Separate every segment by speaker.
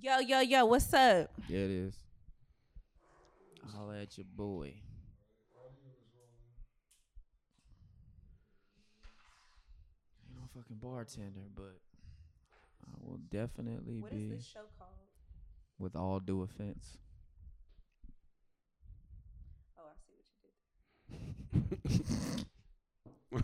Speaker 1: Yo, yo, yo, what's up?
Speaker 2: Yeah, it is. Holla at your boy. Ain't no fucking bartender, but I will definitely
Speaker 1: What is
Speaker 2: be
Speaker 1: this show called?
Speaker 2: with all due offense.
Speaker 1: Oh, I see what you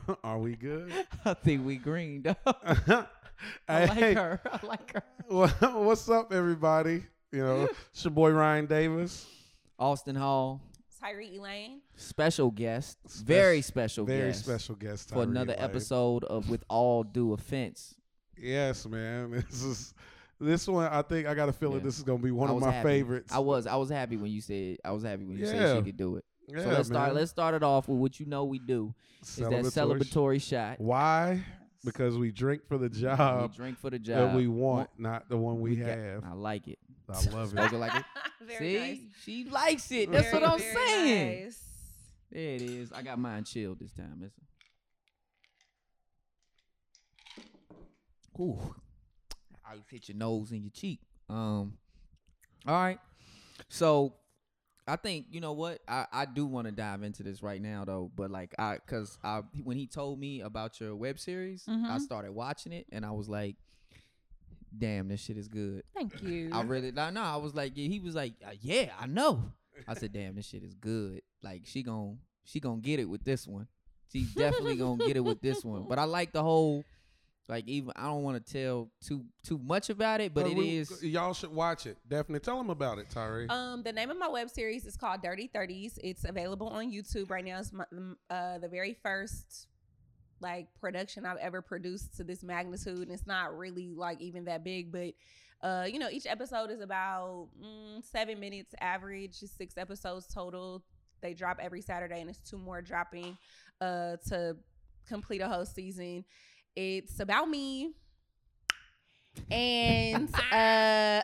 Speaker 1: did.
Speaker 3: Are we good?
Speaker 2: I think we green dog. I
Speaker 3: Hey,
Speaker 2: like her. I like her.
Speaker 3: wha- What's up, everybody? You know, it's your boy Ryan Davis.
Speaker 2: Austin Hall,
Speaker 1: Tyree Elaine.
Speaker 2: special guest, very
Speaker 3: Spec-
Speaker 2: special
Speaker 3: Very
Speaker 2: guest
Speaker 3: special guest
Speaker 2: for
Speaker 3: Tyree
Speaker 2: another
Speaker 3: Lane.
Speaker 2: episode of With All Due Offense.
Speaker 3: Yes, man. This is this one. I think I got a feeling
Speaker 2: Yeah.
Speaker 3: this is gonna be one
Speaker 2: I
Speaker 3: of
Speaker 2: was
Speaker 3: my
Speaker 2: happy.
Speaker 3: favorites.
Speaker 2: I was I was happy when you said I was happy when you said
Speaker 3: Yeah.
Speaker 2: she could do it.
Speaker 3: yeah,
Speaker 2: so let's start
Speaker 3: man.
Speaker 2: let's start it off with what you know we do. Is that celebratory shot.
Speaker 3: Why? Because we drink for the job
Speaker 2: we drink for the job.
Speaker 3: that we want, not the one we,
Speaker 2: got-
Speaker 3: have.
Speaker 2: I like it.
Speaker 3: I love it.
Speaker 2: Those are like it.
Speaker 1: very
Speaker 2: See?
Speaker 1: nice.
Speaker 2: She likes it. That's
Speaker 1: Very,
Speaker 2: what I'm
Speaker 1: very
Speaker 2: saying.
Speaker 1: nice.
Speaker 2: There it is. I got mine chilled this time. It's Ooh. I hit your nose and your cheek. Um all right. So I think you know what I, I do want to dive into this right now though, but like I cause I when he told me about your web series, I
Speaker 1: Mhm.
Speaker 2: started watching it and I was like, damn, this shit is good.
Speaker 1: Thank you.
Speaker 2: I really no no. I was like, yeah, he was like, uh, yeah, I know. I said, damn, this shit is good. Like she gon' she gonna get it with this one. She definitely gonna get it with this one. But I like the whole like even I don't want to tell too too much about it, but it
Speaker 3: we-
Speaker 2: is
Speaker 3: Y'all should watch it. Definitely tell them about it, Tyree.
Speaker 1: Um, the name of my web series is called Dirty Thirties. It's available on YouTube right now. It's my, m- uh, the very first like production I've ever produced to this magnitude, and it's not really like even that big, but. Uh, you know, each episode is about mm, seven minutes average. It's six episodes total. They drop every Saturday, and it's two more dropping uh, to complete a whole season. It's about me, and uh,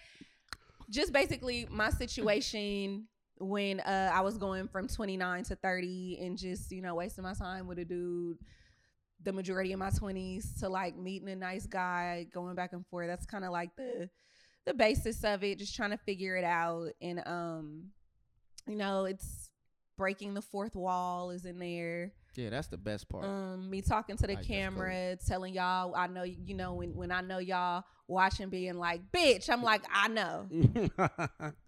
Speaker 1: just basically my situation when uh, I was going from 29 to 30 and just, you know, wasting my time with a dude the majority of my 20s to like meeting a nice guy, going back and forth. That's kind of like the the basis of it, just trying to figure it out and um you know, it's breaking the fourth wall is in there.
Speaker 2: yeah. That's the best part.
Speaker 1: Um, me talking to the
Speaker 2: Like, that's
Speaker 1: camera, telling y'all I know you know when when I know y'all watching, being like, "Bitch," I'm like, "I know,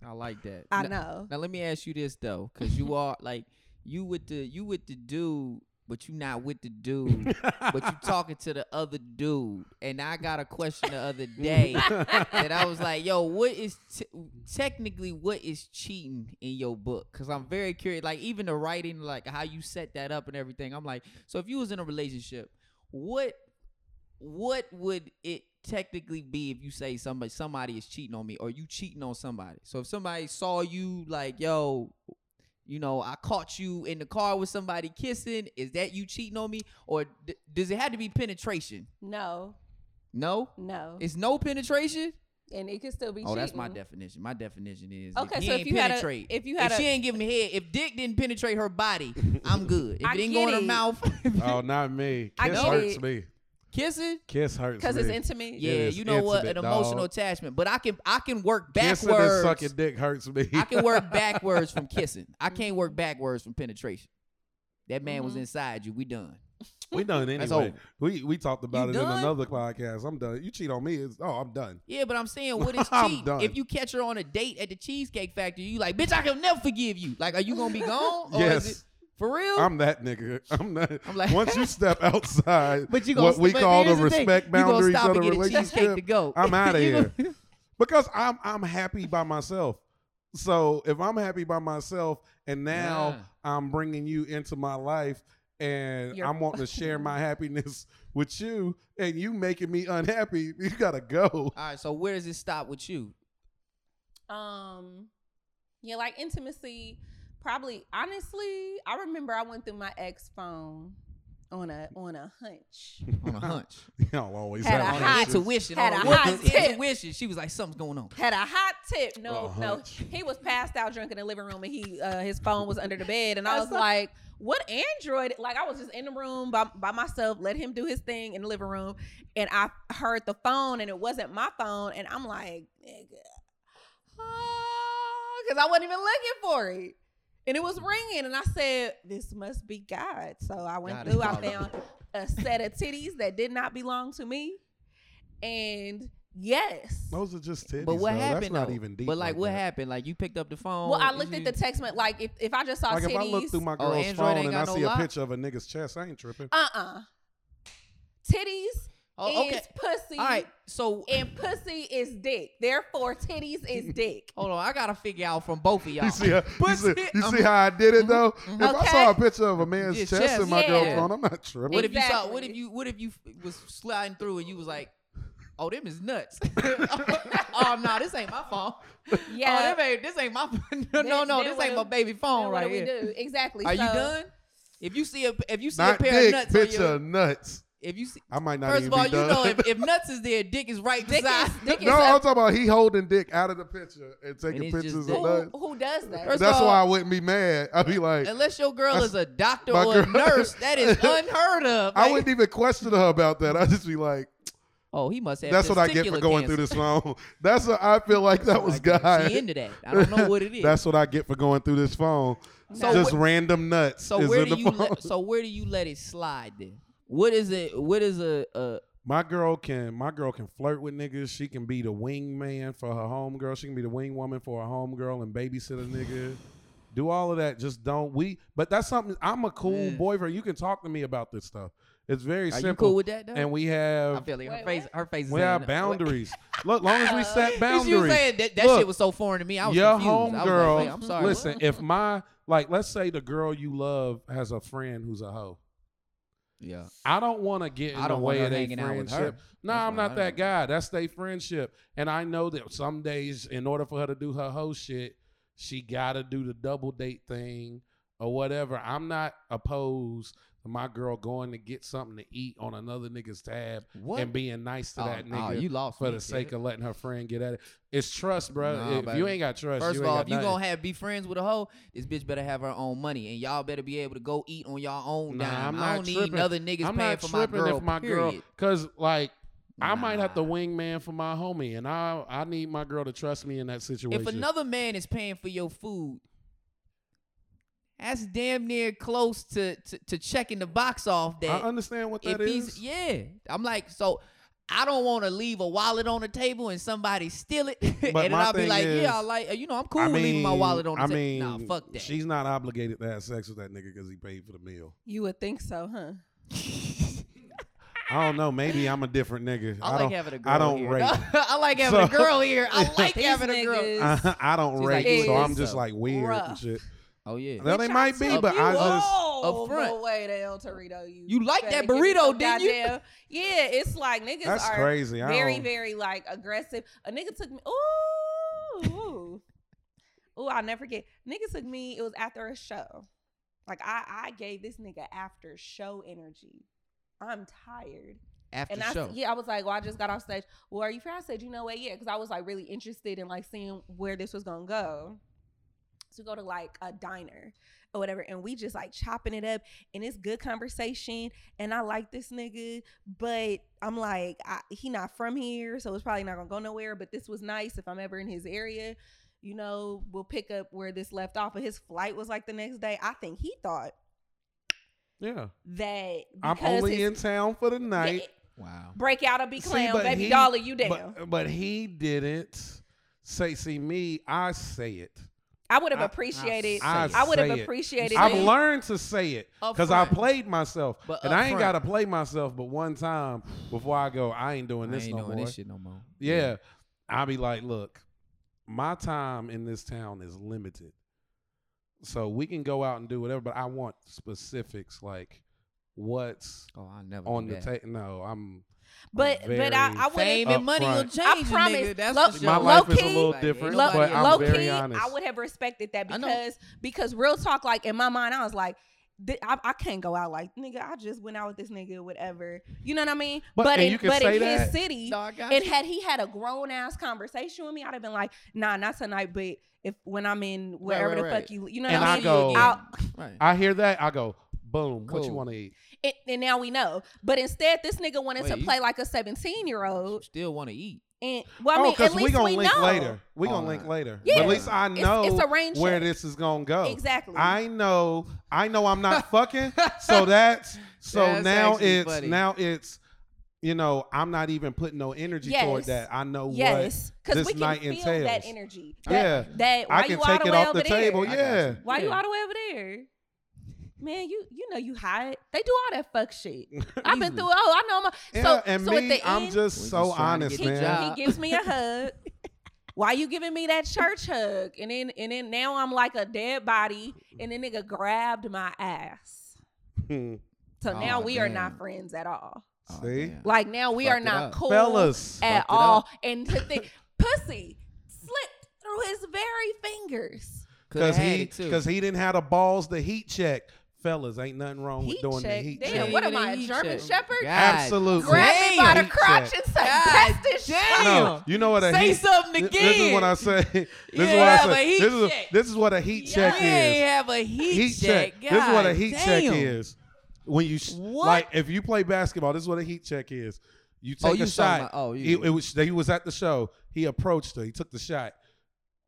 Speaker 2: I like that.
Speaker 1: I
Speaker 2: N-
Speaker 1: know."
Speaker 2: Now let me ask you this though, because you are like you with the you with the dude, but you not with the dude, but you talking to the other dude. And I got a question the other day that I was like, "Yo, what is t- technically what is cheating in your book?" Because I'm very curious. Like even the writing, like how you set that up and everything. I'm like, so if you was in a relationship, what what would it technically be if you say somebody somebody is cheating on me or you cheating on somebody? So if somebody saw you like, yo, you know, I caught you in the car with somebody kissing, is that you cheating on me or d- does it have to be penetration?
Speaker 1: No,
Speaker 2: No,
Speaker 1: no,
Speaker 2: it's no penetration.
Speaker 1: and it could still be.
Speaker 2: Oh, that's my
Speaker 1: cheating.
Speaker 2: definition. My definition is
Speaker 1: Okay,
Speaker 2: if he
Speaker 1: so
Speaker 2: ain't
Speaker 1: if you had a-
Speaker 2: penetrate,
Speaker 1: if you had a-
Speaker 2: she ain't giving me head, if dick didn't penetrate her body, I'm good. If
Speaker 1: I
Speaker 2: it didn't
Speaker 1: get
Speaker 2: go in her
Speaker 1: it.
Speaker 2: mouth,
Speaker 3: oh, not me.
Speaker 1: I
Speaker 3: Kiss
Speaker 1: get
Speaker 3: hurts
Speaker 1: it.
Speaker 3: me.
Speaker 2: kissing,
Speaker 3: Kiss hurts me.
Speaker 1: because it's intimate.
Speaker 2: yeah,
Speaker 3: is
Speaker 2: you know what, an
Speaker 3: intimate,
Speaker 2: emotional
Speaker 3: dog.
Speaker 2: attachment. But I can I can work
Speaker 3: Kissing and
Speaker 2: backwards.
Speaker 3: sucking dick hurts me.
Speaker 2: I can work backwards from kissing. I can't work backwards from penetration. That man was
Speaker 1: Mhm.
Speaker 2: inside you. We done.
Speaker 3: we done
Speaker 2: That's
Speaker 3: anyway.
Speaker 2: over.
Speaker 3: We we talked about
Speaker 2: You
Speaker 3: it
Speaker 2: done?
Speaker 3: in another podcast. I'm done. You cheat on me. It's, oh, I'm done.
Speaker 2: Yeah, but I'm saying what is
Speaker 3: I'm
Speaker 2: cheat?
Speaker 3: done.
Speaker 2: If you catch her on a date at the Cheesecake Factory, you like, bitch, I can never forgive you. Like, are you gonna be gone? Or Oh, is it
Speaker 3: yes,
Speaker 2: for real?
Speaker 3: I'm that nigga. I'm not.
Speaker 2: I'm like-
Speaker 3: once you step outside,
Speaker 2: but you
Speaker 3: what we
Speaker 2: but
Speaker 3: call the
Speaker 2: here's thing.
Speaker 3: respect
Speaker 2: You gonna
Speaker 3: boundaries
Speaker 2: stop
Speaker 3: of the
Speaker 2: and get a cheesecake to
Speaker 3: relationship,
Speaker 2: go.
Speaker 3: I'm outta
Speaker 2: You gonna-
Speaker 3: because I'm I'm happy by myself. So if I'm happy by myself, and now
Speaker 2: Nah.
Speaker 3: I'm bringing you into my life, and
Speaker 1: You're-
Speaker 3: I'm wanting to share my happiness with you, and you making me unhappy, you gotta go.
Speaker 2: All right, so where does it stop with you?
Speaker 1: Um, yeah, like intimacy. Probably, honestly, I remember I went through my ex phone on a on a hunch.
Speaker 2: On a hunch,
Speaker 3: Y'all always
Speaker 1: Had
Speaker 3: have
Speaker 1: a
Speaker 2: on
Speaker 1: hot-
Speaker 2: an
Speaker 3: issues.
Speaker 2: intuition,
Speaker 1: had
Speaker 2: on
Speaker 1: a
Speaker 2: what
Speaker 1: hot
Speaker 2: is
Speaker 1: tip.
Speaker 2: intuition. She was like, something's going on.
Speaker 1: Had a hot tip. No,
Speaker 3: A
Speaker 1: no,
Speaker 3: hunch.
Speaker 1: he was passed out drunk in the living room, and he uh, his phone was under the bed, and I was
Speaker 2: That's not-
Speaker 1: like, what Android? Like I was just in the room by, by myself, let him do his thing in the living room, and I heard the phone, and it wasn't my phone, and I'm like, because I wasn't even looking for it. And it was ringing, and I said, "This must be God." So I went
Speaker 2: God is
Speaker 1: through. I
Speaker 2: calling.
Speaker 1: found a set of titties that did not belong to me, and yes,
Speaker 3: Those are just titties.
Speaker 2: But what
Speaker 3: though.
Speaker 2: happened?
Speaker 3: That's not
Speaker 2: though?
Speaker 3: even deep.
Speaker 2: But like, what
Speaker 3: that.
Speaker 2: happened? Like you picked up the phone.
Speaker 1: Well, I looked at
Speaker 2: you-
Speaker 1: the text message. Like, if, if I just saw
Speaker 3: Like
Speaker 1: titties,
Speaker 3: if I look through my
Speaker 2: Oh,
Speaker 3: girl's
Speaker 2: Android
Speaker 3: phone
Speaker 2: ain't
Speaker 3: and I
Speaker 2: got no
Speaker 3: see a
Speaker 2: lock?
Speaker 3: picture of a nigga's chest, I ain't tripping.
Speaker 1: uh-uh, titties
Speaker 2: Oh, okay.
Speaker 1: is pussy,
Speaker 2: All right. So
Speaker 1: and pussy is dick. Therefore, titties is dick.
Speaker 2: hold on, I gotta figure out from both of y'all.
Speaker 3: You see, how, you see,
Speaker 2: Pussy.
Speaker 3: you see how I did it though.
Speaker 2: mhm.
Speaker 3: If I
Speaker 1: Okay.
Speaker 3: saw a picture of a man's
Speaker 2: His
Speaker 3: chest,
Speaker 2: chest,
Speaker 3: in my
Speaker 1: yeah.
Speaker 3: girl's phone, I'm not tripping.
Speaker 2: What if you saw? What
Speaker 1: Exactly.
Speaker 2: if you? What if you f- was sliding through and you was like, "Oh, them is nuts." oh no, this ain't my phone.
Speaker 1: Yeah.
Speaker 2: Oh, them ain't, this ain't my. No, no,
Speaker 1: Then-
Speaker 2: no,
Speaker 1: then
Speaker 2: this
Speaker 1: what
Speaker 2: ain't my
Speaker 1: do-
Speaker 2: baby
Speaker 1: Then
Speaker 2: phone
Speaker 1: what
Speaker 2: right
Speaker 1: do we
Speaker 2: here.
Speaker 1: do? Exactly.
Speaker 2: Are you
Speaker 1: So-
Speaker 2: done? If you see a, if you see
Speaker 3: Not
Speaker 2: a pair
Speaker 3: dick,
Speaker 2: of nuts, on
Speaker 3: picture
Speaker 2: your,
Speaker 3: of nuts.
Speaker 2: if you see,
Speaker 3: I might not
Speaker 2: first
Speaker 3: even
Speaker 2: of all,
Speaker 3: be
Speaker 2: you
Speaker 3: done.
Speaker 2: know if, if nuts is there, dick is right
Speaker 1: Dick
Speaker 2: beside.
Speaker 1: is, dick is
Speaker 3: no, I'm
Speaker 1: up.
Speaker 3: talking about he holding dick out of the picture and taking
Speaker 2: it's just
Speaker 3: pictures
Speaker 2: dick.
Speaker 3: of
Speaker 1: Who,
Speaker 3: nuts.
Speaker 1: who does that?
Speaker 2: First of
Speaker 3: That's
Speaker 2: all-
Speaker 3: why I wouldn't be mad. I'd be like,
Speaker 2: Unless your girl
Speaker 3: That's-
Speaker 2: is a doctor
Speaker 3: my
Speaker 2: or a
Speaker 3: girl-
Speaker 2: nurse, that is unheard of.
Speaker 3: I
Speaker 2: Like,
Speaker 3: wouldn't even question her about that. I'd just be like,
Speaker 2: oh, he must have.
Speaker 3: that's what I get for
Speaker 2: testicular
Speaker 3: going
Speaker 2: cancer.
Speaker 3: through this phone. That's what I feel like that was
Speaker 2: Like, She
Speaker 3: God.
Speaker 2: into that. I don't know what it is.
Speaker 3: That's what I get for going through this phone.
Speaker 2: So
Speaker 3: just
Speaker 2: wh-
Speaker 3: random nuts.
Speaker 2: So
Speaker 3: is
Speaker 2: where
Speaker 3: in
Speaker 2: do
Speaker 3: the
Speaker 2: you
Speaker 3: phone.
Speaker 2: let, so where do you let it slide then? What is it? What is a, a
Speaker 3: My girl can my girl can flirt with niggas. She can be the wingman for her homegirl. She can be the wing woman for her homegirl and babysit a nigga. Do all of that. Just don't we but that's something I'm a cool
Speaker 2: Mm.
Speaker 3: boyfriend. You can talk to me about this stuff. It's very
Speaker 2: are you
Speaker 3: simple.
Speaker 2: cool with that though?
Speaker 3: and we
Speaker 2: I
Speaker 3: have
Speaker 2: feel like her
Speaker 1: Wait,
Speaker 2: face
Speaker 1: what?
Speaker 2: her face is
Speaker 3: we
Speaker 2: saying,
Speaker 3: have
Speaker 2: Uh, "What?"
Speaker 3: boundaries. Look, long as we set
Speaker 2: Cause You
Speaker 3: boundaries.
Speaker 2: saying that, that
Speaker 3: Look,
Speaker 2: shit was so foreign to me. I was
Speaker 3: your
Speaker 2: confused. I was
Speaker 3: homegirl-
Speaker 2: Like, wait, I'm sorry.
Speaker 3: Listen,
Speaker 2: what?
Speaker 3: if my like let's say the girl you love has a friend who's a hoe.
Speaker 2: yeah,
Speaker 3: I don't want to get in
Speaker 2: I don't
Speaker 3: the
Speaker 2: want
Speaker 3: way
Speaker 2: her
Speaker 3: of their
Speaker 2: hanging out with
Speaker 3: friendship.
Speaker 2: her.
Speaker 3: No,
Speaker 2: That's
Speaker 3: I'm
Speaker 2: what
Speaker 3: not
Speaker 2: I don't.
Speaker 3: that guy. That's their friendship. And I know that some days, in order for her to do her whole shit, she got to do the double date thing or whatever. I'm not opposed to my girl going to get something to eat on another nigga's tab
Speaker 2: What?
Speaker 3: and being nice to
Speaker 2: oh,
Speaker 3: that
Speaker 2: oh,
Speaker 3: nigga
Speaker 2: you lost
Speaker 3: for
Speaker 2: me,
Speaker 3: the
Speaker 2: shit.
Speaker 3: sake of letting her friend get at it. It's trust, bro.
Speaker 2: Nah,
Speaker 3: if you
Speaker 2: baby.
Speaker 3: ain't got trust,
Speaker 2: First
Speaker 3: you
Speaker 2: of
Speaker 3: ain't
Speaker 2: all,
Speaker 3: got
Speaker 2: if you
Speaker 3: nothing.
Speaker 2: gonna have be friends with a hoe, this bitch better have her own money, and y'all better be able to go eat on y'all own
Speaker 3: Nah,
Speaker 2: dime.
Speaker 3: I'm
Speaker 2: I
Speaker 3: not
Speaker 2: don't
Speaker 3: tripping.
Speaker 2: need other niggas
Speaker 3: I'm
Speaker 2: paying
Speaker 3: not
Speaker 2: for my
Speaker 3: tripping
Speaker 2: girl.
Speaker 3: if my girl,
Speaker 2: period.
Speaker 3: because like. I might have to
Speaker 2: Nah.
Speaker 3: wingman for my homie, and I I need my girl to trust me in that situation.
Speaker 2: If another man is paying for your food, that's damn near close to to, to checking the box off
Speaker 3: I
Speaker 2: that.
Speaker 3: understand what
Speaker 2: if
Speaker 3: that
Speaker 2: he's
Speaker 3: is.
Speaker 2: yeah, I'm like so. I don't want to leave a wallet on the table and somebody steal it, and then
Speaker 3: my
Speaker 2: I'll be
Speaker 3: thing
Speaker 2: like,
Speaker 3: is-
Speaker 2: "Yeah, I like you know, I'm cool leaving my wallet on the
Speaker 3: I
Speaker 2: table."
Speaker 3: mean,
Speaker 2: nah, fuck that.
Speaker 3: She's not obligated to have sex with that nigga because he paid for the meal.
Speaker 1: You would think so, huh?
Speaker 3: I don't know. Maybe I'm a different nigga.
Speaker 2: I, like
Speaker 3: don't,
Speaker 2: having a girl.
Speaker 3: I don't
Speaker 2: here.
Speaker 3: rate.
Speaker 2: I like having
Speaker 3: So-
Speaker 2: a girl here. I like
Speaker 1: These
Speaker 2: having a girl.
Speaker 1: niggas-
Speaker 3: I, I don't
Speaker 2: She's
Speaker 3: rate,
Speaker 2: like,
Speaker 1: you
Speaker 3: so
Speaker 1: think
Speaker 3: I'm just
Speaker 2: so.
Speaker 3: like weird and
Speaker 1: Rough.
Speaker 3: shit.
Speaker 2: Oh yeah.
Speaker 3: Now, they
Speaker 1: Bitch, I
Speaker 3: might be,
Speaker 1: took
Speaker 3: but
Speaker 1: you
Speaker 3: I just
Speaker 1: all
Speaker 2: Upfront.
Speaker 1: the way down, Torito. You,
Speaker 2: You like
Speaker 1: better
Speaker 2: that
Speaker 1: give me
Speaker 2: burrito,
Speaker 1: some
Speaker 2: didn't you?
Speaker 1: goddamn- Yeah, it's like niggas
Speaker 3: that's
Speaker 1: are
Speaker 3: crazy. I
Speaker 1: very,
Speaker 3: don't-
Speaker 1: very like aggressive. A nigga took me. Ooh, ooh, I'll never forget. Nigga took me. It was after a show. Like I, I gave this nigga after show energy. I'm tired.
Speaker 2: After
Speaker 1: And I,
Speaker 2: show.
Speaker 1: yeah, I was like, well, I just got off stage. Well, are you fair? I said, you know what? Yeah, because I was like really interested in like seeing where this was gonna go. So we go to like a diner or whatever, and we just like chopping it up, and it's good conversation. And I like this nigga, but I'm like, I, he not from here, so it's probably not gonna go nowhere. But this was nice. If I'm ever in his area, you know, we'll pick up where this left off. But his flight was like the next day. I think he thought
Speaker 3: yeah.
Speaker 1: that
Speaker 3: I'm
Speaker 1: because
Speaker 3: only
Speaker 1: his-
Speaker 3: in town for the night,
Speaker 2: Wow.
Speaker 1: break out and be
Speaker 3: See,
Speaker 1: clown,
Speaker 3: but
Speaker 1: baby
Speaker 3: he-
Speaker 1: dollar, you down.
Speaker 3: but but he didn't say. See me, I say it.
Speaker 1: I would have
Speaker 3: I-
Speaker 1: appreciated.
Speaker 3: I
Speaker 1: I, would
Speaker 3: say
Speaker 1: have
Speaker 3: it.
Speaker 1: appreciated.
Speaker 3: I've
Speaker 1: it.
Speaker 3: learned to say it
Speaker 2: Up
Speaker 3: because I
Speaker 2: front.
Speaker 3: played myself,
Speaker 2: But
Speaker 3: and
Speaker 2: up
Speaker 3: I ain't
Speaker 2: front.
Speaker 3: gotta play myself. But one time before I go, I ain't doing
Speaker 2: I
Speaker 3: this
Speaker 2: ain't
Speaker 3: no
Speaker 2: doing
Speaker 3: more.
Speaker 2: this shit no more.
Speaker 3: Yeah. I'll be like, look, my time in this town is limited. So we can go out and do whatever, but I want specifics like what's
Speaker 2: Oh, I never
Speaker 3: on
Speaker 2: do
Speaker 3: the
Speaker 2: that.
Speaker 3: table. No, I'm
Speaker 1: but but I, I would
Speaker 2: Fame
Speaker 1: have.
Speaker 3: Up
Speaker 2: and money will
Speaker 3: front.
Speaker 2: change.
Speaker 1: I
Speaker 2: a
Speaker 1: promise,
Speaker 2: Nigga. That's
Speaker 1: low-
Speaker 2: for sure.
Speaker 3: my life is a
Speaker 1: low-key,
Speaker 3: little
Speaker 2: like,
Speaker 3: different,
Speaker 2: low-
Speaker 3: but I'm
Speaker 1: low
Speaker 3: very
Speaker 1: key,
Speaker 3: honest.
Speaker 1: I would have respected that
Speaker 2: I know.
Speaker 1: because because real talk, like in my mind, I was like, th- I, I can't go out like nigga. I just went out with this nigga, whatever. You know what I mean?
Speaker 3: But-
Speaker 1: But
Speaker 3: and
Speaker 1: in,
Speaker 3: you can
Speaker 1: but
Speaker 3: say
Speaker 1: in
Speaker 3: that.
Speaker 1: his city,
Speaker 2: No, I got
Speaker 1: and
Speaker 2: you.
Speaker 1: had he had a grown ass conversation with me, I'd have been like, nah, not tonight. But if when I'm in wherever
Speaker 2: right,
Speaker 1: the
Speaker 2: right.
Speaker 1: fuck you, you know
Speaker 3: And
Speaker 1: what I
Speaker 3: I
Speaker 1: mean?
Speaker 3: go-
Speaker 1: I'll-
Speaker 2: right.
Speaker 3: I hear that. I go, boom. What you
Speaker 2: Cool.
Speaker 3: want to eat?
Speaker 1: and, and now we know. But instead, this nigga wanted
Speaker 2: Wait,
Speaker 1: to
Speaker 2: you-
Speaker 1: play like a 17 year old.
Speaker 2: Still want to eat.
Speaker 1: And well, I mean, at least
Speaker 3: Oh, we gonna
Speaker 1: we
Speaker 3: link
Speaker 1: know.
Speaker 3: later. We gonna
Speaker 2: Oh,
Speaker 3: link
Speaker 2: nah.
Speaker 3: later.
Speaker 1: Yeah.
Speaker 3: But at least I
Speaker 1: It's,
Speaker 3: know
Speaker 1: it's a range
Speaker 3: where
Speaker 1: check.
Speaker 3: this is gonna go.
Speaker 1: Exactly.
Speaker 3: I know. I know. I'm not fucking. So that's so
Speaker 2: That's
Speaker 3: now
Speaker 2: actually
Speaker 3: it's
Speaker 2: funny.
Speaker 3: now it's. You know, I'm not even putting no energy toward
Speaker 1: Yes.
Speaker 3: that. I know
Speaker 1: yes,
Speaker 3: this
Speaker 1: because we can
Speaker 3: night
Speaker 1: feel
Speaker 3: entails.
Speaker 1: that energy.
Speaker 3: what. Yeah,
Speaker 1: That, that why
Speaker 3: I can
Speaker 1: you all
Speaker 3: take
Speaker 1: the
Speaker 3: it
Speaker 1: way
Speaker 3: off
Speaker 1: over
Speaker 3: the table.
Speaker 1: There?
Speaker 3: Yeah,
Speaker 1: Why you
Speaker 2: Yeah.
Speaker 1: all the way over there? Man, you you know you hot. They do all that fuck shit. I've been
Speaker 2: Easily.
Speaker 1: through. Oh, I know. My,
Speaker 3: yeah.
Speaker 1: so
Speaker 3: and
Speaker 1: so
Speaker 3: me,
Speaker 1: at the
Speaker 3: I'm
Speaker 1: end,
Speaker 3: just
Speaker 2: We're
Speaker 3: so
Speaker 2: just trying to
Speaker 3: honest,
Speaker 2: get
Speaker 1: he,
Speaker 2: you
Speaker 3: man.
Speaker 2: job.
Speaker 1: he gives me a hug. Why you giving me that church hug? And then and then now I'm like a dead body. And the nigga grabbed my ass.
Speaker 3: Hmm.
Speaker 1: So
Speaker 2: Aw,
Speaker 1: now we are
Speaker 2: damn.
Speaker 1: not friends at all.
Speaker 2: Oh,
Speaker 3: See?
Speaker 2: damn.
Speaker 1: Like now we
Speaker 2: Fucked
Speaker 1: are
Speaker 2: it
Speaker 1: not
Speaker 2: up.
Speaker 1: cool
Speaker 3: Fellas,
Speaker 1: at
Speaker 2: Fucked it
Speaker 1: all.
Speaker 2: up.
Speaker 1: And to think, pussy slipped through his very fingers.
Speaker 2: Coulda
Speaker 3: because
Speaker 2: had
Speaker 3: he
Speaker 2: it, too.
Speaker 3: because he didn't have the balls to heat check. Fellas, ain't nothing wrong with
Speaker 1: Heat
Speaker 3: doing
Speaker 1: check.
Speaker 3: the heat
Speaker 1: Damn,
Speaker 3: check.
Speaker 1: what am
Speaker 2: Even
Speaker 1: I, a
Speaker 2: he
Speaker 1: German
Speaker 2: checked.
Speaker 1: Shepherd?
Speaker 2: God
Speaker 3: Absolutely.
Speaker 1: Grab me by the
Speaker 3: Damn.
Speaker 1: crotch and say,
Speaker 2: God
Speaker 1: "That's this shit."
Speaker 2: damn.
Speaker 3: No, you know what a
Speaker 2: Say
Speaker 3: heat,
Speaker 2: something
Speaker 3: Th- This is what I
Speaker 2: again.
Speaker 3: say. This
Speaker 2: Yeah,
Speaker 3: is what I
Speaker 2: but
Speaker 3: say.
Speaker 2: heat
Speaker 3: This is,
Speaker 2: check.
Speaker 3: this is what a heat check
Speaker 2: you
Speaker 3: is.
Speaker 2: ain't have a heat,
Speaker 3: heat check. This is what a
Speaker 2: God
Speaker 3: heat
Speaker 2: damn.
Speaker 3: check is. When you sh-
Speaker 2: What?
Speaker 3: like, if you play basketball, this is what a heat check is. You
Speaker 2: Oh,
Speaker 3: take
Speaker 2: you talking
Speaker 3: a shot.
Speaker 2: about- oh,
Speaker 3: he,
Speaker 2: you-
Speaker 3: it was he was at the show. He approached her. He took the shot.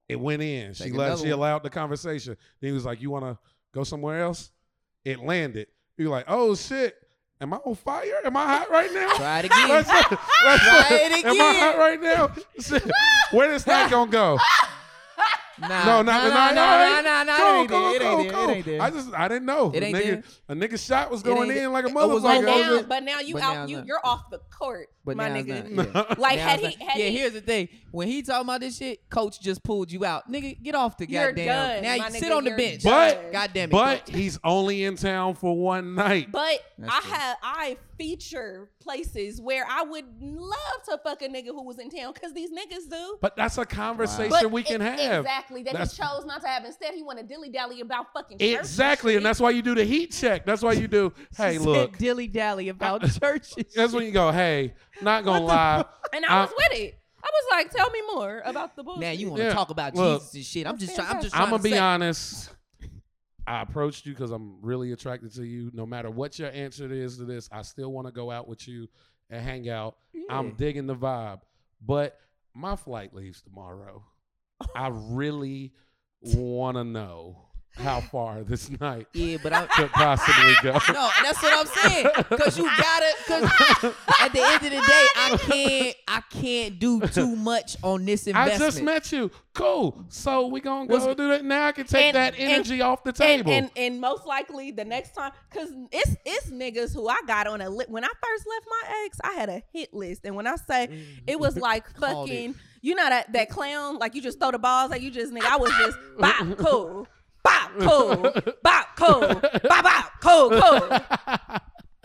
Speaker 3: It went in. She
Speaker 2: Take
Speaker 3: let,
Speaker 2: another
Speaker 3: she
Speaker 2: one.
Speaker 3: allowed the conversation. Then he was like, "You want to go somewhere else?" It landed. You're like, "Oh shit, am I on fire? Am I hot right now?"
Speaker 2: Try it again.
Speaker 3: That's it. That's
Speaker 2: Try
Speaker 3: it.
Speaker 2: it
Speaker 3: Am I
Speaker 2: again.
Speaker 3: hot right now? Shit. Where this night gonna go?
Speaker 2: Nah,
Speaker 3: No,
Speaker 2: nah,
Speaker 3: not
Speaker 2: nah,
Speaker 3: tonight.
Speaker 2: nah, nah, nah,
Speaker 3: Cool,
Speaker 2: nah,
Speaker 3: cool,
Speaker 2: It
Speaker 3: cool,
Speaker 2: ain't there.
Speaker 3: cool.
Speaker 2: It ain't there.
Speaker 3: I just I didn't know.
Speaker 2: It ain't
Speaker 3: a
Speaker 2: there.
Speaker 3: nigga, a nigga shot was going
Speaker 2: ain't there.
Speaker 3: in like a
Speaker 2: It
Speaker 1: But
Speaker 2: was
Speaker 3: motherfucker.
Speaker 2: like
Speaker 3: I was
Speaker 1: now,
Speaker 3: just-
Speaker 1: but now you
Speaker 2: But
Speaker 1: out,
Speaker 2: now it's
Speaker 1: you
Speaker 2: not.
Speaker 1: you're off the court,
Speaker 2: But
Speaker 1: my
Speaker 2: now it's
Speaker 1: nigga.
Speaker 2: not, yeah.
Speaker 1: Like
Speaker 2: Now
Speaker 1: had
Speaker 2: it's
Speaker 1: he,
Speaker 2: like-
Speaker 1: had
Speaker 2: yeah,
Speaker 1: he,
Speaker 2: here's the thing. When he talking about this shit, coach just pulled you out. Nigga, get off the
Speaker 1: You're
Speaker 2: goddamn.
Speaker 1: done,
Speaker 2: now
Speaker 1: my
Speaker 2: you sit
Speaker 1: nigga,
Speaker 2: on the
Speaker 1: you're
Speaker 2: bench.
Speaker 3: But-
Speaker 1: done.
Speaker 2: God damn it.
Speaker 3: but
Speaker 2: coach.
Speaker 3: he's only in town for one night.
Speaker 1: But
Speaker 2: That's
Speaker 1: I
Speaker 2: true.
Speaker 1: have I feature places where I would love to fuck a nigga who was in town because these niggas do.
Speaker 3: But that's a conversation
Speaker 1: But
Speaker 3: we can
Speaker 1: e-
Speaker 3: have.
Speaker 1: exactly that
Speaker 3: That's-
Speaker 1: he chose not to have. Instead, he want to dilly dally about fucking church
Speaker 3: Exactly, and
Speaker 1: shit.
Speaker 3: that's why you do the heat check. That's why you do. Hey, look.
Speaker 2: dilly dally about churches.
Speaker 3: That's when you go. Hey, not gonna lie.
Speaker 1: and I was
Speaker 3: I'm-
Speaker 1: with it. I was like, tell me more about the book.
Speaker 2: Now you want to
Speaker 3: Yeah,
Speaker 2: talk about
Speaker 3: look.
Speaker 2: Jesus and shit. I'm just
Speaker 1: That's
Speaker 2: trying. I'm just trying
Speaker 3: I'm gonna
Speaker 2: to
Speaker 3: be
Speaker 2: say.
Speaker 3: honest. I approached you because I'm really attracted to you. No matter what your answer is to this, I still want to go out with you and hang out. I'm
Speaker 2: Yeah.
Speaker 3: digging the vibe, but my flight leaves tomorrow. I really want to know how far this night
Speaker 2: Yeah, but I'm.
Speaker 3: could possibly go.
Speaker 2: No, that's what I'm saying. Cause you gotta. Cause at the end of the day, I can't. I can't do too much on this
Speaker 3: I
Speaker 2: investment.
Speaker 3: just met you. Cool. So we gonna go
Speaker 2: What's-
Speaker 3: do that now. I can take
Speaker 1: And-
Speaker 3: that
Speaker 1: and-
Speaker 3: energy off the
Speaker 1: and,
Speaker 3: table.
Speaker 1: and and most likely the next time, cause it's it's niggas who I got on a li- when I first left my ex, I had a hit list, and when I say it was like
Speaker 2: Mm-hmm. Called it.
Speaker 1: fucking, you know that that clown, like you just throw the balls, like you just nigga, I was just bop cool, bop cool, bop cool, bop bop cool cool,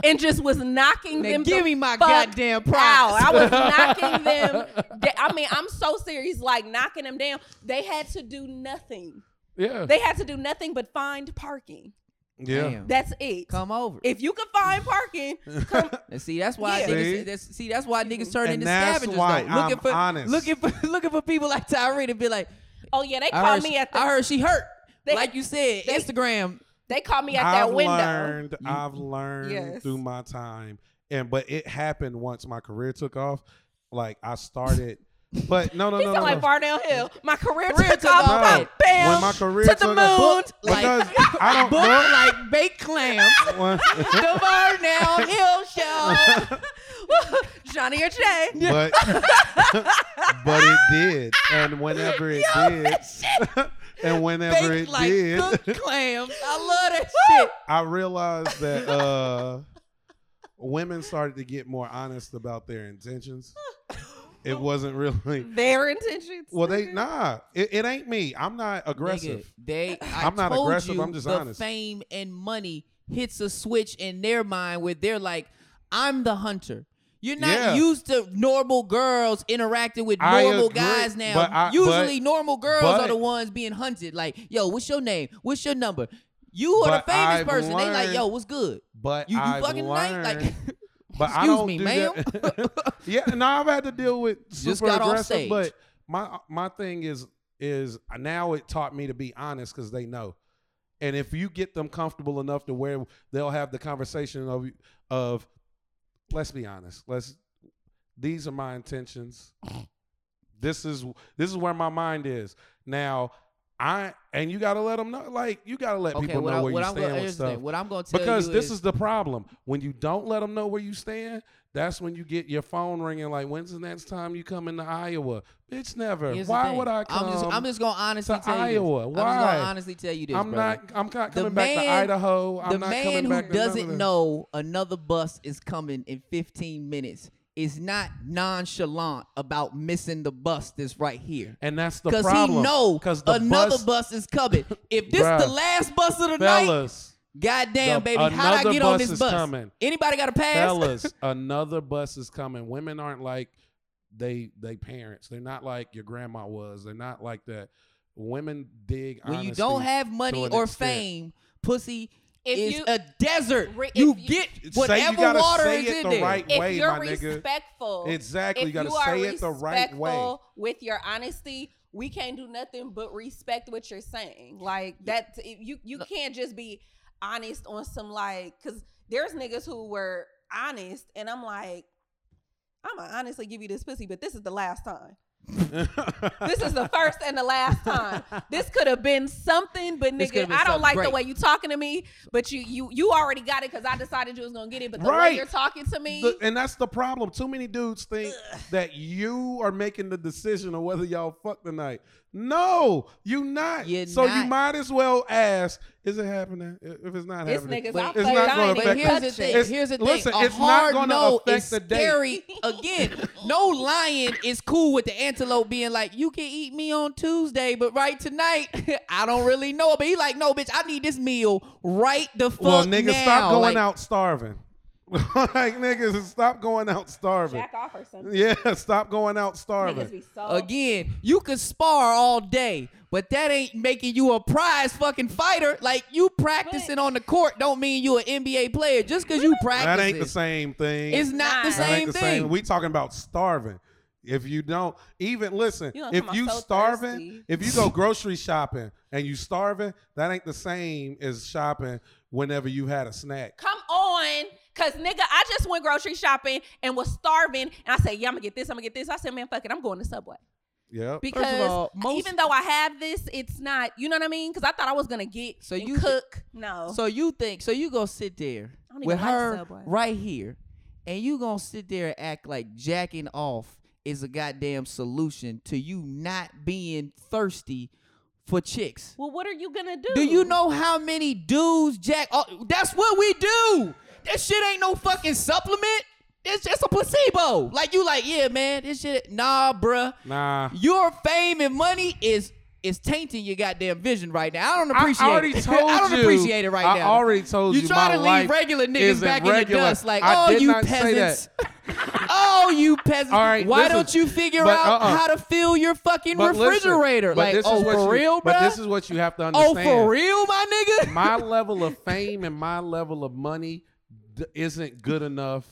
Speaker 1: and just was knocking
Speaker 2: Now
Speaker 1: them.
Speaker 2: give
Speaker 1: the
Speaker 2: me my
Speaker 1: fuck
Speaker 2: goddamn
Speaker 1: out.
Speaker 2: prize.
Speaker 1: I was knocking them. da- I mean, I'm so serious, like knocking them down. They had to do nothing.
Speaker 3: yeah.
Speaker 1: They had to do nothing but find parking.
Speaker 3: yeah.
Speaker 2: Damn.
Speaker 1: That's it.
Speaker 2: Come over.
Speaker 1: If you can find parking, come.
Speaker 2: And see, that's why
Speaker 1: Yeah.
Speaker 2: niggas
Speaker 3: See?
Speaker 2: that's, see that's why niggas turn
Speaker 3: And
Speaker 2: into
Speaker 3: that's
Speaker 2: scavengers.
Speaker 3: why
Speaker 2: though. Looking
Speaker 3: I'm
Speaker 2: for
Speaker 3: honest.
Speaker 2: looking for looking for people like Tyree to be like,
Speaker 1: Oh yeah, they
Speaker 2: I
Speaker 1: called
Speaker 2: heard,
Speaker 1: me
Speaker 2: she,
Speaker 1: at
Speaker 2: I
Speaker 1: the.
Speaker 2: heard she hurt.
Speaker 1: They-
Speaker 2: like you said,
Speaker 1: they-
Speaker 2: Instagram.
Speaker 1: They called me at
Speaker 3: I've
Speaker 1: that window.
Speaker 3: learned. I've learned
Speaker 1: Yes.
Speaker 3: through my time, and but it happened once my career took off. Like I started, but no, no,
Speaker 1: He
Speaker 3: no,
Speaker 1: sound
Speaker 3: no,
Speaker 1: like
Speaker 3: no.
Speaker 1: Barnell Hill. My career,
Speaker 2: Career
Speaker 1: took,
Speaker 2: took
Speaker 1: off.
Speaker 2: off.
Speaker 1: Bam,
Speaker 3: No.
Speaker 1: bam,
Speaker 3: When my career
Speaker 1: to the
Speaker 3: took
Speaker 1: moon.
Speaker 3: off-
Speaker 2: Booked like
Speaker 3: because I
Speaker 2: booked like baked clams.
Speaker 3: don't know.
Speaker 2: the Barnell Hill Show.
Speaker 1: Johnny or Jay.
Speaker 3: but but it did, and whenever it did, and whenever
Speaker 2: baked
Speaker 3: it
Speaker 2: like
Speaker 3: did,
Speaker 2: cooked clams. I love that shit.
Speaker 3: I realized that uh, women started to get more honest about their intentions. It wasn't really.
Speaker 1: Their intentions.
Speaker 3: Well, they nah. It, it ain't me. I'm not aggressive.
Speaker 2: Mm-hmm. Nigga, they, I
Speaker 3: I'm not
Speaker 2: told
Speaker 3: aggressive,
Speaker 2: you
Speaker 3: I'm just
Speaker 2: the
Speaker 3: honest.
Speaker 2: Fame and money hits a switch in their mind where they're like, "I'm the hunter." You're not
Speaker 3: Yeah.
Speaker 2: used to normal girls interacting with
Speaker 3: I
Speaker 2: normal
Speaker 3: agree,
Speaker 2: guys now.
Speaker 3: but I-
Speaker 2: Usually,
Speaker 3: but-
Speaker 2: normal girls
Speaker 3: but-
Speaker 2: are the ones being hunted. Like, yo, what's your name? What's your number? You are the
Speaker 3: But
Speaker 2: famous
Speaker 3: I've
Speaker 2: person. they like,
Speaker 3: learned-
Speaker 2: yo, what's good?
Speaker 3: But
Speaker 2: You, you
Speaker 3: I've
Speaker 2: fucking
Speaker 3: learned,
Speaker 2: nice. Like,
Speaker 3: but I
Speaker 2: excuse
Speaker 3: don't
Speaker 2: me,
Speaker 3: do
Speaker 2: ma'am.
Speaker 3: that. yeah, no, I've had to deal with super
Speaker 2: Just got off
Speaker 3: aggressive,
Speaker 2: stage.
Speaker 3: but my my thing is is now it taught me to be honest because they know, and if you get them comfortable enough to where they'll have the conversation of of let's be honest, let's these are my intentions. this is this is where my mind is now. I and you gotta let them know, like you gotta let
Speaker 2: okay,
Speaker 3: people
Speaker 2: what,
Speaker 3: know
Speaker 2: I,
Speaker 3: where
Speaker 2: what,
Speaker 3: you
Speaker 2: I'm
Speaker 3: stand
Speaker 2: gonna,
Speaker 3: with
Speaker 2: here's the
Speaker 3: stuff
Speaker 2: thing. what I'm gonna tell
Speaker 3: because
Speaker 2: you
Speaker 3: this is, the problem. When you don't let them know where you stand, that's when you get your phone ringing. Like, when's the next time you come into Iowa? Bitch, never.
Speaker 2: here's the
Speaker 3: Why
Speaker 2: thing.
Speaker 3: would I come?
Speaker 2: I'm just, I'm just gonna honestly
Speaker 3: to
Speaker 2: tell
Speaker 3: Iowa?
Speaker 2: you. This. I'm just
Speaker 3: Why?
Speaker 2: gonna honestly tell you this.
Speaker 3: I'm
Speaker 2: brother.
Speaker 3: not. I'm not
Speaker 2: The
Speaker 3: coming back to
Speaker 2: man-
Speaker 3: Idaho. I'm
Speaker 2: the
Speaker 3: not
Speaker 2: man
Speaker 3: coming
Speaker 2: who
Speaker 3: back to none of
Speaker 2: doesn't
Speaker 3: that.
Speaker 2: know another bus is coming in 15 minutes is not nonchalant about missing the bus that's right here.
Speaker 3: and that's the
Speaker 2: Because
Speaker 3: problem.
Speaker 2: he know
Speaker 3: the
Speaker 2: another
Speaker 3: bus,
Speaker 2: bus, is coming. If this the
Speaker 3: Bruh.
Speaker 2: last bus of the night,
Speaker 3: fellas,
Speaker 2: goddamn
Speaker 3: the-
Speaker 2: baby, how'd I
Speaker 3: another
Speaker 2: get on
Speaker 3: bus
Speaker 2: this
Speaker 3: is
Speaker 2: bus?
Speaker 3: coming.
Speaker 2: Anybody got a pass?
Speaker 3: fellas, another bus is coming. Women aren't like they they parents. They're not like your grandma was. They're not like that. Women dig
Speaker 2: when you
Speaker 3: honesty.
Speaker 2: don't have money
Speaker 3: an
Speaker 2: or
Speaker 3: extent.
Speaker 2: fame, pussy
Speaker 1: If
Speaker 2: is
Speaker 1: you-
Speaker 2: a desert.
Speaker 1: Re- if
Speaker 2: you
Speaker 1: you-
Speaker 2: get
Speaker 3: Say you
Speaker 2: whatever
Speaker 3: gotta
Speaker 2: water
Speaker 3: say
Speaker 2: is
Speaker 3: it
Speaker 2: in
Speaker 3: the
Speaker 2: there.
Speaker 3: right
Speaker 1: if
Speaker 3: way,
Speaker 1: you're
Speaker 3: my nigga.
Speaker 1: respectful,
Speaker 3: Exactly. You
Speaker 1: if
Speaker 3: gotta
Speaker 1: are
Speaker 3: say it the right way.
Speaker 1: respectful With your honesty, we can't do nothing but respect what you're saying. Like that, you you can't just be honest on some like because there's niggas who were honest, and I'm like, I'ma honestly give you this pussy, but this is the last time. This is the first and the last time. This could have been something, but
Speaker 2: This
Speaker 1: nigga,
Speaker 2: could've been
Speaker 1: I don't
Speaker 2: something
Speaker 1: like the
Speaker 2: great.
Speaker 1: way you talking to me. But you you you already got it because I decided you was gonna get it. But the
Speaker 3: Right.
Speaker 1: way you're talking to me,
Speaker 3: The- and that's the problem. Too many dudes think that you are making the decision on whether y'all fuck tonight. No, you not.
Speaker 2: You're
Speaker 3: so
Speaker 2: not.
Speaker 3: you might as well ask, is it happening? If it's not
Speaker 1: This
Speaker 3: happening,
Speaker 1: nigga's
Speaker 2: But-
Speaker 1: out
Speaker 2: It's
Speaker 1: there.
Speaker 3: not
Speaker 1: I
Speaker 3: gonna
Speaker 1: ain't
Speaker 2: But
Speaker 3: affect
Speaker 1: even
Speaker 2: here's the
Speaker 1: touched
Speaker 2: thing.
Speaker 1: it.
Speaker 3: It's-
Speaker 2: here's the thing.
Speaker 3: listen,
Speaker 2: a
Speaker 3: it's not
Speaker 2: hard
Speaker 3: gonna
Speaker 2: no
Speaker 3: affect
Speaker 2: is
Speaker 3: the date.
Speaker 2: scary. Again, no lion is cool with the antelope being like, "You can eat me on Tuesday, but right tonight, I don't really know." But he like, "No, bitch, I need this meal right the fuck
Speaker 3: well, nigga,
Speaker 2: now."
Speaker 3: stop going
Speaker 2: Like,
Speaker 3: out starving. like niggas, stop going out starving.
Speaker 1: Jack off or something.
Speaker 3: Yeah, stop going out
Speaker 1: Niggas
Speaker 3: starving.
Speaker 1: be so
Speaker 2: Again, you can spar all day, but that ain't making you a prize fucking fighter. Like you practicing on the court don't mean you an NBA player just because you practice.
Speaker 3: That ain't the same thing.
Speaker 2: It's not the
Speaker 1: Nah.
Speaker 3: That
Speaker 2: same
Speaker 3: ain't the
Speaker 2: thing.
Speaker 3: We talking about starving. If you don't even listen,
Speaker 1: You know,
Speaker 3: if
Speaker 1: I'm
Speaker 3: you
Speaker 1: so
Speaker 3: starving,
Speaker 1: thirsty.
Speaker 3: if you go grocery shopping and you starving, that ain't the same as shopping whenever you had a snack.
Speaker 1: Come on, cause nigga, I just went grocery shopping and was starving, and I said, "Yeah, I'm gonna get this. I'm gonna get this." I said, "Man, fuck it, I'm going to Subway."
Speaker 3: Yep.
Speaker 1: Because
Speaker 2: all, most-
Speaker 1: even though I have this, it's not. You know what I mean? Because I thought I was gonna get
Speaker 2: So
Speaker 1: so and
Speaker 2: you-
Speaker 1: cook. No,
Speaker 2: So you think so you gonna sit there
Speaker 1: I don't even
Speaker 2: with
Speaker 1: like
Speaker 2: her
Speaker 1: Subway.
Speaker 2: right here, and you gonna sit there and act like jacking off is a goddamn solution to you not being thirsty for chicks.
Speaker 1: well, what are you gonna do?
Speaker 2: Do you know how many dudes jack off? That's what we do. That shit ain't no fucking supplement. It's just a placebo. Like you like, yeah, man, this shit nah, bruh.
Speaker 3: Nah.
Speaker 2: Your fame and money is is tainting your goddamn vision right now. I don't
Speaker 3: I
Speaker 2: appreciate.
Speaker 3: already
Speaker 2: it.
Speaker 3: told
Speaker 2: I don't
Speaker 3: you.
Speaker 2: appreciate it right
Speaker 3: I
Speaker 2: now.
Speaker 3: already told you.
Speaker 2: You try
Speaker 3: my
Speaker 2: to leave
Speaker 3: life
Speaker 2: regular niggas
Speaker 3: isn't
Speaker 2: back in the
Speaker 3: regular.
Speaker 2: dust, like,
Speaker 3: I
Speaker 2: oh,
Speaker 3: did
Speaker 2: you
Speaker 3: not say
Speaker 2: peasants. oh, you peasants.
Speaker 3: All right,
Speaker 2: Why
Speaker 3: listen,
Speaker 2: don't you figure
Speaker 3: but,
Speaker 2: out
Speaker 3: uh-uh.
Speaker 2: how to fill your fucking
Speaker 3: But listen,
Speaker 2: refrigerator?
Speaker 3: but
Speaker 2: like,
Speaker 3: this is
Speaker 2: oh,
Speaker 3: what
Speaker 2: for
Speaker 3: you-
Speaker 2: real, bro?
Speaker 3: But this is what you have to
Speaker 2: oh,
Speaker 3: understand.
Speaker 2: for real, my nigga?
Speaker 3: my level of fame and my level of money d- isn't good enough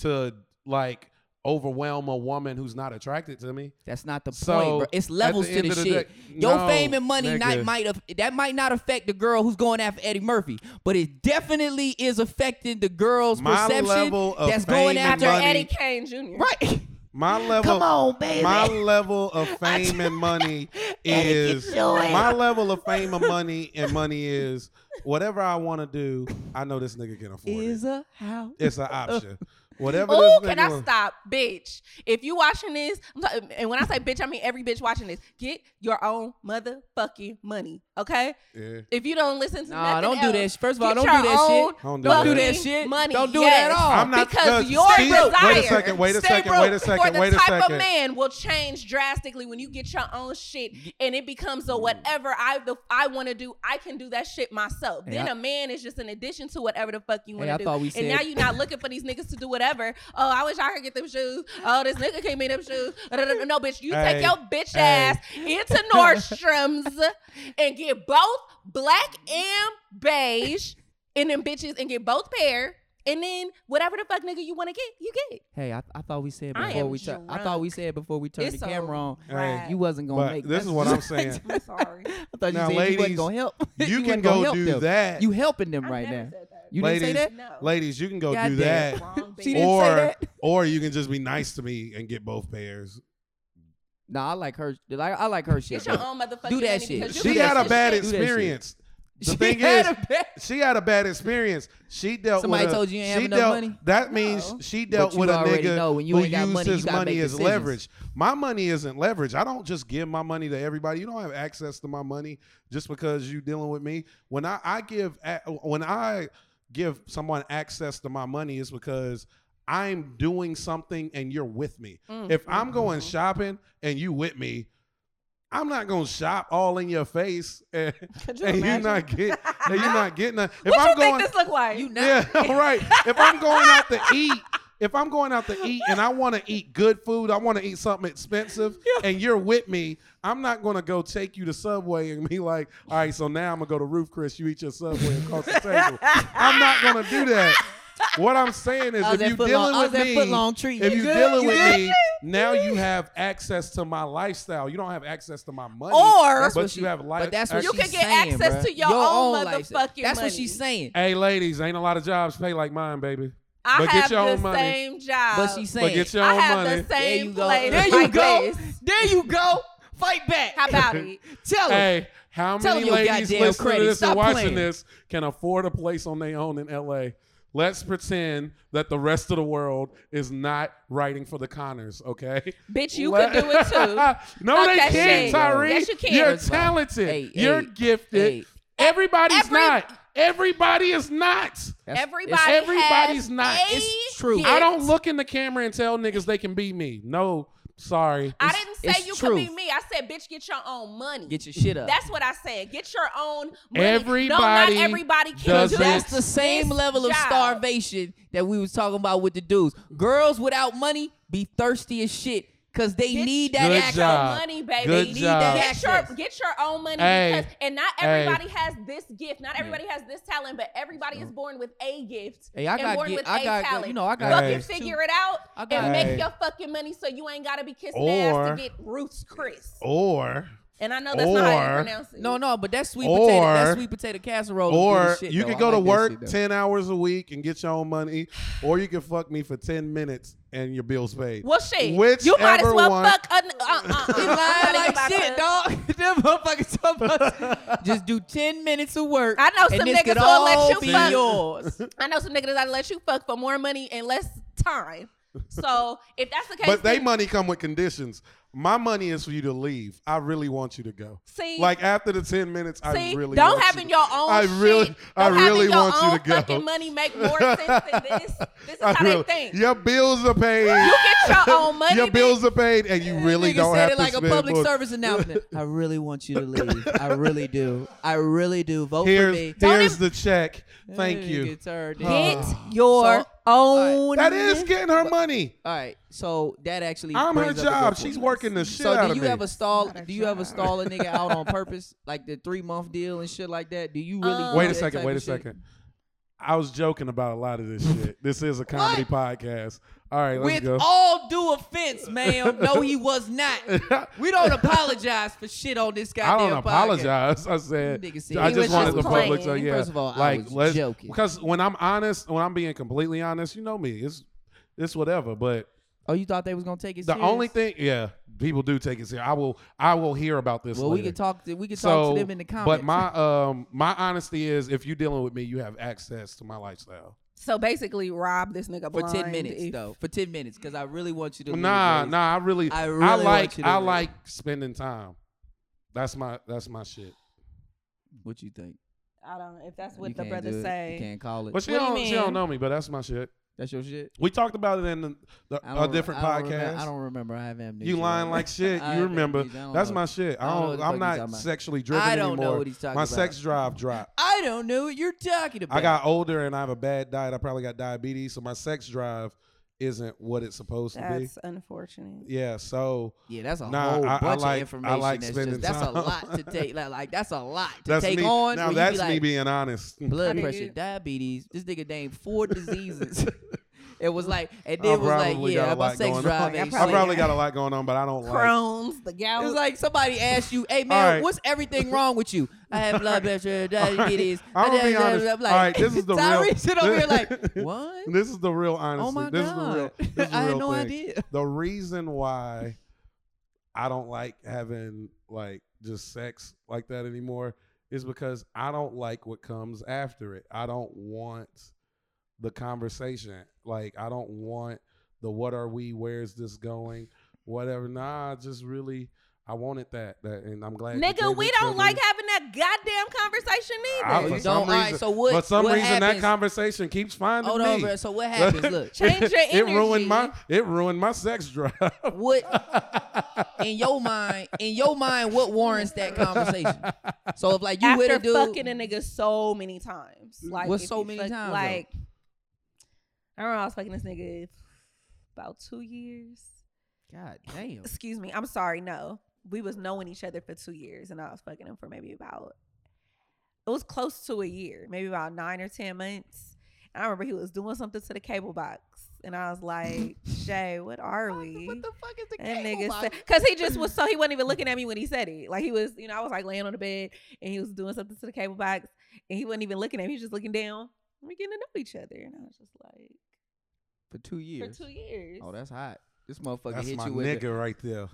Speaker 3: to like overwhelm a woman who's not attracted to me.
Speaker 2: That's not the
Speaker 3: So,
Speaker 2: point, bro. It's
Speaker 3: at
Speaker 2: levels
Speaker 3: the
Speaker 2: to
Speaker 3: end
Speaker 2: the
Speaker 3: of the
Speaker 2: shit.
Speaker 3: day-
Speaker 2: Your
Speaker 3: No,
Speaker 2: fame and money not,
Speaker 3: nigga.
Speaker 2: might have that might not affect the girl who's going after Eddie Murphy, but it definitely is affecting the girl's
Speaker 3: My
Speaker 2: perception
Speaker 3: level of
Speaker 2: that's going
Speaker 3: fame and
Speaker 2: after
Speaker 1: after
Speaker 3: money-
Speaker 1: Eddie Kane Jr.
Speaker 2: right.
Speaker 3: My level,
Speaker 2: Come on, baby.
Speaker 3: My level of fame and money is my level of fame and money and money is whatever I want to do. I know this nigga can afford
Speaker 2: Is
Speaker 3: it.
Speaker 2: a how
Speaker 3: It's an option. Whatever.
Speaker 1: Oh,
Speaker 3: this
Speaker 1: can
Speaker 3: nigga
Speaker 1: I
Speaker 3: want-
Speaker 1: stop, bitch? If you watching this, I'm talk- and when I say bitch, I mean every bitch watching this. Get your own motherfucking money, okay?
Speaker 3: Yeah.
Speaker 1: If you don't listen to
Speaker 2: Nah,
Speaker 1: nothing
Speaker 2: don't do that.
Speaker 1: else,
Speaker 2: sh- First of all,
Speaker 1: get
Speaker 2: don't do
Speaker 1: your
Speaker 2: that
Speaker 1: own
Speaker 2: shit.
Speaker 3: Don't do
Speaker 2: Don't do
Speaker 1: fucking
Speaker 2: that shit.
Speaker 1: Money.
Speaker 2: Don't do
Speaker 1: yes.
Speaker 2: that at all.
Speaker 3: I'm not-
Speaker 1: because
Speaker 3: look,
Speaker 1: your
Speaker 3: see,
Speaker 1: desire.
Speaker 3: wait a second, wait a
Speaker 1: stay
Speaker 3: second,
Speaker 1: broke
Speaker 3: wait a second,
Speaker 1: for the
Speaker 3: wait a
Speaker 1: type of
Speaker 3: second.
Speaker 1: man will change drastically when you get your own shit, and it becomes a whatever I the I want to do. I can do that shit myself.
Speaker 2: Hey,
Speaker 1: then
Speaker 2: I-
Speaker 1: a man is just an addition to whatever the fuck you want
Speaker 2: Hey,
Speaker 1: to
Speaker 2: I
Speaker 1: do.
Speaker 2: thought we
Speaker 1: and now
Speaker 2: said-
Speaker 1: you're not looking for these niggas to do whatever. whatever. Oh, I wish I could get them shoes. Oh, this nigga can't make them shoes. No, bitch, you
Speaker 3: Hey,
Speaker 1: take your bitch
Speaker 3: hey.
Speaker 1: ass into Nordstrom's and get both black and beige and them bitches and get both pair. And then whatever the fuck nigga you want to get, you get.
Speaker 2: Hey, I, I thought we said
Speaker 1: I
Speaker 2: before
Speaker 1: am
Speaker 2: we tur- I thought we said before we turned
Speaker 1: It's so
Speaker 2: the camera on.
Speaker 1: rad.
Speaker 2: You wasn't gonna
Speaker 3: But
Speaker 2: make.
Speaker 3: this
Speaker 2: that's-
Speaker 3: is what I'm saying.
Speaker 1: I'm sorry.
Speaker 2: I thought you
Speaker 3: Now,
Speaker 2: said you wasn't
Speaker 3: ladies,
Speaker 2: gonna help.
Speaker 3: You can
Speaker 2: wasn't gonna
Speaker 3: go
Speaker 2: help
Speaker 3: do
Speaker 2: them.
Speaker 3: that.
Speaker 2: You helping them
Speaker 1: I
Speaker 2: right
Speaker 1: never
Speaker 2: now.
Speaker 1: said that.
Speaker 2: You didn't say
Speaker 3: Ladies,
Speaker 2: that.
Speaker 1: No.
Speaker 3: Ladies, you can go do
Speaker 2: Goddamn.
Speaker 3: that.
Speaker 1: Wrong bitch.
Speaker 2: She didn't say
Speaker 3: Or-
Speaker 2: that.
Speaker 3: Or you can just be nice to me and get both pairs.
Speaker 2: No, I like her. Like I like her shit.
Speaker 1: Get your
Speaker 2: though.
Speaker 1: own motherfucking
Speaker 2: Do that
Speaker 1: money
Speaker 2: shit.
Speaker 1: because you
Speaker 3: She
Speaker 1: can
Speaker 3: had
Speaker 1: get
Speaker 3: a
Speaker 1: your
Speaker 3: bad
Speaker 1: shit.
Speaker 2: Do that shit.
Speaker 3: experience. The
Speaker 2: She
Speaker 3: thing
Speaker 2: had
Speaker 3: is,
Speaker 2: a bet.
Speaker 3: she had a bad experience. She dealt
Speaker 2: Somebody
Speaker 3: with a,
Speaker 2: told you you ain't
Speaker 3: she
Speaker 2: have enough
Speaker 3: dealt,
Speaker 2: money?
Speaker 3: That means
Speaker 1: No.
Speaker 3: she dealt
Speaker 2: But
Speaker 3: with
Speaker 2: you
Speaker 3: a
Speaker 2: already
Speaker 3: nigga
Speaker 2: know when you
Speaker 3: who
Speaker 2: ain't got
Speaker 3: used
Speaker 2: money, you
Speaker 3: his
Speaker 2: gotta
Speaker 3: money
Speaker 2: make
Speaker 3: as
Speaker 2: decisions.
Speaker 3: leverage. My money isn't leverage. I don't just give my money to everybody. You don't have access to my money just because you dealing with me. When I, I give a- when I give someone access to my money, it's because I'm doing something and you're with me.
Speaker 1: Mm,
Speaker 3: If
Speaker 1: mm,
Speaker 3: I'm going
Speaker 2: Mm-hmm.
Speaker 1: mhm.
Speaker 3: shopping and you with me, I'm not gonna shop all in your face and,
Speaker 1: Could you
Speaker 3: and you
Speaker 1: imagine?
Speaker 3: not get and you not getting that. If
Speaker 1: what
Speaker 3: I'm
Speaker 1: you
Speaker 3: going,
Speaker 1: think this look like?
Speaker 2: You not.
Speaker 3: yeah, all right. If I'm going out to eat, if I'm going out to eat and I want to eat good food, I want to eat something expensive, and you're with me, I'm not gonna go take you to Subway and be like, all right, so now I'm gonna go to Roof Chris. You eat your Subway across the table. I'm not gonna do that. What I'm saying is,
Speaker 2: I was
Speaker 3: if
Speaker 2: at
Speaker 3: you're
Speaker 2: Foot Long-
Speaker 3: dealing
Speaker 2: I was
Speaker 3: with
Speaker 2: at
Speaker 3: me,
Speaker 2: Foot Long Tree.
Speaker 3: if
Speaker 2: You
Speaker 3: you're
Speaker 2: good?
Speaker 3: dealing
Speaker 2: You
Speaker 3: with
Speaker 2: good?
Speaker 3: me, now you have access to my lifestyle. You don't have access to my money,
Speaker 1: Or-
Speaker 2: That's
Speaker 3: but
Speaker 2: what
Speaker 3: you
Speaker 2: she-
Speaker 3: have life.
Speaker 2: But that's what
Speaker 1: You
Speaker 2: she's
Speaker 1: can get
Speaker 2: saying,
Speaker 1: access
Speaker 2: bruh.
Speaker 1: to your own
Speaker 2: life.
Speaker 1: motherfucking
Speaker 2: That's
Speaker 1: money.
Speaker 2: what she's saying.
Speaker 3: Hey, ladies, ain't a lot of jobs pay like mine, baby.
Speaker 1: I
Speaker 3: But get
Speaker 1: have
Speaker 3: your
Speaker 1: the
Speaker 3: own money.
Speaker 1: same job.
Speaker 2: But she's
Speaker 3: But
Speaker 2: saying.
Speaker 3: get your
Speaker 1: I
Speaker 3: own
Speaker 1: have
Speaker 3: money.
Speaker 1: the
Speaker 2: There you
Speaker 1: same
Speaker 2: go.
Speaker 1: place.
Speaker 2: There you
Speaker 1: like
Speaker 2: go.
Speaker 1: this.
Speaker 2: There you go. Fight back.
Speaker 1: How about it?
Speaker 2: Tell her.
Speaker 3: Hey, how
Speaker 2: Tell
Speaker 3: many
Speaker 2: your
Speaker 3: ladies
Speaker 2: goddamn
Speaker 3: listening to
Speaker 2: credit.
Speaker 3: this and
Speaker 2: Stop
Speaker 3: watching
Speaker 2: playing.
Speaker 3: this can afford a place on their own in LA? Let's pretend that the rest of the world is not writing for the Connors, okay?
Speaker 1: Bitch, you
Speaker 3: Let-
Speaker 1: could do it too.
Speaker 3: no,
Speaker 1: Fuck
Speaker 3: they
Speaker 1: that
Speaker 3: can't,
Speaker 1: shit.
Speaker 3: Tyree.
Speaker 1: Yes, you can.
Speaker 3: You're
Speaker 1: First
Speaker 2: of all,
Speaker 3: talented.
Speaker 2: hey,
Speaker 3: You're
Speaker 2: hey,
Speaker 3: gifted.
Speaker 2: hey.
Speaker 3: Everybody's
Speaker 1: Every-
Speaker 3: not. Everybody is not.
Speaker 2: That's-
Speaker 1: Everybody
Speaker 3: everybody's
Speaker 1: has
Speaker 3: not.
Speaker 1: a
Speaker 2: It's true.
Speaker 1: gift.
Speaker 3: I don't look in the camera and tell niggas they can be me. No, sorry.
Speaker 1: I didn't say
Speaker 2: it's
Speaker 1: you could be
Speaker 2: true.
Speaker 1: me. I said, bitch, get your own money.
Speaker 2: Get your shit up.
Speaker 1: That's what I said. Get your own money.
Speaker 3: Everybody
Speaker 1: no, not everybody can
Speaker 3: does
Speaker 1: do
Speaker 2: Because that's
Speaker 3: it.
Speaker 2: the same
Speaker 1: This
Speaker 2: level of
Speaker 1: job.
Speaker 2: starvation that we was talking about with the dudes. Girls without money be thirsty as shit because they
Speaker 1: Get
Speaker 2: need
Speaker 1: your
Speaker 2: that
Speaker 3: Good
Speaker 2: access.
Speaker 3: job.
Speaker 1: money, baby.
Speaker 3: Good
Speaker 1: Need
Speaker 3: job.
Speaker 1: that
Speaker 2: Access.
Speaker 1: Get your get your own money
Speaker 3: Hey.
Speaker 1: because and not
Speaker 3: Hey.
Speaker 1: everybody has this gift. Not everybody has this talent, but everybody is born with a gift.
Speaker 2: Hey, I
Speaker 1: and
Speaker 2: got
Speaker 1: born
Speaker 2: get,
Speaker 1: with
Speaker 2: I
Speaker 1: a
Speaker 2: got
Speaker 1: talent.
Speaker 2: you know I got
Speaker 1: fucking
Speaker 3: Hey.
Speaker 1: figure it out
Speaker 2: I got
Speaker 1: and
Speaker 3: it.
Speaker 1: make your fucking money so you ain't gotta be kissing ass
Speaker 3: Or-
Speaker 1: to get Ruth's Chris.
Speaker 3: Or
Speaker 1: And I know that's not how
Speaker 3: or-
Speaker 1: you pronounce it.
Speaker 2: No, no, but that sweet
Speaker 3: Or-
Speaker 2: potato, that sweet potato casserole. is good
Speaker 3: or
Speaker 2: as shit,
Speaker 3: you
Speaker 2: though.
Speaker 3: could
Speaker 2: I
Speaker 3: go to
Speaker 2: like that
Speaker 3: work
Speaker 2: shit, though.
Speaker 3: 10 hours a week and get your own money or you can fuck me for 10 minutes and your bills paid
Speaker 1: Well, shit.
Speaker 3: Which
Speaker 1: you might as well
Speaker 3: everyone-
Speaker 1: fuck. Un- uh, uh, uh,
Speaker 2: He
Speaker 1: I'm not
Speaker 2: lying like
Speaker 1: about
Speaker 2: shit,
Speaker 1: to-
Speaker 2: dog. Them motherfuckers talking about just do ten minutes of work.
Speaker 1: I know
Speaker 2: and
Speaker 1: some
Speaker 2: this
Speaker 1: niggas
Speaker 2: could
Speaker 1: who'll let
Speaker 2: all
Speaker 1: you
Speaker 2: be
Speaker 1: fuck.
Speaker 2: yours.
Speaker 1: I know some niggas that let you fuck for more money and less time. So if that's the case,
Speaker 3: but they
Speaker 1: then-
Speaker 3: money come with conditions my money is for you to leave i really want you to go
Speaker 1: see
Speaker 3: like after the 10 minutes i
Speaker 1: See,
Speaker 3: really
Speaker 1: don't
Speaker 3: want
Speaker 1: having
Speaker 3: you
Speaker 1: your
Speaker 3: to-
Speaker 1: own
Speaker 3: i really
Speaker 1: shit,
Speaker 3: i
Speaker 1: don't having
Speaker 3: really
Speaker 1: your
Speaker 3: want
Speaker 1: own
Speaker 3: you to go
Speaker 1: fucking money make more sense than this. This is
Speaker 3: I
Speaker 1: how
Speaker 3: really-
Speaker 1: they think.
Speaker 3: your bills are paid
Speaker 1: Get your own money.
Speaker 3: your
Speaker 1: bitch.
Speaker 3: bills are paid and you really
Speaker 2: Nigga
Speaker 3: don't
Speaker 2: said
Speaker 3: have
Speaker 2: it
Speaker 3: to
Speaker 2: like a
Speaker 3: spend
Speaker 2: public
Speaker 3: more.
Speaker 2: service announcement. I really want you to leave. I really do. I really do. Vote for me.
Speaker 3: here's
Speaker 1: Don't
Speaker 3: here's
Speaker 1: em-
Speaker 3: the check thank you
Speaker 2: Nigga turned it.
Speaker 1: Get
Speaker 3: Huh.
Speaker 1: your
Speaker 2: So-
Speaker 1: own.
Speaker 3: that is getting her money
Speaker 2: All right, so that actually.
Speaker 3: I'm her
Speaker 2: brings up a good
Speaker 3: job.
Speaker 2: point.
Speaker 3: She's working the shit
Speaker 2: So
Speaker 3: out
Speaker 2: do
Speaker 3: of
Speaker 2: you
Speaker 3: me.
Speaker 2: ever stall?
Speaker 1: Not a
Speaker 2: Do you ever
Speaker 1: job.
Speaker 2: stall a nigga out on purpose, like the three month deal and shit like that? Do you really?
Speaker 1: Um,
Speaker 2: do
Speaker 3: Wait a
Speaker 2: that
Speaker 3: second.
Speaker 2: type
Speaker 3: Wait a
Speaker 2: of shit?
Speaker 3: second. I was joking about a lot of this shit. This is a comedy podcast. All right, let's
Speaker 2: With
Speaker 3: go.
Speaker 2: all due offense, ma'am, no, he was not. We don't apologize for shit on this
Speaker 3: I
Speaker 2: goddamn.
Speaker 3: don't apologize. I said,
Speaker 2: Nigga said
Speaker 3: I
Speaker 2: he
Speaker 3: just
Speaker 2: was
Speaker 3: wanted
Speaker 2: just
Speaker 3: the public to
Speaker 1: playing.
Speaker 3: yeah.
Speaker 2: First of all, I
Speaker 3: like
Speaker 2: was
Speaker 3: let's
Speaker 2: joking.
Speaker 3: because when I'm honest, when I'm being completely honest, you know me. It's it's whatever. But
Speaker 2: Oh, you thought they was gonna take it?
Speaker 3: the
Speaker 2: serious?
Speaker 3: only thing, yeah, people do take it serious. I will I will hear about this.
Speaker 2: Well, we
Speaker 3: later.
Speaker 2: can talk. To, we can
Speaker 3: so,
Speaker 2: talk to them in the comments.
Speaker 3: but my um my honesty is, if you're dealing with me, you have access to my lifestyle.
Speaker 1: So basically, rob this nigga
Speaker 2: for ten
Speaker 1: blind
Speaker 2: minutes
Speaker 1: if-
Speaker 2: though. For ten minutes, because I really want you to. leave,
Speaker 3: Nah,
Speaker 2: Grace.
Speaker 3: nah. I really, I,
Speaker 2: I really want
Speaker 3: like,
Speaker 2: you to
Speaker 3: I
Speaker 2: leave.
Speaker 3: like spending time. That's my, that's my shit.
Speaker 2: What you think?
Speaker 1: I don't. If that's
Speaker 2: you
Speaker 1: what the
Speaker 2: can't
Speaker 1: brother
Speaker 2: do it. You
Speaker 1: say.
Speaker 2: can't call it.
Speaker 3: But she
Speaker 1: What do you
Speaker 3: don't, she don't
Speaker 1: mean?
Speaker 3: know me. But that's my shit.
Speaker 2: That's your shit.
Speaker 3: We talked about it in the, the,
Speaker 2: I
Speaker 3: a
Speaker 2: don't-
Speaker 3: different
Speaker 2: I
Speaker 3: podcast.
Speaker 2: don't remem- I don't remember. I have amnesia.
Speaker 3: you lying like shit.
Speaker 2: I
Speaker 3: You
Speaker 2: have
Speaker 3: remember?
Speaker 2: amnesia. I don't
Speaker 3: That's
Speaker 2: know.
Speaker 3: my shit. I
Speaker 2: I don't know what
Speaker 3: don't.
Speaker 2: the fuck you
Speaker 3: I'm
Speaker 2: talking
Speaker 3: not
Speaker 2: about.
Speaker 3: sexually driven
Speaker 2: I don't
Speaker 3: anymore.
Speaker 2: know what he's talking
Speaker 3: my
Speaker 2: about.
Speaker 3: sex drive dropped.
Speaker 2: I don't know what you're talking about.
Speaker 3: I got older and I have a bad diet. I probably got diabetes, so my sex drive isn't what it's supposed to be.
Speaker 1: That's unfortunate.
Speaker 3: Yeah, so
Speaker 2: Yeah, that's a
Speaker 3: Nah,
Speaker 2: whole
Speaker 3: I- I
Speaker 2: bunch
Speaker 3: like-
Speaker 2: of
Speaker 3: I
Speaker 2: information.
Speaker 3: like
Speaker 2: that's
Speaker 3: spending
Speaker 2: just, that's a
Speaker 3: time.
Speaker 2: lot to take. Like, like, that's a lot to
Speaker 3: that's
Speaker 2: take
Speaker 3: me.
Speaker 2: on. where
Speaker 3: now
Speaker 2: you
Speaker 3: that's
Speaker 2: be like,
Speaker 3: me being honest.
Speaker 2: blood
Speaker 1: Nigga.
Speaker 2: pressure, diabetes. This nigga named four diseases. it was like, and then
Speaker 3: I
Speaker 2: it was like,
Speaker 3: probably got a
Speaker 2: yeah, my
Speaker 3: lot
Speaker 2: sex
Speaker 3: going
Speaker 1: on.
Speaker 2: drive.
Speaker 1: I
Speaker 2: ain't
Speaker 3: I
Speaker 1: probably
Speaker 2: shit.
Speaker 3: probably got a lot going on, but I don't like
Speaker 1: Crohn's, the gout.
Speaker 2: It was like somebody asked you, "Hey man,
Speaker 3: right.
Speaker 2: what's everything wrong with you?" I have blood pressure, diabetes.
Speaker 3: I'm gonna be
Speaker 2: blah, blah, blah,
Speaker 3: honest.
Speaker 2: blah, blah.
Speaker 3: All right, this is the real-
Speaker 2: Tyrese sit over here like, "What?
Speaker 3: This is the real honestly.
Speaker 2: oh my
Speaker 3: this is the real
Speaker 2: god,
Speaker 3: this is the
Speaker 2: I had
Speaker 3: real
Speaker 2: no
Speaker 3: thing.
Speaker 2: idea."
Speaker 3: The reason why I don't like having like just sex like that anymore is because I don't like what comes after it. I don't want the conversation. Like I don't want the what are we, where's this going? Whatever. Nah, I just really I wanted that. That and I'm glad you gave
Speaker 1: Nigga, we
Speaker 3: it to
Speaker 1: don't
Speaker 3: me.
Speaker 1: like having that goddamn conversation
Speaker 3: I-
Speaker 1: either.
Speaker 2: Oh, You
Speaker 3: for
Speaker 2: don't.
Speaker 3: some
Speaker 2: all right,
Speaker 3: reason-
Speaker 2: so what?
Speaker 3: for some
Speaker 2: what
Speaker 3: reason that
Speaker 2: happens?
Speaker 3: conversation keeps finding
Speaker 2: Hold
Speaker 3: me.
Speaker 2: on, bro. So what happens? Look,
Speaker 1: Change your
Speaker 3: It ruined my
Speaker 1: energy.
Speaker 3: it ruined my sex drive.
Speaker 2: what in your mind? In your mind, what warrants that conversation? So if like you with
Speaker 1: After
Speaker 2: a dude,
Speaker 1: fucking a nigga so many times, like
Speaker 2: What's
Speaker 1: if
Speaker 2: so
Speaker 1: you
Speaker 2: many
Speaker 1: fuck-
Speaker 2: times, though?
Speaker 1: Like, I remember I was fucking this nigga about two years.
Speaker 2: god damn.
Speaker 1: Excuse me, I'm sorry. No, we was knowing each other for two years, and I was fucking him for maybe about. It was close to a year, maybe about nine or ten months. And I remember he was doing something to the cable box, and I was like, "Shay, what are we?"
Speaker 2: What the fuck is the
Speaker 1: That
Speaker 2: cable
Speaker 1: nigga
Speaker 2: box?
Speaker 1: said, because he just was so he wasn't even looking at me when he said it. Like he was, you know, I was like laying on the bed and he was doing something to the cable box and he wasn't even looking at me. He was just looking down. We getting to know each other, and I was just like,
Speaker 2: for two years.
Speaker 1: for two years,
Speaker 2: Oh, that's hot. This motherfucker
Speaker 3: That's
Speaker 2: hit
Speaker 3: my
Speaker 2: you with the-
Speaker 3: nigga right there.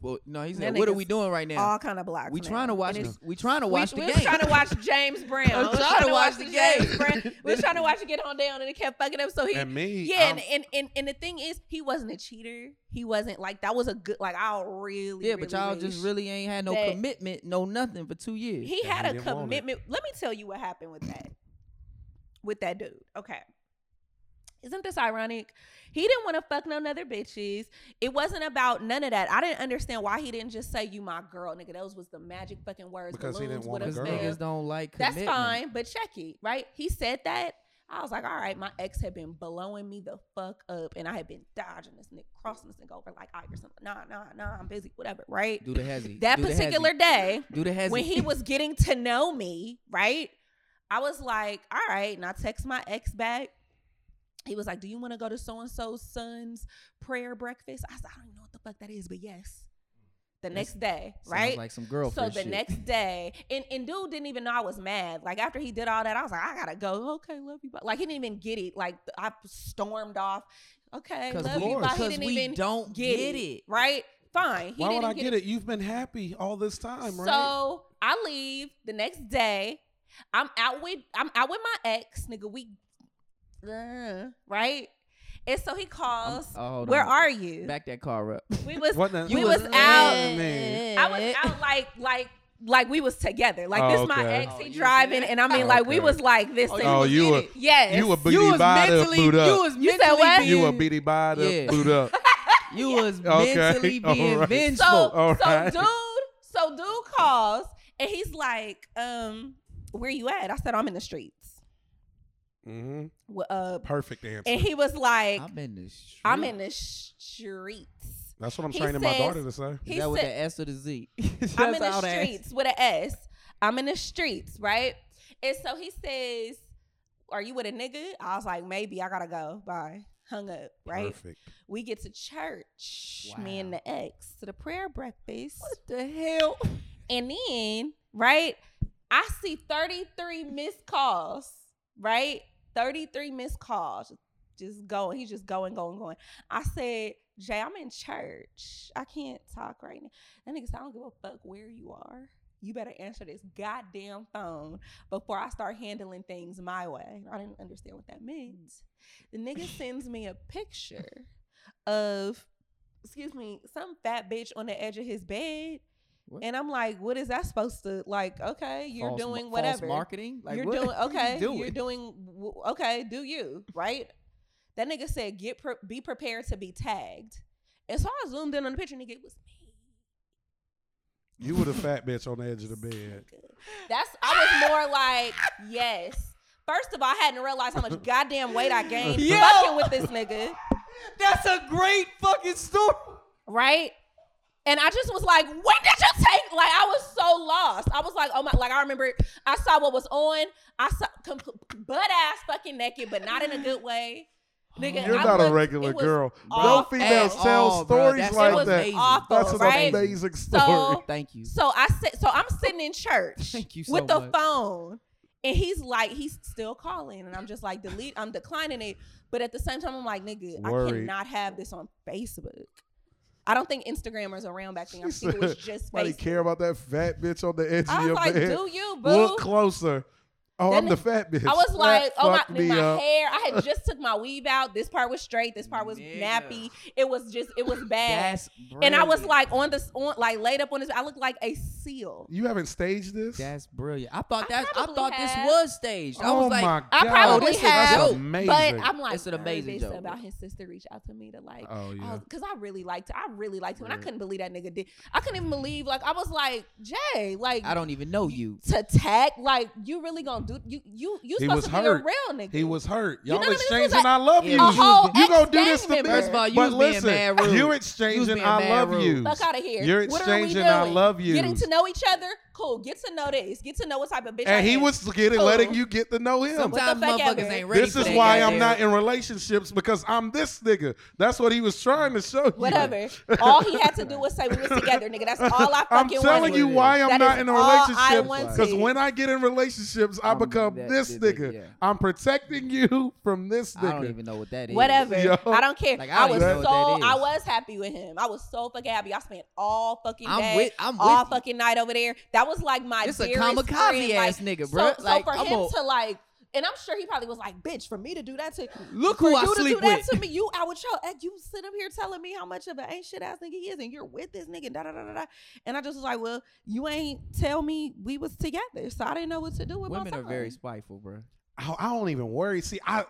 Speaker 2: Well, no, he
Speaker 1: That
Speaker 2: said, "What are
Speaker 1: nigga's
Speaker 2: we doing right now?
Speaker 1: all kind of blocks.
Speaker 2: We
Speaker 1: now.
Speaker 2: trying to watch.
Speaker 1: And
Speaker 2: The,
Speaker 1: it's-
Speaker 2: we trying to watch
Speaker 1: we,
Speaker 2: the
Speaker 1: we
Speaker 2: game.
Speaker 1: was trying to watch James Brown.
Speaker 2: I'm
Speaker 1: We was
Speaker 2: trying to watch the
Speaker 1: James
Speaker 2: game.
Speaker 1: Brown. We was trying to watch it get on down, and it kept fucking up. So he
Speaker 3: And me,
Speaker 1: yeah, and,
Speaker 3: I'm-
Speaker 1: and, and and the thing is, he wasn't a cheater. He wasn't like that. Was a good like I really
Speaker 2: yeah, but y'all
Speaker 1: wish-
Speaker 2: just really ain't had no
Speaker 1: that-
Speaker 2: commitment, no nothing for two years.
Speaker 1: He had
Speaker 3: that he
Speaker 1: a
Speaker 3: didn't want it.
Speaker 1: commitment. Let me tell you what happened with that. With that dude. Okay. Isn't this ironic? He didn't want to fuck no other bitches. It wasn't about none of that. I didn't understand why he didn't just say you my girl, nigga. Those was the magic fucking words.
Speaker 3: Because he didn't
Speaker 1: balloons would
Speaker 3: want a
Speaker 2: Because
Speaker 1: have
Speaker 3: girl.
Speaker 1: said.
Speaker 2: niggas don't like
Speaker 1: That's
Speaker 2: commitment.
Speaker 1: fine, but check it, right? He said that. I was like, all right, my ex had been blowing me the fuck up, and I had been dodging this nigga, crossing this nigga over like Ike or something. Nah, nah, nah, I'm busy, whatever, right?
Speaker 2: Do the hezzy.
Speaker 1: That
Speaker 2: Do the hezzy.
Speaker 1: particular day,
Speaker 2: Do the hezzy.
Speaker 1: when he was getting to know me, right? I was like, all right. And I text my ex back. He was like, do you want to go to so and so's son's prayer breakfast? I said, I don't even know what the fuck that is, but yes. The
Speaker 2: That's-
Speaker 1: next day,
Speaker 2: Sounds
Speaker 1: right?
Speaker 2: like some girlfriend.
Speaker 1: so the
Speaker 2: shit.
Speaker 1: next day, and, and dude didn't even know I was mad. Like after he did all that, I was like, I gotta go. Okay, love you. But like he didn't even get it. Like I stormed off. Okay,
Speaker 2: because
Speaker 1: love
Speaker 2: we,
Speaker 1: you. Bye. He
Speaker 2: because
Speaker 1: didn't
Speaker 2: we
Speaker 1: even
Speaker 2: don't
Speaker 1: get, it, Right? Fine. He
Speaker 3: Why
Speaker 1: didn't
Speaker 3: would I
Speaker 1: get
Speaker 3: get it? You've been happy all this time, right?
Speaker 1: so I leave the next day. I'm out with I'm out with my ex, nigga. We uh, right? And so he
Speaker 2: I'm-
Speaker 1: calls.
Speaker 2: oh, hold
Speaker 1: Where
Speaker 2: on.
Speaker 1: are you?
Speaker 2: Back that car up.
Speaker 1: We was
Speaker 3: What the-
Speaker 1: You We was was out.
Speaker 3: Man.
Speaker 1: I was out like like like we was together. Like
Speaker 3: Oh,
Speaker 1: this my
Speaker 3: okay.
Speaker 1: ex,
Speaker 2: Oh,
Speaker 1: he
Speaker 2: you
Speaker 1: driving,
Speaker 2: did?
Speaker 1: and I mean
Speaker 3: Oh,
Speaker 1: like we
Speaker 3: okay.
Speaker 1: was like this.
Speaker 2: Oh,
Speaker 1: and-
Speaker 3: Oh, you
Speaker 2: you
Speaker 3: were
Speaker 2: was
Speaker 1: yes,
Speaker 3: you were
Speaker 2: You
Speaker 3: booty
Speaker 2: was
Speaker 3: by the
Speaker 2: mentally.
Speaker 3: boot
Speaker 2: You
Speaker 3: up.
Speaker 2: was
Speaker 1: You said
Speaker 2: mentally
Speaker 1: what?
Speaker 2: being.
Speaker 3: You were beady by the
Speaker 2: Yeah.
Speaker 3: boot up.
Speaker 2: You was
Speaker 3: Okay,
Speaker 2: mentally being
Speaker 3: alright.
Speaker 2: vengeful.
Speaker 1: so
Speaker 3: All
Speaker 1: so
Speaker 3: right.
Speaker 1: dude so dude calls and he's like um where you at? I said I'm in the streets.
Speaker 3: hmm
Speaker 1: Wh- Uh,
Speaker 3: Perfect answer.
Speaker 1: and he was like
Speaker 2: I'm in the street.
Speaker 1: I'm in the sh- streets.
Speaker 3: That's what I'm
Speaker 1: he
Speaker 3: training my
Speaker 1: says-
Speaker 3: daughter to say.
Speaker 2: Is
Speaker 1: He
Speaker 2: that with
Speaker 1: said,
Speaker 2: the S or the Z?
Speaker 1: "I'm in
Speaker 2: That's all
Speaker 1: the
Speaker 2: that S.
Speaker 1: streets with an S. I'm in the streets, right?" And so he says, "Are you with a nigga?" I was like, "Maybe I gotta go." Bye. Hung up. Right.
Speaker 3: Perfect.
Speaker 1: We get to church. Me and
Speaker 2: Wow.
Speaker 1: the ex to the prayer breakfast,
Speaker 2: What the hell?
Speaker 1: and then right, I see 33 missed calls. Right, 33 missed calls. Just going. He's just going, going, going. I said, Jay, I'm in church. I can't talk right now. That nigga said, I don't give a fuck where you are. You better answer this goddamn phone before I start handling things my way. I didn't understand what that meant. The nigga sends me a picture of, excuse me, some fat bitch on the edge of his bed.
Speaker 2: What?
Speaker 1: And I'm like, what is that supposed to like? Okay, you're
Speaker 2: False ma-
Speaker 1: doing
Speaker 2: false
Speaker 1: whatever
Speaker 2: marketing. Like
Speaker 1: you're
Speaker 2: what?
Speaker 1: doing
Speaker 2: What you
Speaker 1: okay. You are
Speaker 2: doing?
Speaker 1: doing w- okay. Do you right? That nigga said, "Get pre- be prepared to be tagged." And so I zoomed in on the picture, and nigga, it was me.
Speaker 3: You were the fat bitch on the edge of the bed.
Speaker 1: Nigga. That's I was more like, yes. First of all, I hadn't realized how much goddamn weight I gained
Speaker 2: Yo.
Speaker 1: fucking with this nigga.
Speaker 2: That's a great fucking story.
Speaker 1: right? And I just was like, when did you take? Like, I was so lost. I was like, oh my, like, I remember I saw what was on. I saw com- butt ass fucking naked, but not in a good way. Nigga,
Speaker 4: You're
Speaker 1: I
Speaker 4: not a
Speaker 1: looked-
Speaker 4: regular
Speaker 1: it was
Speaker 4: girl. No
Speaker 1: awful.
Speaker 4: females
Speaker 2: At
Speaker 4: tell
Speaker 2: all, bro.
Speaker 4: stories
Speaker 2: That's
Speaker 1: It
Speaker 4: like
Speaker 1: was
Speaker 4: that.
Speaker 2: amazing.
Speaker 1: awful,
Speaker 4: That's an
Speaker 1: right?
Speaker 4: amazing story.
Speaker 1: So
Speaker 2: Thank you.
Speaker 1: So I said, so I'm sitting in church
Speaker 2: Thank you so
Speaker 1: with the
Speaker 2: much.
Speaker 1: phone, and he's like, he's still calling, and I'm just like, delete, I'm declining it, but at the same time, I'm like, nigga, I
Speaker 4: Worried.
Speaker 1: cannot have this on Facebook. I don't think Instagram was around back then. I
Speaker 4: She
Speaker 1: think it was
Speaker 4: said,
Speaker 1: just
Speaker 4: Nobody
Speaker 1: Facebook.
Speaker 4: care about that fat bitch on the edge
Speaker 1: I
Speaker 4: of
Speaker 1: was
Speaker 4: your
Speaker 1: like,
Speaker 4: bed.
Speaker 1: do you, boo?
Speaker 4: Look closer. Oh, I'm the
Speaker 1: Then
Speaker 4: fat bitch.
Speaker 1: I was
Speaker 4: That
Speaker 1: like, oh my,
Speaker 4: fucked
Speaker 1: then
Speaker 4: me
Speaker 1: my
Speaker 4: up.
Speaker 1: hair. I had just took my weave out. This part was straight. This part was
Speaker 2: Nigga.
Speaker 1: nappy. It was just, it was bad.
Speaker 2: That's
Speaker 1: and I was like
Speaker 2: brilliant.
Speaker 1: on this, on like laid up on this. I looked like a seal.
Speaker 4: You haven't staged this?
Speaker 2: That's brilliant. I
Speaker 1: I
Speaker 2: thought that I,
Speaker 1: probably
Speaker 2: thought
Speaker 1: have.
Speaker 2: this was staged. I
Speaker 4: oh
Speaker 2: was like,
Speaker 4: my god.
Speaker 1: I probably
Speaker 4: this is
Speaker 1: have,
Speaker 4: that's
Speaker 2: but
Speaker 4: amazing.
Speaker 1: But I'm like,
Speaker 2: It's an amazing
Speaker 1: nervous
Speaker 2: joke.
Speaker 1: about his sister reach out to me to like,
Speaker 4: oh yeah.
Speaker 1: because I really liked, I really liked him, and I
Speaker 4: Right.
Speaker 1: couldn't believe that nigga did. I couldn't even believe, like, I was like, Jay, like,
Speaker 2: I don't even know you.
Speaker 1: to tag, like, you really gonna do? You, you, you
Speaker 3: He
Speaker 1: supposed
Speaker 3: was
Speaker 1: to
Speaker 3: hurt.
Speaker 1: be a real nigga.
Speaker 3: He was hurt.
Speaker 1: You
Speaker 3: Y'all
Speaker 1: know what I mean? This was
Speaker 3: exchanging I love
Speaker 2: Yeah,
Speaker 3: you.
Speaker 1: a
Speaker 2: was-
Speaker 1: whole
Speaker 3: you gonna do
Speaker 1: ex
Speaker 3: this to me?
Speaker 1: member.
Speaker 2: First of all, you
Speaker 3: but
Speaker 2: was being
Speaker 3: listen,
Speaker 2: mad rude.
Speaker 3: you
Speaker 2: You was
Speaker 3: exchanging
Speaker 2: being
Speaker 3: I
Speaker 2: mad
Speaker 3: love
Speaker 2: rude.
Speaker 3: you.
Speaker 1: Fuck out of here.
Speaker 3: You're
Speaker 1: What are we
Speaker 3: exchanging I
Speaker 1: doing?
Speaker 3: love you.
Speaker 1: Getting to know each other, cool. Get to know this. Get to know what type of bitch. I
Speaker 3: And he
Speaker 1: am.
Speaker 3: was getting
Speaker 1: Cool.
Speaker 3: letting you get to know him.
Speaker 1: What
Speaker 2: Sometimes
Speaker 1: the fuck
Speaker 2: motherfuckers
Speaker 1: ever.
Speaker 2: ain't ready.
Speaker 3: This
Speaker 2: for
Speaker 3: is
Speaker 2: that
Speaker 3: why I'm
Speaker 2: goddamn-
Speaker 3: not in relationships because I'm this nigga. That's what he was trying to show you.
Speaker 1: whatever. all he had to do was say we was together, nigga. That's all I
Speaker 3: I'm
Speaker 1: fucking
Speaker 3: telling
Speaker 1: wanted.
Speaker 3: you why I'm
Speaker 1: That
Speaker 3: not
Speaker 1: is
Speaker 3: in a
Speaker 1: all I
Speaker 3: relationship.
Speaker 1: wanted.
Speaker 3: Because when I get in relationships, I
Speaker 2: I'm
Speaker 3: become
Speaker 2: Um, that-
Speaker 3: this
Speaker 2: that-
Speaker 3: nigga.
Speaker 2: yeah.
Speaker 3: I'm protecting you from this
Speaker 2: I don't
Speaker 3: nigga.
Speaker 2: even know what that is.
Speaker 1: Whatever.
Speaker 3: Yo.
Speaker 1: I don't care.
Speaker 2: Like, I
Speaker 1: I,
Speaker 2: don't
Speaker 1: was so
Speaker 2: even know what that
Speaker 1: I
Speaker 2: is.
Speaker 1: was happy with him. I was so fucking happy. I spent all fucking day,
Speaker 2: I'm with. I'm with.
Speaker 1: all
Speaker 2: you.
Speaker 1: fucking night over there. That was like my
Speaker 2: This a
Speaker 1: dearest
Speaker 2: kamikaze
Speaker 1: friend.
Speaker 2: ass
Speaker 1: like,
Speaker 2: nigga,
Speaker 1: so-
Speaker 2: bruh.
Speaker 1: So,
Speaker 2: Like,
Speaker 1: for
Speaker 2: I'm
Speaker 1: him
Speaker 2: a-
Speaker 1: to like. And I'm sure he probably was like, "Bitch, for me to do that to
Speaker 2: Look
Speaker 1: for
Speaker 2: who
Speaker 1: you
Speaker 2: I
Speaker 1: to
Speaker 2: sleep
Speaker 1: do that
Speaker 2: with.
Speaker 1: to me, you out with your ex, you sit up here telling me how much of an ain't shit ass nigga he is, and you're with this nigga, da da da da da. And I just was like, well, you ain't tell me we was together, so I didn't know what to do with
Speaker 2: Women are
Speaker 1: myself.
Speaker 2: very spiteful, bro.
Speaker 3: I, I don't even worry. See, I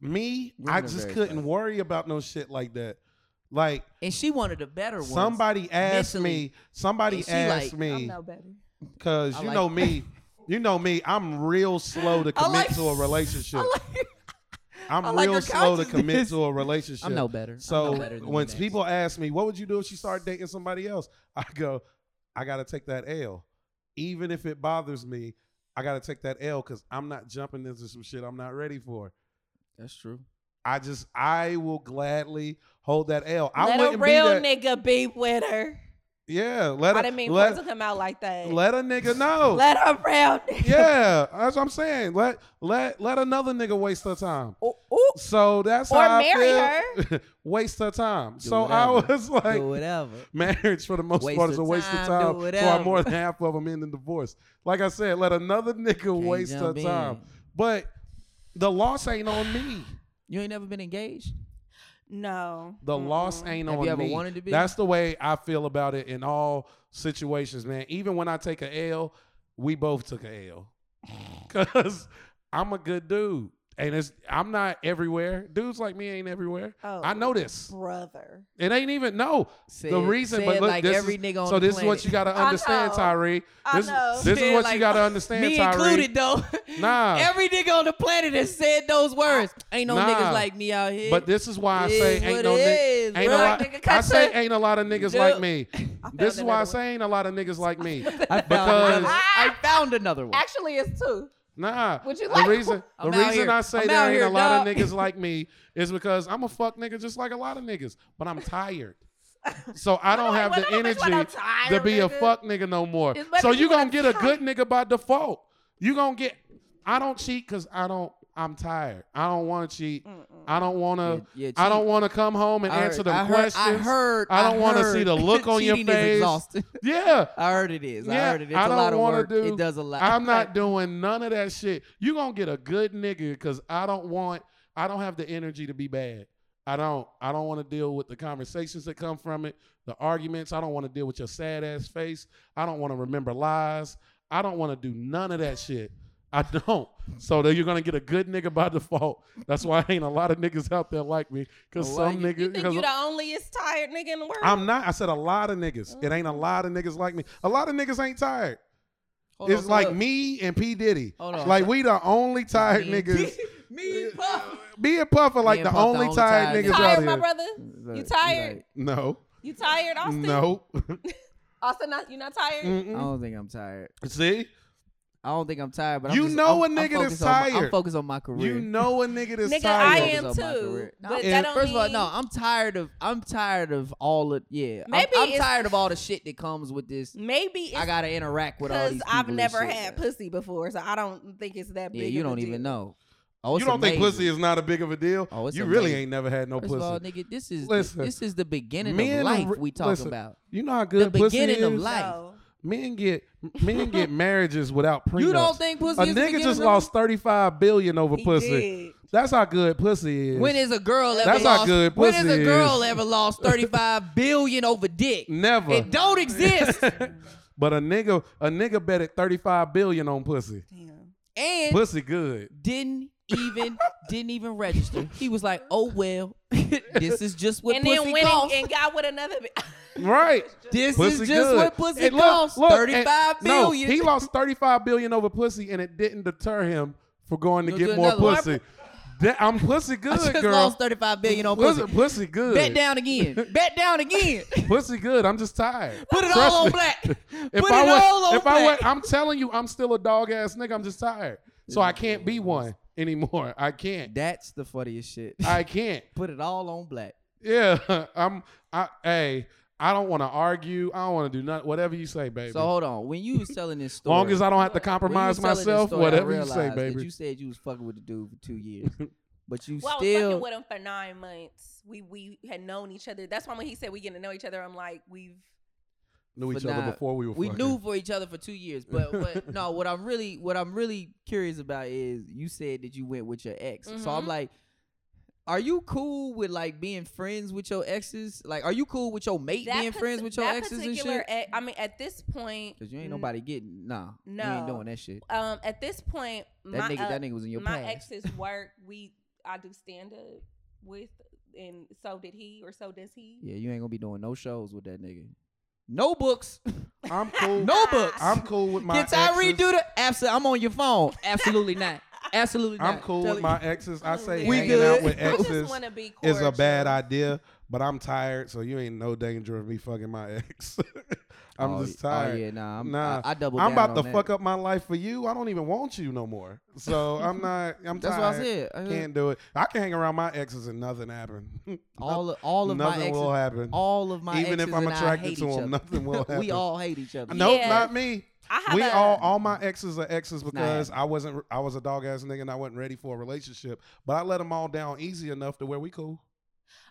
Speaker 3: me,
Speaker 2: Women
Speaker 3: I
Speaker 2: are
Speaker 3: just
Speaker 2: very
Speaker 3: couldn't
Speaker 2: funny.
Speaker 3: worry about no shit like that. Like
Speaker 2: And she wanted the better one.
Speaker 3: somebody asked
Speaker 2: mentally.
Speaker 3: me, somebody
Speaker 2: And she like,
Speaker 3: asked
Speaker 1: I'm
Speaker 3: me,
Speaker 1: no better.
Speaker 3: because
Speaker 2: I
Speaker 3: you
Speaker 2: like-
Speaker 3: know me, you know me, I'm real slow to
Speaker 1: I
Speaker 3: commit
Speaker 1: like-
Speaker 3: to a relationship.
Speaker 1: I like-
Speaker 3: I'm
Speaker 2: I like
Speaker 3: real
Speaker 2: your
Speaker 3: slow to commit
Speaker 2: consciousness.
Speaker 3: to a relationship.
Speaker 2: I'm no better.
Speaker 3: So
Speaker 2: I'm no better than the
Speaker 3: when
Speaker 2: next.
Speaker 3: people ask me, what would you do if she started dating somebody else? I go, I gotta take that L. Even if it bothers me, I gotta take that L because I'm not jumping into some shit I'm not ready for.
Speaker 2: that's true.
Speaker 3: I just I will gladly hold that L. I
Speaker 1: let a
Speaker 3: wouldn't
Speaker 1: real
Speaker 3: be that,
Speaker 1: nigga be with her.
Speaker 3: Yeah, let
Speaker 1: I
Speaker 3: a,
Speaker 1: didn't mean for it
Speaker 3: let,
Speaker 1: to come out like that. Let,
Speaker 3: let a nigga know.
Speaker 1: a real nigga.
Speaker 3: yeah, that's what I'm saying. Let let let another nigga waste her time.
Speaker 1: Ooh, ooh.
Speaker 3: So that's
Speaker 1: Or
Speaker 3: how
Speaker 1: marry
Speaker 3: I feel. her. waste her time. so I
Speaker 2: whatever.
Speaker 3: was like,
Speaker 2: Do whatever.
Speaker 3: marriage for the most
Speaker 2: Waste
Speaker 3: part is
Speaker 2: of
Speaker 3: a waste
Speaker 2: time,
Speaker 3: of
Speaker 2: do
Speaker 3: time. So
Speaker 2: whatever.
Speaker 3: I'm more than half of them end in divorce. Like I said, let another nigga
Speaker 2: Can't
Speaker 3: waste her
Speaker 2: jump in.
Speaker 3: time. But the loss ain't on me.
Speaker 2: You ain't never been engaged.
Speaker 1: No,
Speaker 3: The loss
Speaker 1: Mm-mm.
Speaker 3: ain't
Speaker 2: Have
Speaker 3: on
Speaker 2: you ever
Speaker 3: me.
Speaker 2: wanted to be?
Speaker 3: That's the way I feel about it in all situations, man. Even when I take a L, we both took a L. Cause I'm a good dude. And it's I'm not everywhere. Dudes like me ain't everywhere.
Speaker 1: Oh,
Speaker 3: I know this.
Speaker 1: brother.
Speaker 3: It ain't even no.
Speaker 2: Say
Speaker 3: the
Speaker 2: it-
Speaker 3: reason,
Speaker 2: say
Speaker 3: but
Speaker 2: it
Speaker 3: look,
Speaker 2: like
Speaker 3: this
Speaker 2: every
Speaker 3: is,
Speaker 2: nigga on
Speaker 3: so
Speaker 2: the
Speaker 3: this is what you got to
Speaker 1: planet.
Speaker 3: understand,
Speaker 1: I know.
Speaker 3: Tyree.
Speaker 1: I
Speaker 3: This,
Speaker 1: know.
Speaker 3: this
Speaker 2: Say
Speaker 3: is
Speaker 2: it
Speaker 3: what
Speaker 2: like-
Speaker 3: you got to understand,
Speaker 2: Me
Speaker 3: Tyree.
Speaker 2: included, though.
Speaker 3: Nah.
Speaker 2: Every nigga on the planet has said those words. Ain't no
Speaker 3: Nah.
Speaker 2: niggas like me out here.
Speaker 3: But this is why I say
Speaker 2: Is
Speaker 3: ain't
Speaker 2: what
Speaker 3: no
Speaker 2: it
Speaker 3: nigga.
Speaker 2: is,
Speaker 3: Ain't
Speaker 2: bro.
Speaker 3: a lot,
Speaker 2: Nigga,
Speaker 3: I
Speaker 2: cut
Speaker 3: say
Speaker 2: the-
Speaker 3: ain't a lot of niggas
Speaker 2: Dude.
Speaker 3: like me.
Speaker 1: I found
Speaker 3: This is why I
Speaker 1: another one.
Speaker 3: say ain't a lot of niggas like me.
Speaker 2: I found
Speaker 3: because-
Speaker 2: another- I found another one.
Speaker 1: Actually, it's two.
Speaker 3: Nah.
Speaker 1: Would you
Speaker 3: the
Speaker 1: like-
Speaker 3: reason the
Speaker 2: I'm out
Speaker 3: reason
Speaker 2: here.
Speaker 3: I say
Speaker 2: I'm
Speaker 3: there
Speaker 2: out
Speaker 3: ain't
Speaker 2: here,
Speaker 3: a lot
Speaker 2: dog.
Speaker 3: of niggas like me is because I'm a fuck nigga just like a lot of niggas. But I'm tired. So I don't have the energy to be a fuck nigga no more.
Speaker 1: It's better
Speaker 3: So
Speaker 1: to
Speaker 3: you
Speaker 1: be
Speaker 3: gonna get a
Speaker 1: tired.
Speaker 3: good nigga by default. You gonna get. I don't cheat because I don't. I'm tired. I don't want to cheat. I don't want to.
Speaker 2: Mm. Yeah, yeah,
Speaker 3: I don't
Speaker 2: cheat.
Speaker 3: want to come home and
Speaker 2: I heard-
Speaker 3: answer the
Speaker 2: I heard,
Speaker 3: questions.
Speaker 2: I heard.
Speaker 3: I don't wanna
Speaker 2: heard
Speaker 3: see the look on your
Speaker 2: cheating is
Speaker 3: face.
Speaker 2: exhausting.
Speaker 3: Yeah,
Speaker 2: I heard it is. I
Speaker 3: Yeah,
Speaker 2: heard it. It's
Speaker 3: I
Speaker 2: a
Speaker 3: don't
Speaker 2: lot of
Speaker 3: wanna
Speaker 2: work.
Speaker 3: do-
Speaker 2: it does a lot.
Speaker 3: I'm not doing none of that shit. You gonna get a good nigga because I don't want. I don't have the energy to be bad. I don't. I don't want to deal with the conversations that come from it, the arguments. I don't want to deal with your sad ass face. I don't want to remember lies. I don't want to do none of that shit. I don't. So that you're gonna get a good nigga by default. That's why ain't a lot of niggas out there like me. Cause
Speaker 2: A lot
Speaker 3: some
Speaker 2: of you-
Speaker 1: You
Speaker 3: niggas.
Speaker 1: think
Speaker 3: because
Speaker 1: you the onlyest tired nigga in the world?
Speaker 3: I'm not. I said a lot of niggas. It ain't a lot of niggas like me. A lot of niggas ain't tired. it's like me and P Diddy.
Speaker 2: Hold on.
Speaker 3: Like we the only tired
Speaker 2: Me and
Speaker 3: niggas
Speaker 2: Me, Puff.
Speaker 3: Me and Puff are like
Speaker 2: and
Speaker 3: the
Speaker 2: Puff the
Speaker 3: only
Speaker 2: only
Speaker 3: tired
Speaker 2: tired
Speaker 3: niggas
Speaker 2: niggas.
Speaker 3: out
Speaker 1: tired,
Speaker 3: here.
Speaker 1: my brother?
Speaker 2: Look,
Speaker 1: You tired?
Speaker 2: like,
Speaker 3: No,
Speaker 1: You tired, Austin?
Speaker 3: no. Mm.
Speaker 1: Austin, not, you not tired?
Speaker 2: I
Speaker 3: Mm-mm.
Speaker 2: don't think I'm tired.
Speaker 3: See,
Speaker 2: I don't think I'm tired, but I'm
Speaker 3: You
Speaker 2: just-
Speaker 3: know
Speaker 2: I'm-
Speaker 3: a
Speaker 2: I'm
Speaker 3: nigga that's
Speaker 2: focused on my- I'm
Speaker 3: tired.
Speaker 2: focused on my career.
Speaker 3: you know a nigga that's
Speaker 1: Nigga, I
Speaker 3: tired.
Speaker 2: focus
Speaker 1: am
Speaker 2: on my
Speaker 1: too.
Speaker 2: career.
Speaker 1: But
Speaker 3: And
Speaker 1: that don't
Speaker 2: First of all,
Speaker 1: mean-
Speaker 2: no, I'm tired of I'm tired of all of yeah. I'm-
Speaker 1: Maybe
Speaker 2: I'm,
Speaker 1: it's-
Speaker 2: tired of all the shit that comes with this.
Speaker 1: Maybe it's
Speaker 2: I gotta interact with all
Speaker 1: because
Speaker 2: these
Speaker 1: I've
Speaker 2: people and
Speaker 1: never
Speaker 2: shit.
Speaker 1: had pussy before, so I don't think it's that big.
Speaker 2: Yeah, you
Speaker 1: of a
Speaker 2: don't even
Speaker 1: deal.
Speaker 2: know. Oh,
Speaker 3: you
Speaker 2: it's
Speaker 3: don't think
Speaker 2: amazing.
Speaker 3: pussy is not a big of a deal?
Speaker 2: Oh, it's
Speaker 3: you really
Speaker 2: amazing.
Speaker 3: ain't never had no
Speaker 2: First
Speaker 3: pussy.
Speaker 2: of all, nigga, this is
Speaker 3: Listen,
Speaker 2: this is the beginning
Speaker 3: men are
Speaker 2: of life
Speaker 3: re-
Speaker 2: we talk
Speaker 3: listen,
Speaker 2: about.
Speaker 3: you know how
Speaker 2: The
Speaker 3: good pussy
Speaker 2: beginning of
Speaker 3: is?
Speaker 2: life.
Speaker 1: So,
Speaker 3: Men get men get marriages without prenups.
Speaker 2: You don't think pussy
Speaker 3: a
Speaker 2: is the
Speaker 3: nigga
Speaker 2: beginning
Speaker 3: just
Speaker 2: of
Speaker 3: lost thirty five billion over
Speaker 1: he
Speaker 3: pussy.
Speaker 1: did.
Speaker 3: That's how good pussy is.
Speaker 2: life? When is a girl ever
Speaker 3: That's how
Speaker 2: lost?
Speaker 3: good
Speaker 2: when is
Speaker 3: pussy
Speaker 2: a
Speaker 3: is.
Speaker 2: girl ever lost 35 billion over dick?
Speaker 3: never.
Speaker 2: It don't exist.
Speaker 3: but a nigga a nigga bet at thirty five billion on pussy.
Speaker 1: Damn.
Speaker 2: and
Speaker 3: Pussy good.
Speaker 2: didn't even didn't even register. He was like, "Oh well, this is just what
Speaker 1: and
Speaker 2: pussy
Speaker 1: then went and,
Speaker 2: costs.
Speaker 1: and got with another. bi-
Speaker 3: Right.
Speaker 2: this is
Speaker 3: Pussy
Speaker 2: just
Speaker 3: good.
Speaker 2: what pussy
Speaker 3: And look-
Speaker 2: costs.
Speaker 3: look, and-
Speaker 2: Thirty-five
Speaker 3: No,
Speaker 2: billion.
Speaker 3: he lost 35 billion over pussy and it didn't deter him for going to
Speaker 2: Go
Speaker 3: get
Speaker 2: do
Speaker 3: more
Speaker 2: another one.
Speaker 3: pussy. That- I'm pussy good,
Speaker 2: I just
Speaker 3: girl.
Speaker 2: lost thirty-five billion on pussy.
Speaker 3: pussy, pussy good.
Speaker 2: Bet down again. Bet down again.
Speaker 3: Pussy good. I'm just tired.
Speaker 2: Put it
Speaker 3: Trust
Speaker 2: all on
Speaker 3: me.
Speaker 2: black. Put
Speaker 3: If
Speaker 2: it
Speaker 3: I went,
Speaker 2: all on
Speaker 3: if
Speaker 2: black.
Speaker 3: I went, I'm telling you, I'm still a dog ass nigga. I'm just tired, so I can't be one anymore. I can't.
Speaker 2: That's the funniest shit.
Speaker 3: I can't.
Speaker 2: Put it all on black.
Speaker 3: Yeah, I'm. I hey, I don't want to argue. I don't want to do nothing. Whatever you say, baby.
Speaker 2: So hold on. When you was telling this
Speaker 3: as
Speaker 2: story,
Speaker 3: long as I don't have to
Speaker 2: when you was
Speaker 3: compromise
Speaker 2: telling this
Speaker 3: myself,
Speaker 2: story, I
Speaker 3: whatever you say,
Speaker 2: realized that
Speaker 3: baby.
Speaker 2: You said you was fucking with the dude for two years, but you
Speaker 1: Well, I was
Speaker 2: still
Speaker 1: fucking with him for nine months. We we had known each other. That's why when he said we getting to know each other, I'm like, we've.
Speaker 3: knew
Speaker 2: for
Speaker 3: each other
Speaker 2: now.
Speaker 3: before we were.
Speaker 2: we
Speaker 3: fucking.
Speaker 2: knew for each other for two years. But, but no, what I'm really what I'm really curious about is you said that you went with your ex. So I'm
Speaker 1: Mhm.
Speaker 2: like, are you cool with like being friends with your exes? Like, are you cool with your mate being
Speaker 1: parti-
Speaker 2: friends with your
Speaker 1: that
Speaker 2: exes and
Speaker 1: particular
Speaker 2: shit?
Speaker 1: ex- I mean, at this point,
Speaker 2: Cause you ain't
Speaker 1: n-
Speaker 2: nobody getting nah. you
Speaker 1: No.
Speaker 2: ain't doing that shit.
Speaker 1: Um, at this point,
Speaker 2: That
Speaker 1: my
Speaker 2: nigga,
Speaker 1: uh,
Speaker 2: that nigga was in your
Speaker 1: my
Speaker 2: past.
Speaker 1: ex's work. We I do stand up with, and so did he, or so does he.
Speaker 2: Yeah, you ain't gonna be doing no shows with that nigga. No books,
Speaker 3: I'm cool.
Speaker 2: no books.
Speaker 3: I'm cool with my.
Speaker 2: Can Tyree
Speaker 3: exes.
Speaker 2: do that? Absolutely. I'm on your phone. Absolutely not. Absolutely not.
Speaker 3: I'm cool
Speaker 2: Tell
Speaker 3: with
Speaker 2: you-
Speaker 3: my exes. I say
Speaker 2: We
Speaker 3: hanging
Speaker 2: good.
Speaker 3: out with
Speaker 1: I
Speaker 3: exes.
Speaker 1: just want to be
Speaker 3: is
Speaker 1: cordial.
Speaker 3: a bad idea, but I'm tired, so you ain't no danger of me fucking my ex. I'm
Speaker 2: Oh,
Speaker 3: just tired.
Speaker 2: Oh yeah, nah. I'm,
Speaker 3: Nah,
Speaker 2: I, I double.
Speaker 3: I'm
Speaker 2: down
Speaker 3: about to
Speaker 2: on that.
Speaker 3: fuck up my life for you. I don't even want you no more. So I'm not. I'm
Speaker 2: That's
Speaker 3: tired.
Speaker 2: what I said. Uh, I said
Speaker 3: Can't do it. I can hang around my exes and nothing happen.
Speaker 2: all of, all of
Speaker 3: nothing
Speaker 2: my exes,
Speaker 3: will happen.
Speaker 2: all of my
Speaker 3: Even if
Speaker 2: exes
Speaker 3: I'm
Speaker 2: and I
Speaker 3: attracted
Speaker 2: hate
Speaker 3: to
Speaker 2: each
Speaker 3: 'em,
Speaker 2: other.
Speaker 3: nothing will
Speaker 2: we
Speaker 3: happen.
Speaker 2: all hate each other.
Speaker 3: Uh, Nope,
Speaker 1: Yeah.
Speaker 3: not me.
Speaker 1: I have
Speaker 3: We
Speaker 1: a,
Speaker 3: all, all my exes are exes
Speaker 2: not
Speaker 3: because I wasn't, I was a dog ass nigga and I wasn't ready for a relationship. But I let them all down easy enough to where we cool.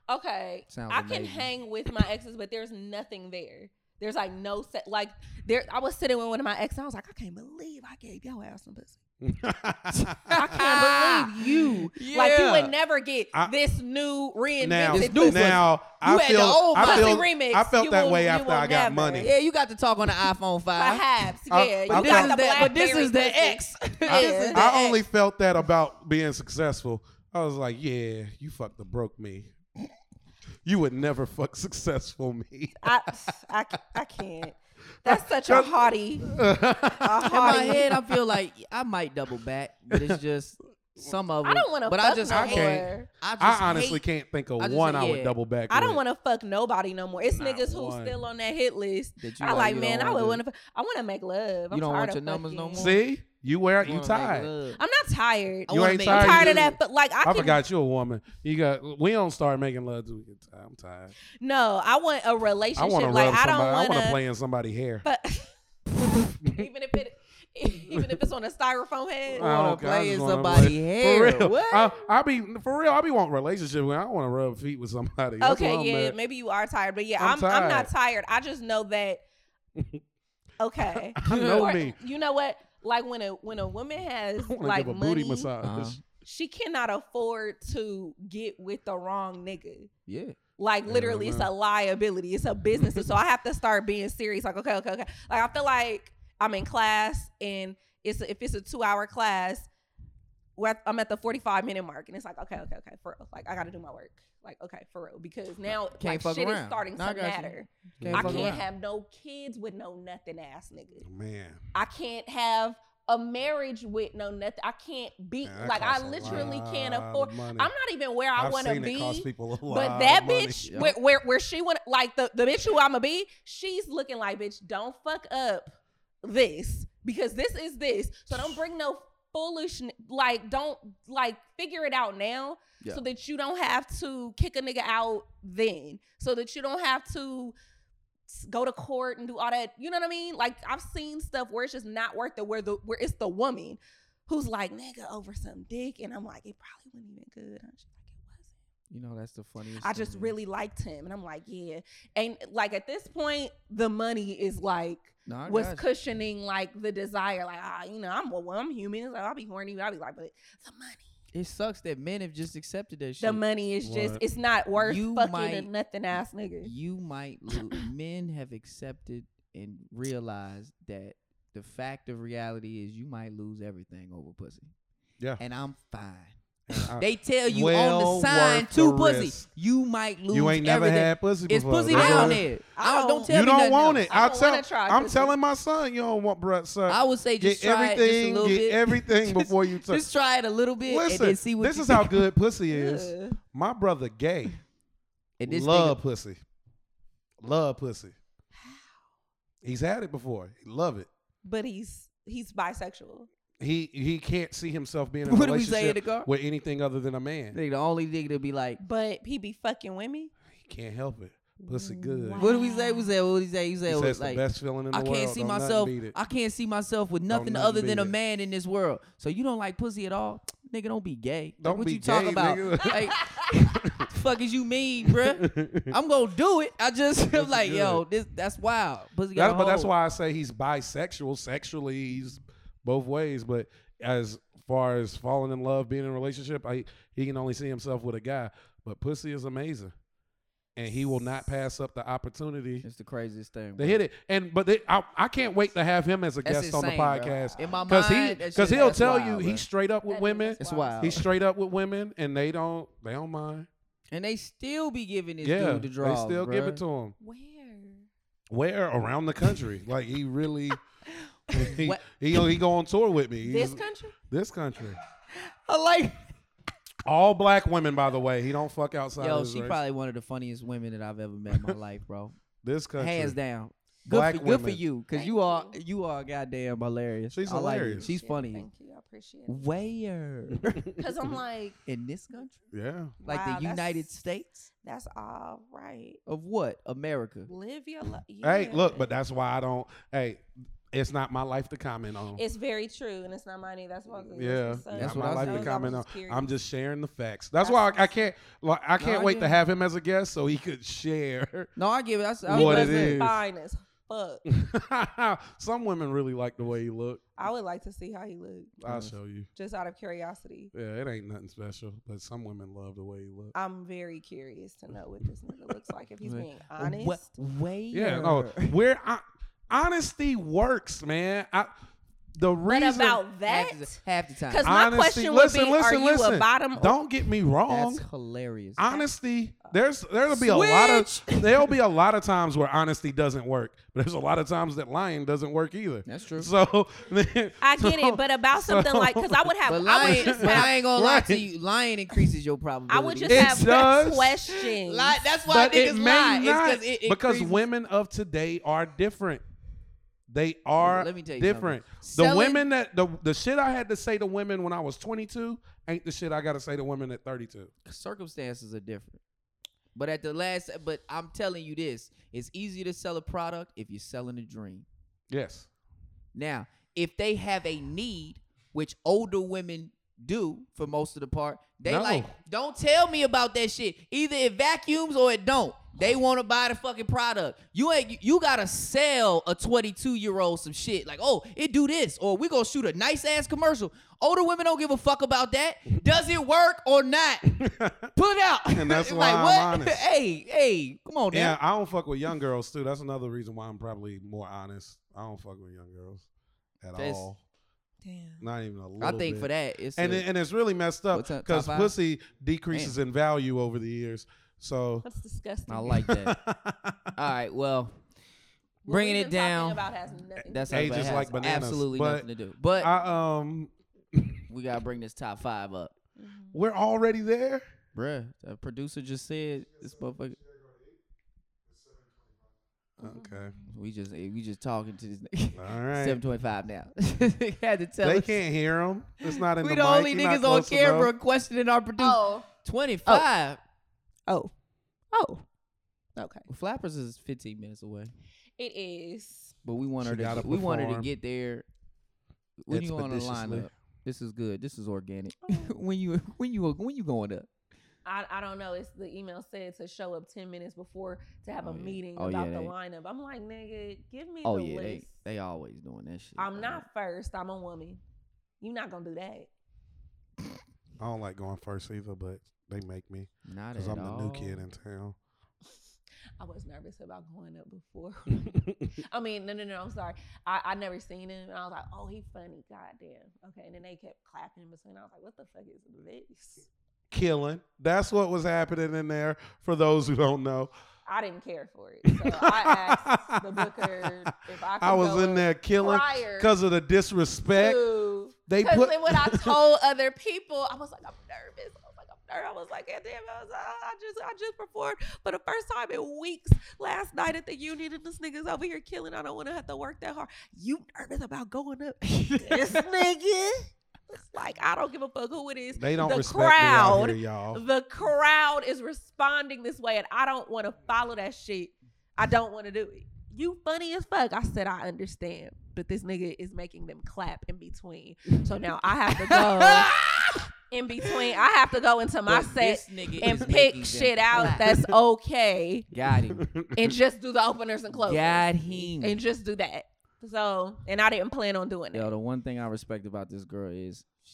Speaker 1: okay.
Speaker 2: Sounds
Speaker 1: I can
Speaker 2: amazing.
Speaker 1: hang with my exes, but there's nothing there. There's like no set. Like there, I was sitting with one of my exes. I was like, I can't believe I gave your ass some pussy. I can't believe you. Like you
Speaker 2: Yeah.
Speaker 1: would never get
Speaker 3: I-
Speaker 1: this new reinvented
Speaker 3: now,
Speaker 2: It's new
Speaker 1: pussy.
Speaker 3: now I
Speaker 2: You had the
Speaker 3: feel,
Speaker 2: old
Speaker 3: I
Speaker 1: pussy
Speaker 3: feel,
Speaker 1: remix.
Speaker 3: I felt
Speaker 1: You
Speaker 3: that
Speaker 1: will-
Speaker 3: way
Speaker 1: you
Speaker 3: after
Speaker 1: will
Speaker 3: I got
Speaker 1: never.
Speaker 3: money.
Speaker 2: Yeah, you got to talk on the iPhone five.
Speaker 1: Perhaps,
Speaker 3: I-
Speaker 1: yeah.
Speaker 3: I
Speaker 1: you
Speaker 2: But this,
Speaker 1: got
Speaker 2: is
Speaker 1: the
Speaker 2: the, but this
Speaker 1: Blackberry
Speaker 2: is the
Speaker 1: pussy.
Speaker 2: ex. This is
Speaker 1: Yeah.
Speaker 2: the
Speaker 3: I
Speaker 2: ex.
Speaker 3: only felt that about being successful. I was like, yeah, you fucked the broke me. You would never fuck successful me.
Speaker 1: I, I, I can't. That's such a haughty. A
Speaker 2: In my
Speaker 1: haughty.
Speaker 2: head, I feel like I might double back, but it's just some of them.
Speaker 1: I don't want to
Speaker 2: But
Speaker 1: fuck
Speaker 2: I just
Speaker 1: no
Speaker 3: I
Speaker 2: hate.
Speaker 3: can't.
Speaker 1: more.
Speaker 2: I, just
Speaker 3: I honestly
Speaker 2: hate-
Speaker 3: can't think of
Speaker 2: I just
Speaker 3: one
Speaker 2: say,
Speaker 3: I would
Speaker 2: yeah.
Speaker 3: double back.
Speaker 1: I don't
Speaker 3: with.
Speaker 1: want to fuck nobody no more. It's
Speaker 3: Not
Speaker 1: niggas who's
Speaker 3: one.
Speaker 1: still on that hit list.
Speaker 2: That you
Speaker 1: I like,
Speaker 2: you
Speaker 1: man,
Speaker 2: don't
Speaker 1: I would
Speaker 2: do.
Speaker 1: want to. I want to make love. I'm
Speaker 2: You don't
Speaker 1: tired
Speaker 2: want
Speaker 1: of
Speaker 2: your numbers no
Speaker 1: fucking-
Speaker 2: more?
Speaker 3: See, you wear
Speaker 2: You
Speaker 3: you
Speaker 2: wanna make
Speaker 3: tired.
Speaker 2: love.
Speaker 1: I'm not tired.
Speaker 2: I
Speaker 3: You
Speaker 2: wanna
Speaker 3: ain't
Speaker 2: make
Speaker 1: I'm
Speaker 3: tired,
Speaker 1: tired of
Speaker 3: you-
Speaker 1: that. But like, I,
Speaker 3: I,
Speaker 1: can,
Speaker 3: forgot you a woman. You got we don't start making love till we get tired. I'm tired.
Speaker 1: No, I want a
Speaker 3: I
Speaker 1: relationship.
Speaker 3: want to
Speaker 1: like,
Speaker 3: rub
Speaker 1: I
Speaker 3: somebody.
Speaker 1: don't
Speaker 3: I
Speaker 1: want
Speaker 3: want to play in somebody's hair.
Speaker 1: even if it, even if it's on a styrofoam head.
Speaker 3: I
Speaker 2: wanna
Speaker 3: don't care. I
Speaker 2: play
Speaker 3: just
Speaker 2: in
Speaker 3: wanna
Speaker 2: somebody's
Speaker 3: For
Speaker 2: hair.
Speaker 3: real.
Speaker 2: What?
Speaker 3: I, I be for real. I be want relationship. When I want to rub feet with somebody. That's
Speaker 1: okay,
Speaker 3: where I'm
Speaker 1: yeah,
Speaker 3: at.
Speaker 1: maybe you are tired, but yeah,
Speaker 3: I'm
Speaker 1: I'm I'm, not tired. I just know that. Okay,
Speaker 3: I know
Speaker 1: Or-
Speaker 3: me.
Speaker 1: You know what? Like when a when a woman has
Speaker 3: I want to
Speaker 1: like
Speaker 3: give a
Speaker 1: money,
Speaker 3: booty massage.
Speaker 2: Uh-huh.
Speaker 1: she cannot afford to get with the wrong nigga.
Speaker 2: Yeah.
Speaker 1: Like
Speaker 3: Yeah,
Speaker 1: literally, it's
Speaker 3: man.
Speaker 1: a liability. It's a business, And so I have to start being serious. Like okay, okay, okay. Like I feel like I'm in class, and it's if it's a two hour class, we're at- I'm at the 45 minute mark, and it's like okay, okay, okay, for real. Like I got to do my work. Like okay, for real, because now like,
Speaker 2: fuck
Speaker 1: shit is
Speaker 2: around.
Speaker 1: starting
Speaker 2: Nah, I
Speaker 1: to
Speaker 2: got you.
Speaker 1: matter.
Speaker 2: Can't
Speaker 1: I
Speaker 2: fuck
Speaker 1: can't
Speaker 2: around.
Speaker 1: have no kids with no nothing ass nigga.
Speaker 3: Man,
Speaker 1: I can't have a marriage with no nothing. I can't be
Speaker 3: Man, that
Speaker 1: like I
Speaker 3: costs a
Speaker 1: literally can't
Speaker 3: lot of
Speaker 1: afford.
Speaker 3: money.
Speaker 1: I'm not even where I
Speaker 3: I've
Speaker 1: want to
Speaker 3: seen it cost
Speaker 1: be.
Speaker 3: people a lot
Speaker 1: But
Speaker 3: of
Speaker 1: that
Speaker 3: money.
Speaker 1: bitch,
Speaker 2: Yeah.
Speaker 1: where, where where she went, like the the bitch who I'ma be, she's looking like bitch. Don't fuck up this because this is this. So don't bring no foolish like don't like figure it out now
Speaker 2: Yeah.
Speaker 1: so that you don't have to kick a nigga out then so that you don't have to s- go to court and do all that you know what i mean like i've seen stuff where it's just not worth it where the where it's the woman who's like nigga over some dick and i'm like it probably wasn't even good and she's like it wasn't
Speaker 2: You know that's the funniest.
Speaker 1: I
Speaker 2: thing,
Speaker 1: just
Speaker 2: man.
Speaker 1: really liked him. And I'm like, yeah. And like at this point, the money is like
Speaker 2: No, I
Speaker 1: was
Speaker 2: got you.
Speaker 1: cushioning like the desire. Like, ah, you know, I'm well, I'm human. It's Like, I'll be horny, but I'll be like, but the money.
Speaker 2: It sucks that men have just accepted that
Speaker 1: The
Speaker 2: shit.
Speaker 1: money is just
Speaker 3: What?
Speaker 1: it's not worth
Speaker 2: You
Speaker 1: fucking a
Speaker 2: might-
Speaker 1: nothing ass nigga.
Speaker 2: you might lo- men have accepted and realized that the fact of reality is you might lose everything over pussy.
Speaker 3: Yeah.
Speaker 2: And I'm fine.
Speaker 3: I-
Speaker 2: They tell you on
Speaker 3: Well
Speaker 2: the sign
Speaker 3: worth the
Speaker 2: two pussy.
Speaker 3: risk.
Speaker 2: You might lose
Speaker 3: you ain't never
Speaker 2: everything.
Speaker 3: had pussy
Speaker 2: it's
Speaker 3: before.
Speaker 2: pussy
Speaker 3: That's
Speaker 2: down
Speaker 3: all-
Speaker 2: there.
Speaker 1: I
Speaker 2: I don't,
Speaker 1: don't-
Speaker 2: tell
Speaker 3: you
Speaker 2: me
Speaker 3: don't
Speaker 2: nothing
Speaker 3: want
Speaker 2: else.
Speaker 1: I
Speaker 3: it. I'll
Speaker 1: don't
Speaker 3: tell,
Speaker 1: wanna try
Speaker 3: I'm
Speaker 1: pussy.
Speaker 3: telling my son you don't want bruh son.
Speaker 2: I would say just
Speaker 3: get
Speaker 2: try it just a
Speaker 3: everything,
Speaker 2: little
Speaker 3: get
Speaker 2: bit.
Speaker 3: everything before you touch.
Speaker 2: just try it a little bit and
Speaker 3: Listen,
Speaker 2: then see what
Speaker 3: this
Speaker 2: you
Speaker 3: is how
Speaker 2: think.
Speaker 3: good pussy is.
Speaker 1: Yeah.
Speaker 3: My brother gay.
Speaker 2: And this
Speaker 3: love pussy. Love pussy. He's had it before. He love it.
Speaker 1: But he's he's bisexual.
Speaker 3: He he can't see himself being in a
Speaker 2: What do we say in the
Speaker 3: relationship
Speaker 2: car?
Speaker 3: with anything other than a man.
Speaker 2: Nigga, the only nigga to be like,
Speaker 1: But he be fucking with me.
Speaker 3: He can't help it. Pussy good.
Speaker 1: Wow.
Speaker 2: what do we say? We say, what do you say? You say,
Speaker 3: He
Speaker 2: it
Speaker 3: says
Speaker 2: was
Speaker 3: it's the
Speaker 2: like,
Speaker 3: best feeling in the
Speaker 2: I
Speaker 3: world.
Speaker 2: can't see
Speaker 3: Don't nothing
Speaker 2: myself.
Speaker 3: beat it.
Speaker 2: I can't see myself with nothing
Speaker 3: nothing
Speaker 2: other than
Speaker 3: beat
Speaker 2: a
Speaker 3: it.
Speaker 2: man in this world. So you don't like pussy at all, nigga. Don't be gay. Like,
Speaker 3: Don't
Speaker 2: what
Speaker 3: be
Speaker 2: you talking
Speaker 3: gay,
Speaker 2: about?
Speaker 3: nigga.
Speaker 2: Like, fuck is you mean, bruh? I'm gonna do it. I just am
Speaker 3: Pussy
Speaker 2: like,
Speaker 3: good.
Speaker 2: yo, this that's wild. Pussy got
Speaker 3: That's,
Speaker 2: a
Speaker 3: but that's
Speaker 2: hole.
Speaker 3: why I say he's bisexual. Sexually, he's both ways. But as far as falling in love, being in a relationship, I, he can only see himself with a guy. But pussy is amazing, and he will not pass up the opportunity
Speaker 2: It's the craziest thing.
Speaker 3: to
Speaker 2: bruh.
Speaker 3: hit it. And but they, I, I can't wait to have him as a
Speaker 2: That's
Speaker 3: guest on the
Speaker 2: insane, bruh.
Speaker 3: podcast
Speaker 2: In my
Speaker 3: because he
Speaker 2: mind, that
Speaker 3: because
Speaker 2: shit-
Speaker 3: he'll
Speaker 2: that's
Speaker 3: tell
Speaker 2: wild,
Speaker 3: you
Speaker 2: bruh.
Speaker 3: he's straight up with
Speaker 1: That is-
Speaker 3: women.
Speaker 1: that's
Speaker 2: It's wild.
Speaker 3: He's straight up with women, and they don't they don't mind.
Speaker 2: and they still be giving this
Speaker 3: yeah,
Speaker 2: dude the draw.
Speaker 3: they still give it to him.
Speaker 1: Where?
Speaker 3: Where around the country? like he really. He,
Speaker 2: What?
Speaker 3: he he go on tour with me.
Speaker 1: This
Speaker 3: He's-
Speaker 1: country?
Speaker 3: This country.
Speaker 2: I like.
Speaker 3: All black women, by the way. He don't fuck outside.
Speaker 2: Yo,
Speaker 3: his
Speaker 2: she
Speaker 3: race.
Speaker 2: probably one of the funniest women that I've ever met in my life, bro.
Speaker 3: this country.
Speaker 2: Hands down. Good
Speaker 3: Black
Speaker 2: for, good for
Speaker 3: women.
Speaker 2: you, cause
Speaker 1: Thank
Speaker 2: you are
Speaker 1: you.
Speaker 2: you are goddamn hilarious.
Speaker 3: She's
Speaker 2: I like it.
Speaker 3: hilarious.
Speaker 2: She's
Speaker 1: Yeah,
Speaker 2: funny.
Speaker 1: Thank you. I appreciate it.
Speaker 2: Where
Speaker 1: Because I'm like,
Speaker 2: in this country,
Speaker 3: Yeah.
Speaker 2: like
Speaker 1: wow,
Speaker 2: the
Speaker 1: that's-
Speaker 2: United States
Speaker 1: That's all right.
Speaker 2: of what? America.
Speaker 1: Live your life.
Speaker 3: Hey, look, but that's why I don't. Hey, it's not my life to comment on.
Speaker 1: It's very true, and it's not mine. either. That's why.
Speaker 3: yeah,
Speaker 2: That's what
Speaker 3: not my
Speaker 2: I
Speaker 3: life
Speaker 2: said.
Speaker 3: to comment on. I'm just sharing the facts. That's,
Speaker 1: That's-
Speaker 3: why I, I can't. Like, I
Speaker 2: No,
Speaker 3: can't
Speaker 2: I
Speaker 3: wait
Speaker 2: get
Speaker 3: to
Speaker 2: it.
Speaker 3: have him as a guest so he could share.
Speaker 2: No, I give it. That's I
Speaker 3: What
Speaker 2: what
Speaker 3: it
Speaker 2: it
Speaker 3: is.
Speaker 2: is.
Speaker 1: fine as fuck.
Speaker 3: Some women really like the way he look.
Speaker 1: I would like to see how he looked,
Speaker 3: I'll
Speaker 2: Yes.
Speaker 3: show you.
Speaker 1: just out of curiosity.
Speaker 3: Yeah, it ain't nothing special, but some women love the way he look.
Speaker 1: I'm very curious to know what this nigga looks like if he's
Speaker 2: Right.
Speaker 1: being honest.
Speaker 2: What? Where?
Speaker 3: Yeah, oh. no, where I, honesty works, man. I the
Speaker 1: But
Speaker 3: reason
Speaker 1: about that,
Speaker 2: half, the- half the time.
Speaker 1: because my
Speaker 3: Honesty-
Speaker 1: question would be,
Speaker 3: listen,
Speaker 1: are
Speaker 3: listen,
Speaker 1: you a
Speaker 3: listen.
Speaker 1: bottom? or-
Speaker 3: don't get me wrong.
Speaker 2: That's hilarious.
Speaker 3: Honesty, there's there'll be a lot
Speaker 2: Switch.
Speaker 3: of there'll be a lot of times where honesty doesn't work, but there's a lot of times that lying doesn't work either.
Speaker 2: That's true.
Speaker 3: So
Speaker 1: I get it, but about something like because I would have,
Speaker 2: but
Speaker 1: I would
Speaker 2: lying,
Speaker 1: just
Speaker 2: but I
Speaker 1: have,
Speaker 2: ain't gonna lie to
Speaker 3: Right.
Speaker 2: you. Lying increases your probability.
Speaker 1: I would just
Speaker 3: It
Speaker 1: have
Speaker 3: does.
Speaker 1: questions.
Speaker 2: Lie, that's why
Speaker 3: but it
Speaker 2: niggas
Speaker 3: may
Speaker 2: lie. It's
Speaker 3: not
Speaker 2: 'cause it, it
Speaker 3: because
Speaker 2: increases-
Speaker 3: women of today are different. They are
Speaker 2: Let me tell you
Speaker 3: different.
Speaker 2: something.
Speaker 3: the
Speaker 2: Selling-
Speaker 3: women that the the shit I had to say to women when I was 22 ain't the shit I got to say to women at 32.
Speaker 2: circumstances are different. But at the last, but I'm telling you this: it's easy to sell a product if you're selling a dream.
Speaker 3: Yes.
Speaker 2: Now, if they have a need, which older women do for most of the part, they
Speaker 3: No.
Speaker 2: like don't tell me about that shit. Either it vacuums or it don't. They want to buy the fucking product. You ain't you gotta sell a 22 year old some shit like oh it do this or we gonna shoot a nice ass commercial. Older women don't give a fuck about that. Does it work or not? Put it out.
Speaker 3: And that's
Speaker 2: like
Speaker 3: why I'm
Speaker 2: what?
Speaker 3: honest.
Speaker 2: hey hey, come on
Speaker 3: Yeah,
Speaker 2: now.
Speaker 3: I don't fuck with young girls too. That's another reason why I'm probably more honest. I don't fuck with young girls at
Speaker 2: That's-
Speaker 3: all.
Speaker 1: Damn.
Speaker 3: Not even a little.
Speaker 2: I think
Speaker 3: bit.
Speaker 2: for that it's
Speaker 3: and
Speaker 2: a-
Speaker 3: it, and it's really messed up
Speaker 2: What's up,
Speaker 3: because
Speaker 2: top five?
Speaker 3: pussy decreases in value over the years. So
Speaker 1: That's disgusting.
Speaker 2: I like that. All right, well,
Speaker 1: What
Speaker 2: Bringing
Speaker 1: we've
Speaker 2: it
Speaker 1: been talking
Speaker 2: down.
Speaker 1: About has nothing
Speaker 2: That's
Speaker 1: to
Speaker 2: how
Speaker 1: do
Speaker 3: Age
Speaker 1: with
Speaker 3: is
Speaker 1: it.
Speaker 3: like bananas,
Speaker 2: absolutely
Speaker 3: but
Speaker 2: nothing to do. But
Speaker 3: I um,
Speaker 2: we gotta bring this top five up,
Speaker 1: Mhm.
Speaker 3: we're already there.
Speaker 2: bruh. The producer just said this motherfucker.
Speaker 1: Mm-hmm.
Speaker 3: Okay.
Speaker 2: We just eh, we just talking to this nigga.
Speaker 3: All right.
Speaker 2: Seven twenty five now. Had to tell
Speaker 3: They
Speaker 2: us.
Speaker 3: can't hear him. It's not in
Speaker 2: we
Speaker 3: the,
Speaker 2: the,
Speaker 3: mic.
Speaker 2: only
Speaker 3: You're
Speaker 2: niggas
Speaker 3: not
Speaker 2: on
Speaker 3: close enough.
Speaker 2: camera questioning our producer.
Speaker 1: Oh,
Speaker 2: Twenty five.
Speaker 1: oh, oh. Okay,
Speaker 2: Flappers is fifteen minutes away,
Speaker 1: it is.
Speaker 2: but we want
Speaker 3: She
Speaker 2: her to
Speaker 3: gotta
Speaker 2: we want her to
Speaker 3: perform
Speaker 2: get there. When you on the
Speaker 3: expeditiously.
Speaker 2: lineup, this is good. This is organic.
Speaker 1: Oh.
Speaker 2: when you when you when you going up?
Speaker 1: I, I don't know. It's the email said to show up ten minutes before to have
Speaker 2: Oh,
Speaker 1: a
Speaker 2: yeah.
Speaker 1: meeting
Speaker 2: Oh,
Speaker 1: about
Speaker 2: yeah,
Speaker 1: the
Speaker 2: they-
Speaker 1: lineup. I'm like, nigga, give me
Speaker 2: Oh
Speaker 1: the
Speaker 2: yeah, they
Speaker 1: list.
Speaker 2: they always doing that shit.
Speaker 1: I'm
Speaker 2: man.
Speaker 1: not first. I'm a woman. You're not gonna do that.
Speaker 3: I don't like going first either, but they make me
Speaker 2: not
Speaker 3: because
Speaker 2: at
Speaker 3: I'm the new
Speaker 2: all.
Speaker 3: kid in town.
Speaker 1: I was nervous about going up before. I mean, no, no, no. I'm sorry. I, I never seen him, and I was like, oh, he funny. Goddamn. Okay. And then they kept clapping in between. I was like, what the fuck is this?
Speaker 3: Killing. That's what was happening in there. For those who don't know,
Speaker 1: I didn't care for it. So I asked the booker if I could.
Speaker 3: I was
Speaker 1: go
Speaker 3: in
Speaker 1: up
Speaker 3: there killing
Speaker 1: prior
Speaker 3: because of the disrespect.
Speaker 1: to-
Speaker 3: They
Speaker 1: Because
Speaker 3: put
Speaker 1: then when I told other people, I was like, I'm nervous. I was like, I'm nervous. I was like, "God damn, it." I, was, like, I just, I just performed for the first time in weeks last night at the union, and this nigga's over here killing. I don't want to have to work that hard. You nervous about going up? this nigga, it's like I don't give a fuck who it is.
Speaker 3: they don't
Speaker 1: the
Speaker 3: respect me out
Speaker 1: crowd-
Speaker 3: here,
Speaker 2: Oh.
Speaker 3: y'all.
Speaker 1: The crowd is responding this way, and I don't want to follow that shit. I don't want to do it. You funny as fuck. I said I understand, but this nigga is making them clap in between. So now I have to go in between. I have to go into my
Speaker 2: But
Speaker 1: set
Speaker 2: this nigga
Speaker 1: and
Speaker 2: is making
Speaker 1: pick
Speaker 2: them
Speaker 1: shit out
Speaker 2: clap.
Speaker 1: that's okay,
Speaker 2: got him.
Speaker 1: and just do the openers and closers,
Speaker 2: Got him.
Speaker 1: and just do that. So, and I didn't plan on doing
Speaker 2: Yo,
Speaker 1: that.
Speaker 2: the one thing I respect about this girl is sh-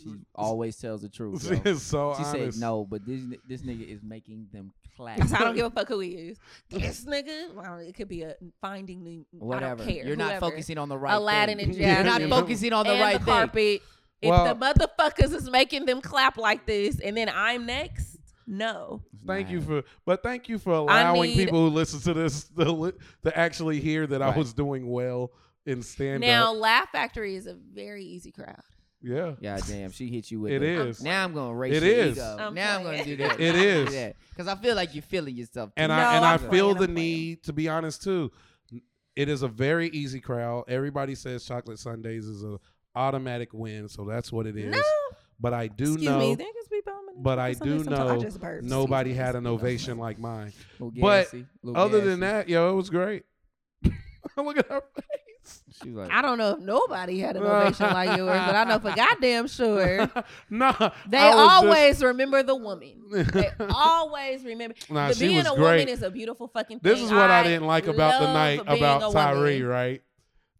Speaker 2: she always tells the truth.
Speaker 3: She
Speaker 2: yo.
Speaker 3: is so
Speaker 2: She
Speaker 3: honest.
Speaker 2: said no, but this ni- this nigga is making them clap.
Speaker 1: So I don't give a fuck who he is. This nigga, well, it could be a finding new.
Speaker 2: Whatever.
Speaker 1: I don't care.
Speaker 2: You're not
Speaker 1: whoever.
Speaker 2: focusing on the right
Speaker 1: Aladdin
Speaker 2: thing.
Speaker 1: and
Speaker 2: You're not
Speaker 1: Jasmine.
Speaker 2: focusing on the
Speaker 1: and
Speaker 2: right
Speaker 1: the
Speaker 2: thing.
Speaker 1: carpet. If
Speaker 3: Well-
Speaker 1: the motherfuckers is making them clap like this, and then I'm next, no.
Speaker 3: Thank you
Speaker 2: Nah.
Speaker 3: for, but thank you for allowing
Speaker 1: need-
Speaker 3: people who listen to this to, li- to actually hear that I
Speaker 2: Right.
Speaker 3: was doing well in stand
Speaker 1: now,
Speaker 3: up.
Speaker 1: Laugh Factory is a very easy crowd.
Speaker 3: Yeah,
Speaker 2: God damn, she hit you with
Speaker 3: it
Speaker 2: the-
Speaker 3: is.
Speaker 2: Now I'm gonna race
Speaker 3: It
Speaker 2: your
Speaker 3: is.
Speaker 2: ego.
Speaker 1: I'm
Speaker 2: now I'm
Speaker 1: playing.
Speaker 2: gonna do that.
Speaker 3: It is.
Speaker 2: because I feel like you're feeling yourself.
Speaker 3: and
Speaker 1: No,
Speaker 3: I and i
Speaker 1: I'm
Speaker 3: feel
Speaker 1: playing,
Speaker 3: the
Speaker 1: I'm playing.
Speaker 3: need to be honest too. It is a very easy crowd. Everybody says chocolate sundaes is a automatic win, so that's what it is.
Speaker 1: No,
Speaker 3: But I do
Speaker 1: excuse
Speaker 3: know
Speaker 1: me, niggas be bumming.
Speaker 3: but I do
Speaker 1: Sometimes I
Speaker 3: know
Speaker 1: just burped.
Speaker 3: nobody
Speaker 1: Excuse me.
Speaker 3: had an ovation like mine. But
Speaker 2: gassy, little
Speaker 3: Other than
Speaker 2: gassy.
Speaker 3: that, yo, it was great. Look at her face.
Speaker 2: she was like,
Speaker 1: I don't know if nobody had an ovation like yours, but I know for goddamn sure
Speaker 3: nah,
Speaker 1: they
Speaker 3: I was just-
Speaker 1: always remember the woman. They always remember.
Speaker 3: Nah,
Speaker 1: the
Speaker 3: she
Speaker 1: being
Speaker 3: was
Speaker 1: a
Speaker 3: great.
Speaker 1: woman is a beautiful fucking thing.
Speaker 3: This is what I, didn't like about the
Speaker 1: love
Speaker 3: night
Speaker 1: being a
Speaker 3: about
Speaker 1: woman.
Speaker 3: Tyree, right?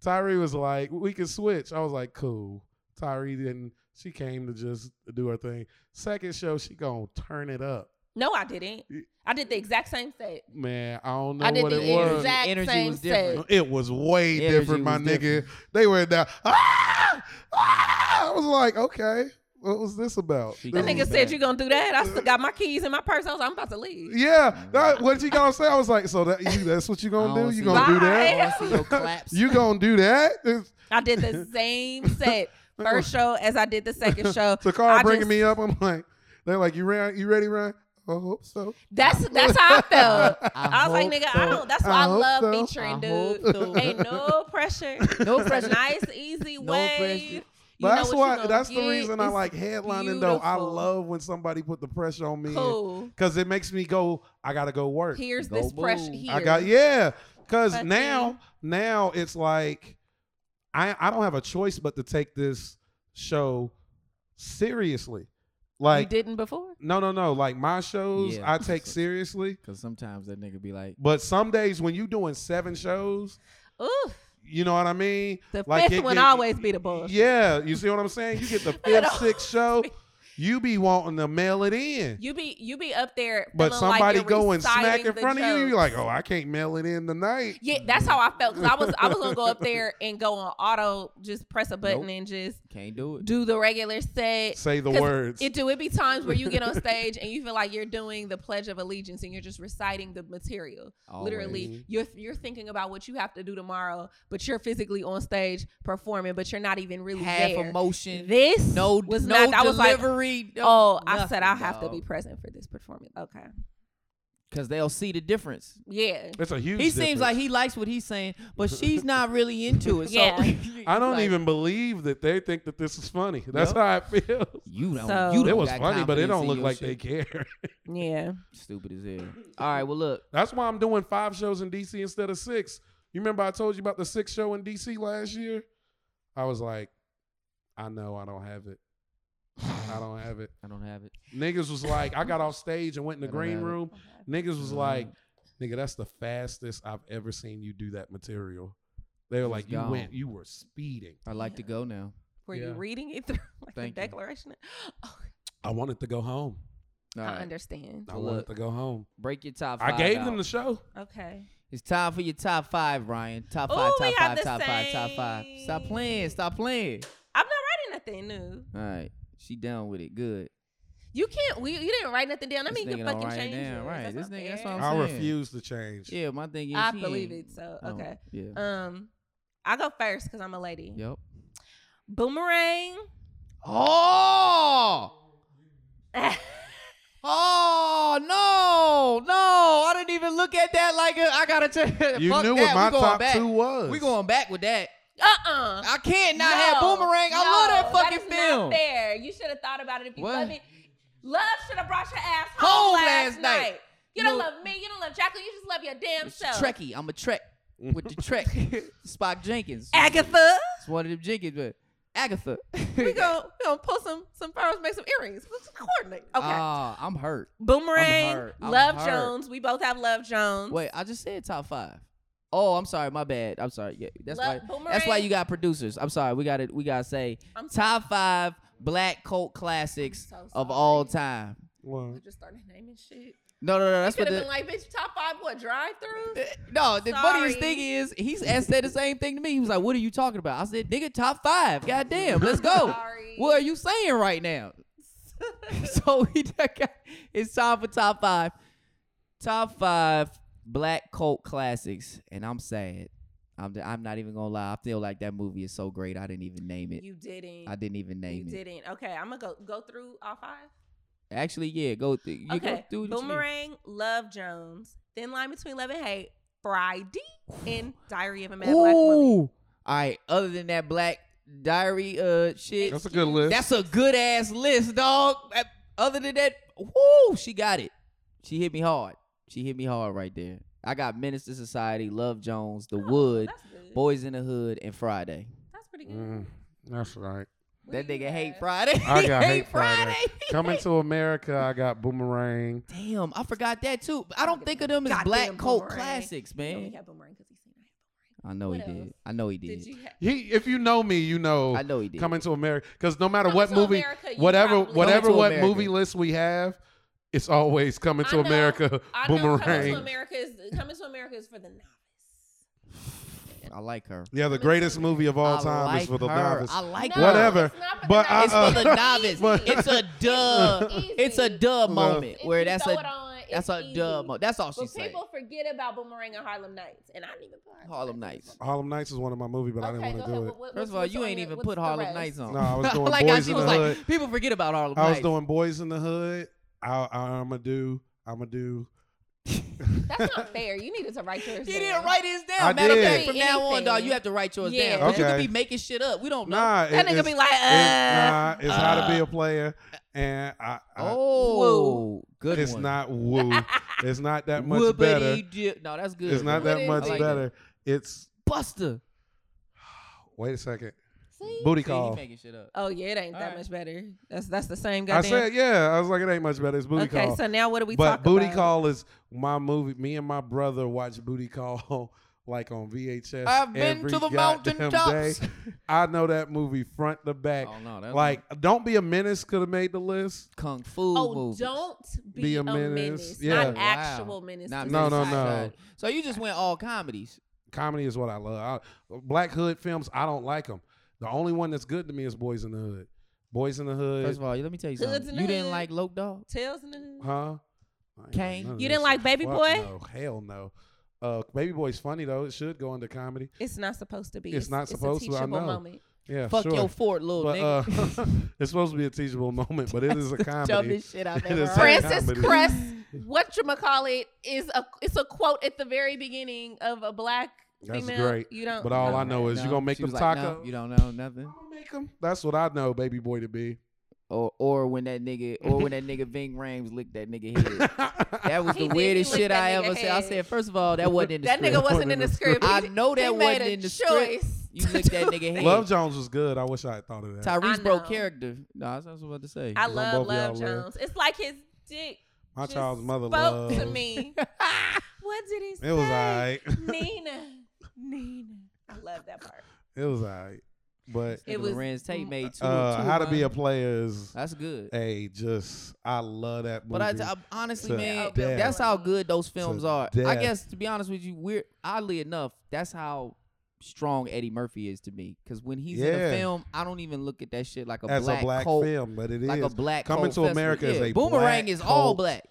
Speaker 3: Tyree was like, we can switch. I was like, cool. Tyree then she came to just do her thing. Second show, she gonna turn it up.
Speaker 1: No, I didn't. I did the exact same set.
Speaker 3: Man, I don't know
Speaker 1: I did
Speaker 3: what
Speaker 1: the
Speaker 3: it was.
Speaker 1: exact
Speaker 2: Energy
Speaker 1: same
Speaker 2: was different.
Speaker 1: set.
Speaker 3: It was way
Speaker 2: Energy
Speaker 3: different, my
Speaker 2: was
Speaker 3: nigga.
Speaker 2: different.
Speaker 3: They were down. Ah! Ah! I was like, okay, what was this about?
Speaker 2: She
Speaker 1: That
Speaker 3: This
Speaker 2: That
Speaker 1: nigga
Speaker 3: was-
Speaker 2: was
Speaker 1: said
Speaker 2: bad.
Speaker 1: you gonna do that. I still got my keys in my purse. I was like, I'm about to leave.
Speaker 3: yeah, that, what you gonna say? I was like, so that you, that's what you
Speaker 2: I
Speaker 3: gonna
Speaker 2: don't
Speaker 3: do? You
Speaker 2: see-
Speaker 3: gonna do
Speaker 2: I
Speaker 3: that?
Speaker 2: don't see no claps.
Speaker 3: You gonna do that? It's-
Speaker 1: I did the same set first show as I did the second show.
Speaker 3: The car
Speaker 1: I
Speaker 3: bringing
Speaker 1: just-
Speaker 3: me up. I'm like, they're like, you ran, you ready, Ryan? I hope so.
Speaker 1: That's that's how I felt.
Speaker 2: I,
Speaker 1: I was like,
Speaker 2: hope
Speaker 1: nigga,
Speaker 2: so.
Speaker 1: I don't. That's why
Speaker 3: I
Speaker 1: I,
Speaker 3: hope
Speaker 1: love
Speaker 3: so.
Speaker 1: featuring,
Speaker 2: I hope
Speaker 1: dude.
Speaker 2: so.
Speaker 1: Ain't no pressure.
Speaker 2: No
Speaker 1: It's a
Speaker 2: pressure.
Speaker 1: nice, easy
Speaker 2: No
Speaker 1: way.
Speaker 2: pressure.
Speaker 1: You know
Speaker 3: But that's
Speaker 1: what you
Speaker 3: why.
Speaker 1: gonna
Speaker 3: That's the
Speaker 1: get.
Speaker 3: reason I
Speaker 1: It's
Speaker 3: like headlining though. I
Speaker 1: beautiful.
Speaker 3: love when somebody put the pressure on me
Speaker 1: Cool.
Speaker 3: because it makes me go. I gotta go work.
Speaker 1: Here's
Speaker 2: Go
Speaker 1: this pressure
Speaker 2: Bulls.
Speaker 1: here.
Speaker 3: I got yeah. Cause
Speaker 1: Fuck
Speaker 3: now now it's like I I don't have a choice but to take this show seriously.
Speaker 1: you
Speaker 3: Like
Speaker 1: didn't before.
Speaker 3: no no no like my shows
Speaker 2: Yeah.
Speaker 3: I take seriously.
Speaker 2: Cause sometimes that nigga be like,
Speaker 3: But some days when you doing seven shows,
Speaker 1: Ooh,
Speaker 3: you know what I mean?
Speaker 1: the
Speaker 3: Like
Speaker 1: fifth
Speaker 3: it
Speaker 1: one
Speaker 3: get-
Speaker 1: always be the bull.
Speaker 3: Yeah, you see what I'm saying? You get the fifth, sixth show. You be wanting to mail it in.
Speaker 1: You be you be up there,
Speaker 3: But
Speaker 1: feeling like
Speaker 3: somebody
Speaker 1: you're
Speaker 3: go and smack
Speaker 1: reciting
Speaker 3: in
Speaker 1: the
Speaker 3: front of you,
Speaker 1: jokes.
Speaker 3: you're like, oh, I can't mail it in tonight.
Speaker 1: Yeah, that's how I felt. Cause I was I was gonna go up there and go on auto, just press a button
Speaker 2: Nope.
Speaker 1: and just
Speaker 2: Can't do it.
Speaker 1: do the regular set.
Speaker 3: Say the
Speaker 1: 'Cause
Speaker 3: words.
Speaker 1: It do it be times where you get on stage and you feel like you're doing the Pledge of Allegiance and you're just reciting the material. Literally,
Speaker 3: Always.
Speaker 1: you're you're thinking about what you have to do tomorrow, but you're physically on stage performing, but you're not even really
Speaker 2: half
Speaker 1: there.
Speaker 2: emotion.
Speaker 1: This
Speaker 2: no,
Speaker 1: was
Speaker 2: no
Speaker 1: not. I was like,
Speaker 2: delivery. no
Speaker 1: oh, I said I
Speaker 2: nothing,
Speaker 1: have to
Speaker 2: dog.
Speaker 1: be present for this performance. Okay,
Speaker 2: because they'll see the difference.
Speaker 1: yeah.
Speaker 3: it's a huge.
Speaker 2: He seems like he likes what he's saying, but she's not really into it. So
Speaker 1: Yeah.
Speaker 3: I don't
Speaker 2: like,
Speaker 3: even believe that they think that this is funny. That's
Speaker 2: Nope.
Speaker 3: how I feel.
Speaker 2: You don't.
Speaker 1: So-
Speaker 2: you
Speaker 1: It
Speaker 2: don't
Speaker 3: It was
Speaker 2: got
Speaker 3: funny, but
Speaker 2: confidence
Speaker 3: it don't
Speaker 2: in
Speaker 3: look
Speaker 2: your
Speaker 3: like they
Speaker 2: shit.
Speaker 3: care.
Speaker 1: Yeah.
Speaker 2: Stupid as hell. All right. Well, look.
Speaker 3: That's why I'm doing five shows in DC instead of six. You remember I told you about the six show in DC last year? I was like, I know I don't have it. I don't have it.
Speaker 2: I don't have it.
Speaker 3: Niggas was like, I got off stage and went in the
Speaker 2: I don't
Speaker 3: green
Speaker 2: have it.
Speaker 3: room. Niggas was
Speaker 2: Mm.
Speaker 3: like, nigga, that's the fastest I've ever seen you do that material. They were
Speaker 2: Just
Speaker 3: like, you
Speaker 2: gone.
Speaker 3: went, you were speeding.
Speaker 2: I'd like to go now.
Speaker 1: Were you
Speaker 3: Yeah.
Speaker 1: reading it through like
Speaker 2: Thank
Speaker 1: the
Speaker 2: you.
Speaker 1: declaration? Oh,
Speaker 3: I wanted to go home.
Speaker 2: All
Speaker 1: I
Speaker 2: right.
Speaker 1: understand.
Speaker 3: I
Speaker 2: Well,
Speaker 3: wanted
Speaker 2: look,
Speaker 3: to go home.
Speaker 2: Break your top five.
Speaker 3: I gave
Speaker 2: out.
Speaker 3: them the show.
Speaker 1: Okay.
Speaker 2: It's time for your top five, Ryan. Top
Speaker 1: Ooh,
Speaker 2: five,
Speaker 1: we
Speaker 2: top
Speaker 1: have
Speaker 2: five,
Speaker 1: the
Speaker 2: top five, top five. Stop
Speaker 1: same.
Speaker 2: playing. Stop playing.
Speaker 1: I'm not writing nothing new.
Speaker 2: All right. She down with it. Good.
Speaker 1: You can't. We, you didn't write nothing down. I
Speaker 2: This
Speaker 1: mean, you
Speaker 2: nigga
Speaker 1: can
Speaker 2: don't
Speaker 1: fucking
Speaker 2: write it
Speaker 1: change
Speaker 2: down,
Speaker 1: yours.
Speaker 2: right. This
Speaker 1: not
Speaker 2: nigga- that's
Speaker 1: fair.
Speaker 2: what I'm
Speaker 3: I
Speaker 2: saying.
Speaker 3: refuse to change.
Speaker 2: Yeah, my thing is.
Speaker 1: I
Speaker 2: she
Speaker 1: believe
Speaker 2: ain't-
Speaker 1: it. So
Speaker 2: Oh,
Speaker 1: okay.
Speaker 2: Yeah.
Speaker 1: Um, I go first because I'm a lady.
Speaker 2: Yep.
Speaker 1: Boomerang.
Speaker 2: Oh.
Speaker 1: Uh-uh.
Speaker 2: Oh no, no! I didn't even look at that like a, I gotta tell
Speaker 3: You
Speaker 2: fuck
Speaker 3: knew
Speaker 2: that.
Speaker 3: what my
Speaker 2: we going
Speaker 3: top
Speaker 2: back.
Speaker 3: two was.
Speaker 2: We going back with that.
Speaker 1: Uh-uh.
Speaker 2: I can't not have
Speaker 1: No,
Speaker 2: boomerang.
Speaker 1: no,
Speaker 2: I love that fucking
Speaker 1: is
Speaker 2: film.
Speaker 1: Not fair. You should have thought about it if you
Speaker 2: What?
Speaker 1: love it. Love should have brought your ass
Speaker 2: Home
Speaker 1: home,
Speaker 2: last
Speaker 1: last,
Speaker 2: night.
Speaker 1: night.
Speaker 2: You
Speaker 1: You don't
Speaker 2: know-
Speaker 1: love me. You don't love Jacqueline. You just love your damn
Speaker 2: It's
Speaker 1: self.
Speaker 2: Trekkie. I'm a Trek with the Trek. Spock Jenkins.
Speaker 1: Agatha.
Speaker 2: It's one of them Jenkins, but Agatha.
Speaker 1: We go. We gonna pull some some pearls, make some earrings. Let's coordinate. Okay.
Speaker 2: Ah, I'm hurt. I'm
Speaker 1: Boomerang.
Speaker 2: hurt. I'm
Speaker 1: Love
Speaker 2: hurt.
Speaker 1: Jones. We both have Love Jones.
Speaker 2: Wait, I just said top five. Oh, I'm sorry. My bad. I'm sorry. Yeah, that's
Speaker 1: Love-
Speaker 2: why. That's why
Speaker 1: Boomerang.
Speaker 2: you got producers. I'm sorry. We got to We got to say
Speaker 1: I'm sorry.
Speaker 2: top five black cult classics
Speaker 1: I'm so
Speaker 2: of
Speaker 1: sorry.
Speaker 2: all time.
Speaker 1: We
Speaker 3: Well,
Speaker 1: just started naming shit.
Speaker 2: No, no, no. That's
Speaker 1: Could
Speaker 2: what
Speaker 1: have
Speaker 2: the.
Speaker 1: been like, bitch, top five what drive through?
Speaker 2: Uh, No, the funniest
Speaker 1: Sorry.
Speaker 2: thing is he's asked said the same thing to me. He was like, "What are you talking about?" I said, "Nigga, top five. God damn, let's go."
Speaker 1: Sorry.
Speaker 2: What are you saying right now? so we done got- it's time for top five, top five black cult classics, and I'm sad. I'm I'm not even gonna lie. I feel like that movie is so great. I didn't even name it.
Speaker 1: You didn't.
Speaker 2: I didn't even
Speaker 1: you
Speaker 2: name it.
Speaker 1: didn't. Okay, I'm gonna go go through all five.
Speaker 2: Actually, yeah, go. Th- you
Speaker 1: okay.
Speaker 2: go through what you need.
Speaker 1: Boomerang, Love Jones, Thin Line Between Love and Hate, Friday, and Diary of a Mad
Speaker 2: Ooh.
Speaker 1: Black Woman.
Speaker 2: All right. Other than that, Black Diary uh shit.
Speaker 3: that's a good list.
Speaker 2: That's a good ass list, dog. Other than that, whoo, she got it. She hit me hard. She hit me hard right there. I got Menace to Society, Love Jones, The
Speaker 1: Oh,
Speaker 2: Wood,
Speaker 1: That's good.
Speaker 2: Boys in the Hood, and Friday.
Speaker 1: That's pretty good.
Speaker 3: Mm, that's right.
Speaker 1: What
Speaker 2: That
Speaker 1: do you
Speaker 2: nigga hate
Speaker 1: have?
Speaker 2: Friday.
Speaker 3: I
Speaker 2: He
Speaker 3: got Hate Friday.
Speaker 2: He
Speaker 3: Coming
Speaker 2: hate-
Speaker 3: to America, I got Boomerang.
Speaker 2: Damn, I forgot that too. I don't think of them as
Speaker 1: Goddamn
Speaker 2: black cult
Speaker 1: boomerang.
Speaker 2: classics,
Speaker 1: He only
Speaker 2: man.
Speaker 1: had Boomerang because he seen I had
Speaker 2: I know he
Speaker 1: What
Speaker 2: did.
Speaker 1: else?
Speaker 2: I know he
Speaker 1: Boomerang.
Speaker 2: did.
Speaker 1: Eh? Did you have
Speaker 3: He, if you know me, you know,
Speaker 2: I know he did.
Speaker 3: Oh, Coming to America. Because no matter
Speaker 1: Coming
Speaker 3: what
Speaker 1: to
Speaker 3: movie,
Speaker 1: America, you
Speaker 3: whatever,
Speaker 1: probably-
Speaker 3: whatever,
Speaker 2: Coming to
Speaker 3: what
Speaker 2: America.
Speaker 3: movie list we have, it's always Coming
Speaker 1: I
Speaker 3: to
Speaker 1: know-
Speaker 3: America,
Speaker 1: I know coming to
Speaker 3: Boomerang.
Speaker 1: America is coming to America is for the novice.
Speaker 2: I like her.
Speaker 3: Yeah, the greatest movie of all
Speaker 2: I
Speaker 3: time
Speaker 2: like
Speaker 3: is for the
Speaker 2: her.
Speaker 3: novice.
Speaker 2: I like
Speaker 3: No,
Speaker 2: her.
Speaker 3: Whatever.
Speaker 1: it's not for the
Speaker 3: But,
Speaker 1: novice.
Speaker 2: It's
Speaker 3: Uh-uh.
Speaker 2: for the novice.
Speaker 3: But-
Speaker 2: it's a dub.
Speaker 1: uh, Easy.
Speaker 2: It's a dub
Speaker 3: Well,
Speaker 2: moment
Speaker 1: If
Speaker 2: where
Speaker 1: you
Speaker 2: that's
Speaker 1: throw
Speaker 2: a
Speaker 1: it on, it's
Speaker 2: that's a
Speaker 1: easy.
Speaker 2: dub Oh, moment. That's all she
Speaker 1: But
Speaker 2: said.
Speaker 1: people forget about Boomerang and Harlem Nights, and I didn't even put
Speaker 2: Harlem Nights.
Speaker 3: Harlem Nights is one of my movies, but I didn't want to do it.
Speaker 2: First of all, you ain't even put Harlem Nights on.
Speaker 3: No, I was doing
Speaker 2: like how
Speaker 3: Boys
Speaker 2: she
Speaker 3: in
Speaker 2: was
Speaker 3: the
Speaker 2: like,
Speaker 3: Hood.
Speaker 2: people forget about Harlem
Speaker 3: I was
Speaker 2: Nights.
Speaker 3: doing Boys in the Hood. I, I, I'm gonna do. I'm gonna do.
Speaker 1: That's not fair. You needed to write yours.
Speaker 2: He
Speaker 1: down.
Speaker 2: didn't write his down.
Speaker 3: I
Speaker 2: Matter of
Speaker 3: did.
Speaker 2: fact, from now on,
Speaker 1: Anything.
Speaker 2: dog, you have to write yours
Speaker 1: Yeah.
Speaker 2: down. 'cause You
Speaker 3: Okay.
Speaker 2: could be making shit up. We don't know.
Speaker 3: Nah,
Speaker 1: That
Speaker 3: it-
Speaker 1: nigga
Speaker 3: it's-
Speaker 1: be like,
Speaker 3: It's
Speaker 1: uh,
Speaker 3: not. It's how to be a player, and I. I
Speaker 2: oh, good
Speaker 3: it's
Speaker 2: one.
Speaker 3: not woo. it's not that much
Speaker 2: Woodbuddy
Speaker 3: better.
Speaker 2: Dip- No, that's good.
Speaker 3: It's not
Speaker 1: What
Speaker 3: that
Speaker 1: is
Speaker 3: much
Speaker 2: it? I like
Speaker 3: better. It's
Speaker 2: Buster.
Speaker 3: wait a second.
Speaker 1: See?
Speaker 3: Booty
Speaker 2: See, he
Speaker 3: call.
Speaker 2: making shit up.
Speaker 1: Oh yeah, it ain't that
Speaker 2: Alright.
Speaker 1: much better. That's that's the same
Speaker 3: I
Speaker 1: goddamn.
Speaker 3: said yeah. I was like it ain't much better. It's booty
Speaker 1: okay,
Speaker 3: call.
Speaker 1: so now what do we
Speaker 3: but
Speaker 1: talk
Speaker 3: booty
Speaker 1: about?
Speaker 3: call is my movie. Me and my brother watched booty call like on VHS.
Speaker 2: I've been
Speaker 3: every
Speaker 2: to the
Speaker 3: goddamn
Speaker 2: mountaintops.
Speaker 3: day. I know that movie front to back.
Speaker 2: Oh no, that's
Speaker 3: Like, don't be a menace could have made the list.
Speaker 2: kung fu
Speaker 1: Oh,
Speaker 2: movie.
Speaker 1: don't be,
Speaker 3: Be
Speaker 1: a
Speaker 3: a
Speaker 1: menace.
Speaker 3: menace.
Speaker 1: Not
Speaker 2: Yeah.
Speaker 1: actual
Speaker 2: Wow.
Speaker 1: menace.
Speaker 2: Not
Speaker 1: to
Speaker 3: No,
Speaker 1: the
Speaker 3: no,
Speaker 1: society.
Speaker 3: no.
Speaker 2: Suicide. So you just went all comedies.
Speaker 3: Comedy is what I love. I- Black hood films, I don't like them. The only one that's good to me is Boys in the Hood. Boys in the Hood,
Speaker 2: First of all, let me tell you
Speaker 1: Hoods
Speaker 2: something.
Speaker 1: in the
Speaker 2: You didn't
Speaker 1: hood.
Speaker 2: like Loke Dog?
Speaker 1: Tails in the hood.
Speaker 3: huh? I ain't
Speaker 2: Kane.
Speaker 3: none of
Speaker 1: You
Speaker 3: that
Speaker 1: didn't like
Speaker 3: shit.
Speaker 1: Baby
Speaker 3: Fuck
Speaker 1: Boy?
Speaker 3: No, hell no. Uh, Baby Boy's funny though. It should go into comedy.
Speaker 1: It's not supposed to be.
Speaker 3: It's not supposed
Speaker 1: a
Speaker 3: to, I
Speaker 1: teachable
Speaker 3: know.
Speaker 1: Moment.
Speaker 3: Yeah,
Speaker 2: Fuck
Speaker 3: sure.
Speaker 2: your fort, little
Speaker 3: but
Speaker 2: nigga.
Speaker 3: uh, it's supposed to be a teachable moment, but it is a uh, comedy.
Speaker 2: Dumbest shit I've
Speaker 3: It
Speaker 2: ever
Speaker 3: is
Speaker 2: heard.
Speaker 3: a
Speaker 1: Francis
Speaker 3: comedy.
Speaker 1: Cress, what you call it is a it's a quote at the very beginning of a black
Speaker 3: That's
Speaker 1: female.
Speaker 3: great,
Speaker 1: You don't.
Speaker 3: but all
Speaker 1: no.
Speaker 3: I know is you
Speaker 2: No.
Speaker 3: gonna make
Speaker 2: She
Speaker 3: them
Speaker 2: was like, no,
Speaker 3: taco.
Speaker 2: you don't know nothing.
Speaker 3: I'm gonna make them. That's what I know, Baby Boy to be.
Speaker 2: Or or when that nigga or when that nigga Ving Rhames licked that nigga head. That was
Speaker 1: He
Speaker 2: the
Speaker 1: did, he
Speaker 2: weirdest
Speaker 1: licked
Speaker 2: shit
Speaker 1: that
Speaker 2: I
Speaker 1: nigga
Speaker 2: ever said. I
Speaker 1: head.
Speaker 2: said, first of all, that wasn't in the
Speaker 1: That
Speaker 2: script.
Speaker 1: nigga wasn't in the script.
Speaker 2: I know
Speaker 1: He
Speaker 2: that
Speaker 1: made
Speaker 2: wasn't
Speaker 1: a
Speaker 2: in the script.
Speaker 1: choice
Speaker 2: You
Speaker 1: to
Speaker 2: licked
Speaker 1: do
Speaker 2: that nigga head.
Speaker 3: Love Jones was good. I wish I had thought of that.
Speaker 2: Tyrese
Speaker 1: I
Speaker 2: broke
Speaker 1: know.
Speaker 2: character. Nah, that's what I was about to say.
Speaker 1: I
Speaker 3: on
Speaker 1: love
Speaker 3: both y'all
Speaker 1: Love
Speaker 3: live.
Speaker 1: Jones. It's like his dick.
Speaker 3: My
Speaker 1: just
Speaker 3: child's mother
Speaker 1: spoke
Speaker 3: loves.
Speaker 1: to me. what did he say?
Speaker 3: It was alright.
Speaker 1: Nina, Nina. I love that part.
Speaker 3: It was alright. But
Speaker 1: It
Speaker 2: It
Speaker 1: was-
Speaker 2: was Lorenz Tate made two.
Speaker 3: uh,
Speaker 2: two,
Speaker 3: how to be
Speaker 2: huh?
Speaker 3: a player is
Speaker 2: That's good.
Speaker 3: a just. I love that movie.
Speaker 2: But I, I honestly,
Speaker 3: to
Speaker 2: man,
Speaker 1: death.
Speaker 2: that's how good those films
Speaker 3: To
Speaker 2: are. I
Speaker 3: death.
Speaker 2: guess to be honest with you, we're oddly enough, that's how strong Eddie Murphy is to me. Because when he's in a
Speaker 3: Yeah.
Speaker 2: film, I don't even look at that shit like a
Speaker 3: as
Speaker 2: black,
Speaker 3: a black
Speaker 2: cult,
Speaker 3: film, but it is
Speaker 2: like a black
Speaker 3: Coming
Speaker 2: cult
Speaker 3: to
Speaker 2: festival.
Speaker 3: America is
Speaker 2: Yeah,
Speaker 3: a
Speaker 2: boomerang
Speaker 3: black
Speaker 2: is all
Speaker 3: cult
Speaker 2: black.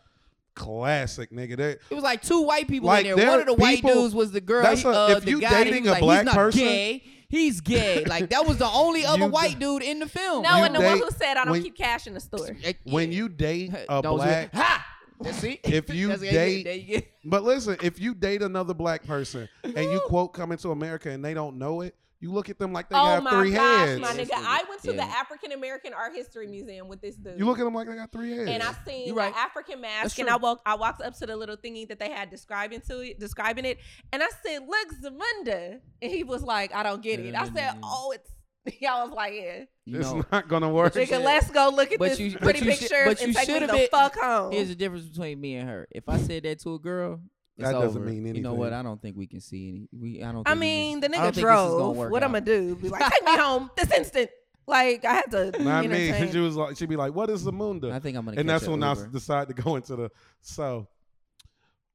Speaker 3: classic, nigga. That
Speaker 2: It was like two white people
Speaker 3: Like,
Speaker 2: in there.
Speaker 3: there
Speaker 2: One of the white
Speaker 3: people-
Speaker 2: dudes was the girl.
Speaker 3: that's
Speaker 2: he-
Speaker 3: a-
Speaker 2: uh,
Speaker 3: if
Speaker 2: the
Speaker 3: you
Speaker 2: guy, he
Speaker 3: dating
Speaker 2: was
Speaker 3: a
Speaker 2: like,
Speaker 3: black
Speaker 2: he's not
Speaker 3: person-
Speaker 2: gay. He's gay. Like that was the only other
Speaker 3: You
Speaker 2: white dude in the film.
Speaker 1: No,
Speaker 3: You
Speaker 1: and the one
Speaker 3: date-
Speaker 1: who said I don't
Speaker 3: when-
Speaker 1: keep cash in the store.
Speaker 2: Like,
Speaker 3: when
Speaker 2: yeah.
Speaker 3: you date a
Speaker 2: Those are-
Speaker 3: black,
Speaker 2: ha. That's it.
Speaker 3: If you
Speaker 2: That's what you get.
Speaker 3: date-
Speaker 2: There you get.
Speaker 3: but listen, if you date another black person and you quote "Coming to America" and they don't know it, you look at them like they
Speaker 1: oh
Speaker 3: got
Speaker 1: my
Speaker 3: three
Speaker 1: gosh,
Speaker 3: heads.
Speaker 1: my nigga!
Speaker 2: Yeah.
Speaker 1: I went to the
Speaker 2: Yeah.
Speaker 1: African American Art History Museum with this dude.
Speaker 3: You look at them like they got three heads.
Speaker 1: and I seen
Speaker 2: You right.
Speaker 1: the African mask,
Speaker 2: That's
Speaker 1: and
Speaker 2: true.
Speaker 1: I walked. I walked up to the little thingy that they had describing to it, describing it, and I said, "Look, Zamunda," and he was like, "I don't get it." I said,
Speaker 2: Mm.
Speaker 1: "Oh, it's." Y'all was like, "Yeah,
Speaker 2: You
Speaker 3: it's
Speaker 2: know,
Speaker 3: not gonna work.
Speaker 2: But you
Speaker 1: nigga,
Speaker 2: should-
Speaker 1: let's go look at
Speaker 2: but
Speaker 1: this
Speaker 2: you- but
Speaker 1: pretty
Speaker 2: you should-
Speaker 1: picture
Speaker 2: but you
Speaker 1: and take me
Speaker 2: should
Speaker 1: the
Speaker 2: have been-
Speaker 1: fuck home."
Speaker 2: Here's the difference between me and her. If I said that to a girl, it's
Speaker 3: That doesn't
Speaker 2: over.
Speaker 3: mean
Speaker 2: You know what?
Speaker 3: anything.
Speaker 2: I don't think we can see any. We, I don't. Think
Speaker 1: I
Speaker 2: we
Speaker 1: mean,
Speaker 2: can-
Speaker 1: the
Speaker 2: I
Speaker 1: nigga
Speaker 2: don't think this is gonna
Speaker 1: drove.
Speaker 2: work
Speaker 1: What I'm
Speaker 2: out.
Speaker 1: gonna do? Be like, "Take me home this instant." Like I had to.
Speaker 3: Not me.
Speaker 1: entertain.
Speaker 3: She was like, she'd be like, "What is the Munda?"
Speaker 2: I think I'm gonna.
Speaker 3: and
Speaker 2: catch
Speaker 3: that's
Speaker 2: a
Speaker 3: when I
Speaker 2: Uber.
Speaker 3: decide to go into the so.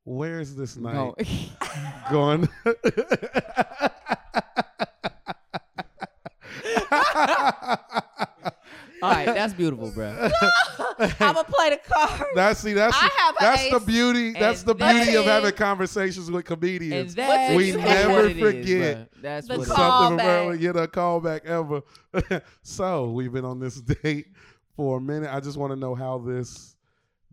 Speaker 3: Where's this night
Speaker 2: No.
Speaker 3: going?
Speaker 2: All right, that's beautiful, bro.
Speaker 1: I'm gonna play the card.
Speaker 3: That's see. That's
Speaker 1: I have a
Speaker 3: that's the
Speaker 1: ace
Speaker 3: beauty. That's
Speaker 2: and
Speaker 3: the beauty of
Speaker 1: then-
Speaker 3: having conversations with
Speaker 2: And
Speaker 3: comedians.
Speaker 2: that
Speaker 3: We
Speaker 2: is
Speaker 3: never
Speaker 2: what it is,
Speaker 3: forget
Speaker 2: bruh. That's
Speaker 1: the
Speaker 2: what it is.
Speaker 1: call.
Speaker 3: Something about
Speaker 1: Callback.
Speaker 3: get a callback ever. so we've been on this date for a minute. I just want to know how this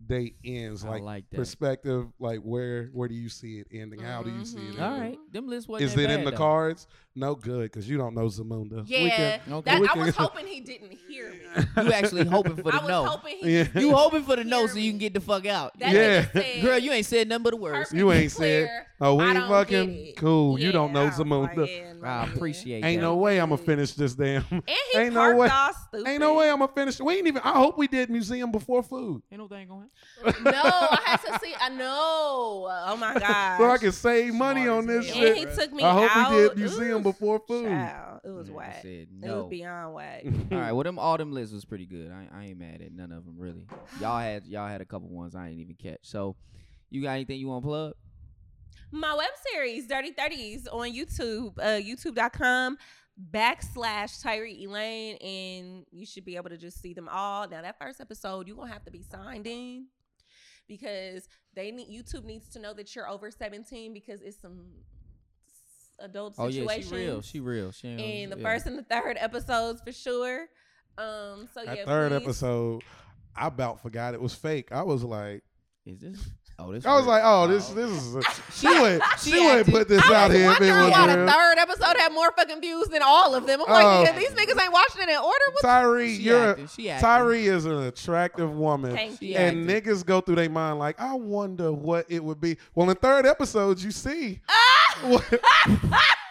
Speaker 3: date ends.
Speaker 2: I
Speaker 3: Like,
Speaker 2: like that.
Speaker 3: perspective. Like where where do you see it ending? How do you see it?
Speaker 1: Mhm.
Speaker 3: Ending?
Speaker 2: All right, them lists wasn't
Speaker 3: Is
Speaker 2: that
Speaker 3: it in
Speaker 2: bad,
Speaker 3: the
Speaker 2: though.
Speaker 3: cards? No good because you don't know Zamunda. We
Speaker 1: Yeah,
Speaker 3: can-
Speaker 2: okay.
Speaker 1: that,
Speaker 3: we
Speaker 1: I was
Speaker 3: can-
Speaker 1: hoping he didn't hear me.
Speaker 2: You actually hoping for the
Speaker 1: I was
Speaker 2: no.
Speaker 1: hoping he
Speaker 3: Yeah.
Speaker 2: You hoping for the no
Speaker 1: Hear
Speaker 2: so you can
Speaker 1: me.
Speaker 2: get the fuck out.
Speaker 1: That
Speaker 3: Yeah.
Speaker 1: nigga said,
Speaker 2: Girl, you ain't said nothing but the words.
Speaker 1: "Perfect
Speaker 3: You ain't
Speaker 1: clear,
Speaker 3: said. Oh, we
Speaker 1: I
Speaker 3: ain't
Speaker 1: don't
Speaker 3: fucking
Speaker 1: get it."
Speaker 3: cool. You don't
Speaker 1: Yeah,
Speaker 3: know
Speaker 1: I was
Speaker 3: Zamunda.
Speaker 1: like, yeah, no,
Speaker 2: I
Speaker 1: yeah.
Speaker 2: appreciate
Speaker 3: Ain't
Speaker 2: that.
Speaker 3: no way I'm gonna finish this damn.
Speaker 1: And he
Speaker 3: Ain't
Speaker 1: ain't
Speaker 3: no
Speaker 1: parked
Speaker 3: way.
Speaker 1: all stupid.
Speaker 3: Ain't no way I'm gonna finish. We ain't even. I hope we did museum before food,
Speaker 2: Ain't no thing going.
Speaker 1: No, I had to see. I know. Oh my god.
Speaker 3: so I can save money
Speaker 2: Smart
Speaker 3: on
Speaker 2: as
Speaker 3: this
Speaker 2: hell.
Speaker 1: and he
Speaker 3: shit.
Speaker 1: took me
Speaker 3: I hope
Speaker 1: out.
Speaker 3: we did museum
Speaker 1: Ooh,
Speaker 3: before food.
Speaker 1: Child, it was
Speaker 2: Nigga
Speaker 1: whack.
Speaker 2: said
Speaker 1: It
Speaker 2: no.
Speaker 1: was beyond whack.
Speaker 2: All right, well, them all them lists was pretty good. I, I ain't mad at none of them really. Y'all had y'all had a couple ones I ain't even catch. So, you got anything you want to plug?
Speaker 1: My web series, Dirty Thirties, on YouTube, uh, YouTube.com backslash Tyree Elaine, and you should be able to just see them all. Now that first episode, you're gonna have to be signed in because they need YouTube needs to know that you're over 17 because it's some s- adult
Speaker 2: Oh
Speaker 1: situation.
Speaker 2: yeah, she real. She real. She ain't
Speaker 1: and the
Speaker 2: yeah.
Speaker 1: first and the third episodes for sure. Um, so
Speaker 3: That
Speaker 1: yeah,
Speaker 3: third
Speaker 1: please.
Speaker 3: episode, I about forgot it was fake. I was like,
Speaker 2: is this. Oh, this.
Speaker 3: I was
Speaker 2: real.
Speaker 3: like, oh, this
Speaker 2: okay.
Speaker 3: this is. A, she
Speaker 2: She-
Speaker 3: wouldn't
Speaker 2: she
Speaker 3: she, wouldn't
Speaker 2: acted-
Speaker 3: put this
Speaker 1: I
Speaker 3: out
Speaker 1: was
Speaker 3: here if it
Speaker 1: wondering
Speaker 3: was
Speaker 1: why the
Speaker 3: real.
Speaker 1: third episode had more fucking views than all of them. I'm like,
Speaker 3: Oh.
Speaker 1: nigga, these niggas ain't watching it in order. What
Speaker 3: Tyree,
Speaker 2: She
Speaker 3: you're
Speaker 2: acting, she acting.
Speaker 3: Tyree is an attractive woman.
Speaker 1: Thank
Speaker 2: She
Speaker 1: you.
Speaker 2: acting.
Speaker 3: and niggas go through their mind like, I wonder what it would be. Well, in third episode, you see.
Speaker 1: Ah!
Speaker 3: what-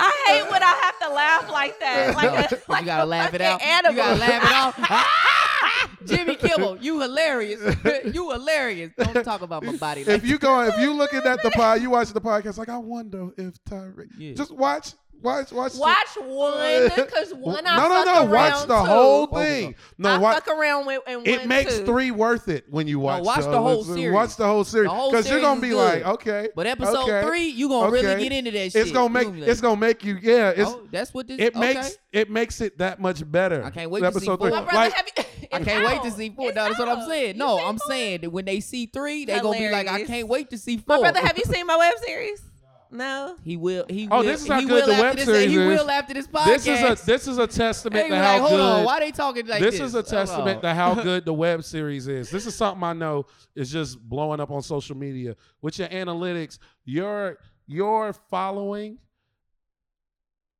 Speaker 1: I hate when I have to laugh like that. Like a,
Speaker 2: No,
Speaker 1: like
Speaker 2: you
Speaker 1: a
Speaker 2: gotta laugh
Speaker 1: fucking
Speaker 2: it out.
Speaker 1: Animal.
Speaker 2: You gotta laugh it out. Jimmy Kimmel, you hilarious. you hilarious. Don't talk about my body like
Speaker 3: if you go, if you looking at the pod, you watching the podcast, like I wonder if Tyreek.
Speaker 2: Yeah.
Speaker 3: Just watch, watch, watch. the-
Speaker 5: Watch one, cause one I
Speaker 3: no, no,
Speaker 5: fuck
Speaker 3: no.
Speaker 5: around
Speaker 3: Watch the
Speaker 5: too.
Speaker 3: whole
Speaker 2: Oh,
Speaker 3: thing.
Speaker 5: I
Speaker 3: No, watch.
Speaker 5: fuck around with and
Speaker 3: It
Speaker 5: one
Speaker 3: makes
Speaker 5: too.
Speaker 3: three worth it when you watch.
Speaker 2: watch the whole series.
Speaker 3: Watch the whole series
Speaker 2: The whole
Speaker 3: because you're
Speaker 2: series
Speaker 3: gonna
Speaker 2: is
Speaker 3: be
Speaker 2: good.
Speaker 3: like, okay.
Speaker 2: But episode
Speaker 3: okay,
Speaker 2: three, you gonna really
Speaker 3: okay.
Speaker 2: get into that shit.
Speaker 3: It's gonna make
Speaker 2: You
Speaker 3: it's gonna make you yeah.
Speaker 2: be like,
Speaker 3: It's
Speaker 2: oh, that's what this.
Speaker 3: it
Speaker 2: okay.
Speaker 3: makes it makes it that much better.
Speaker 2: I can't wait to see
Speaker 3: Episode three.
Speaker 2: four.
Speaker 5: My brother,
Speaker 3: Like,
Speaker 5: have you,
Speaker 2: I
Speaker 5: It's
Speaker 2: can't
Speaker 5: out.
Speaker 2: wait to see four.
Speaker 5: It's
Speaker 2: No, that's what I'm
Speaker 5: out.
Speaker 2: saying.
Speaker 5: You
Speaker 2: No,
Speaker 5: seen
Speaker 2: I'm
Speaker 5: four?
Speaker 2: saying that when they see three, they gonna be like, I
Speaker 1: Hilarious.
Speaker 2: can't wait to see
Speaker 1: My
Speaker 2: four.
Speaker 1: brother, have you seen my web series? No.
Speaker 2: He will. He
Speaker 3: Oh,
Speaker 2: will.
Speaker 3: this is how
Speaker 2: he will
Speaker 3: good the
Speaker 2: after
Speaker 3: web
Speaker 2: this,
Speaker 3: series
Speaker 2: He
Speaker 3: is.
Speaker 2: will after this podcast.
Speaker 3: this is a this is a testament
Speaker 2: They
Speaker 3: to
Speaker 2: be
Speaker 3: how
Speaker 2: like, hold
Speaker 3: good.
Speaker 2: on, why they talking like this?
Speaker 3: this is a
Speaker 1: Oh,
Speaker 2: Hold
Speaker 3: testament
Speaker 2: on.
Speaker 3: to how good the web series is. This is something I know is just blowing up on social media. With your analytics, your your following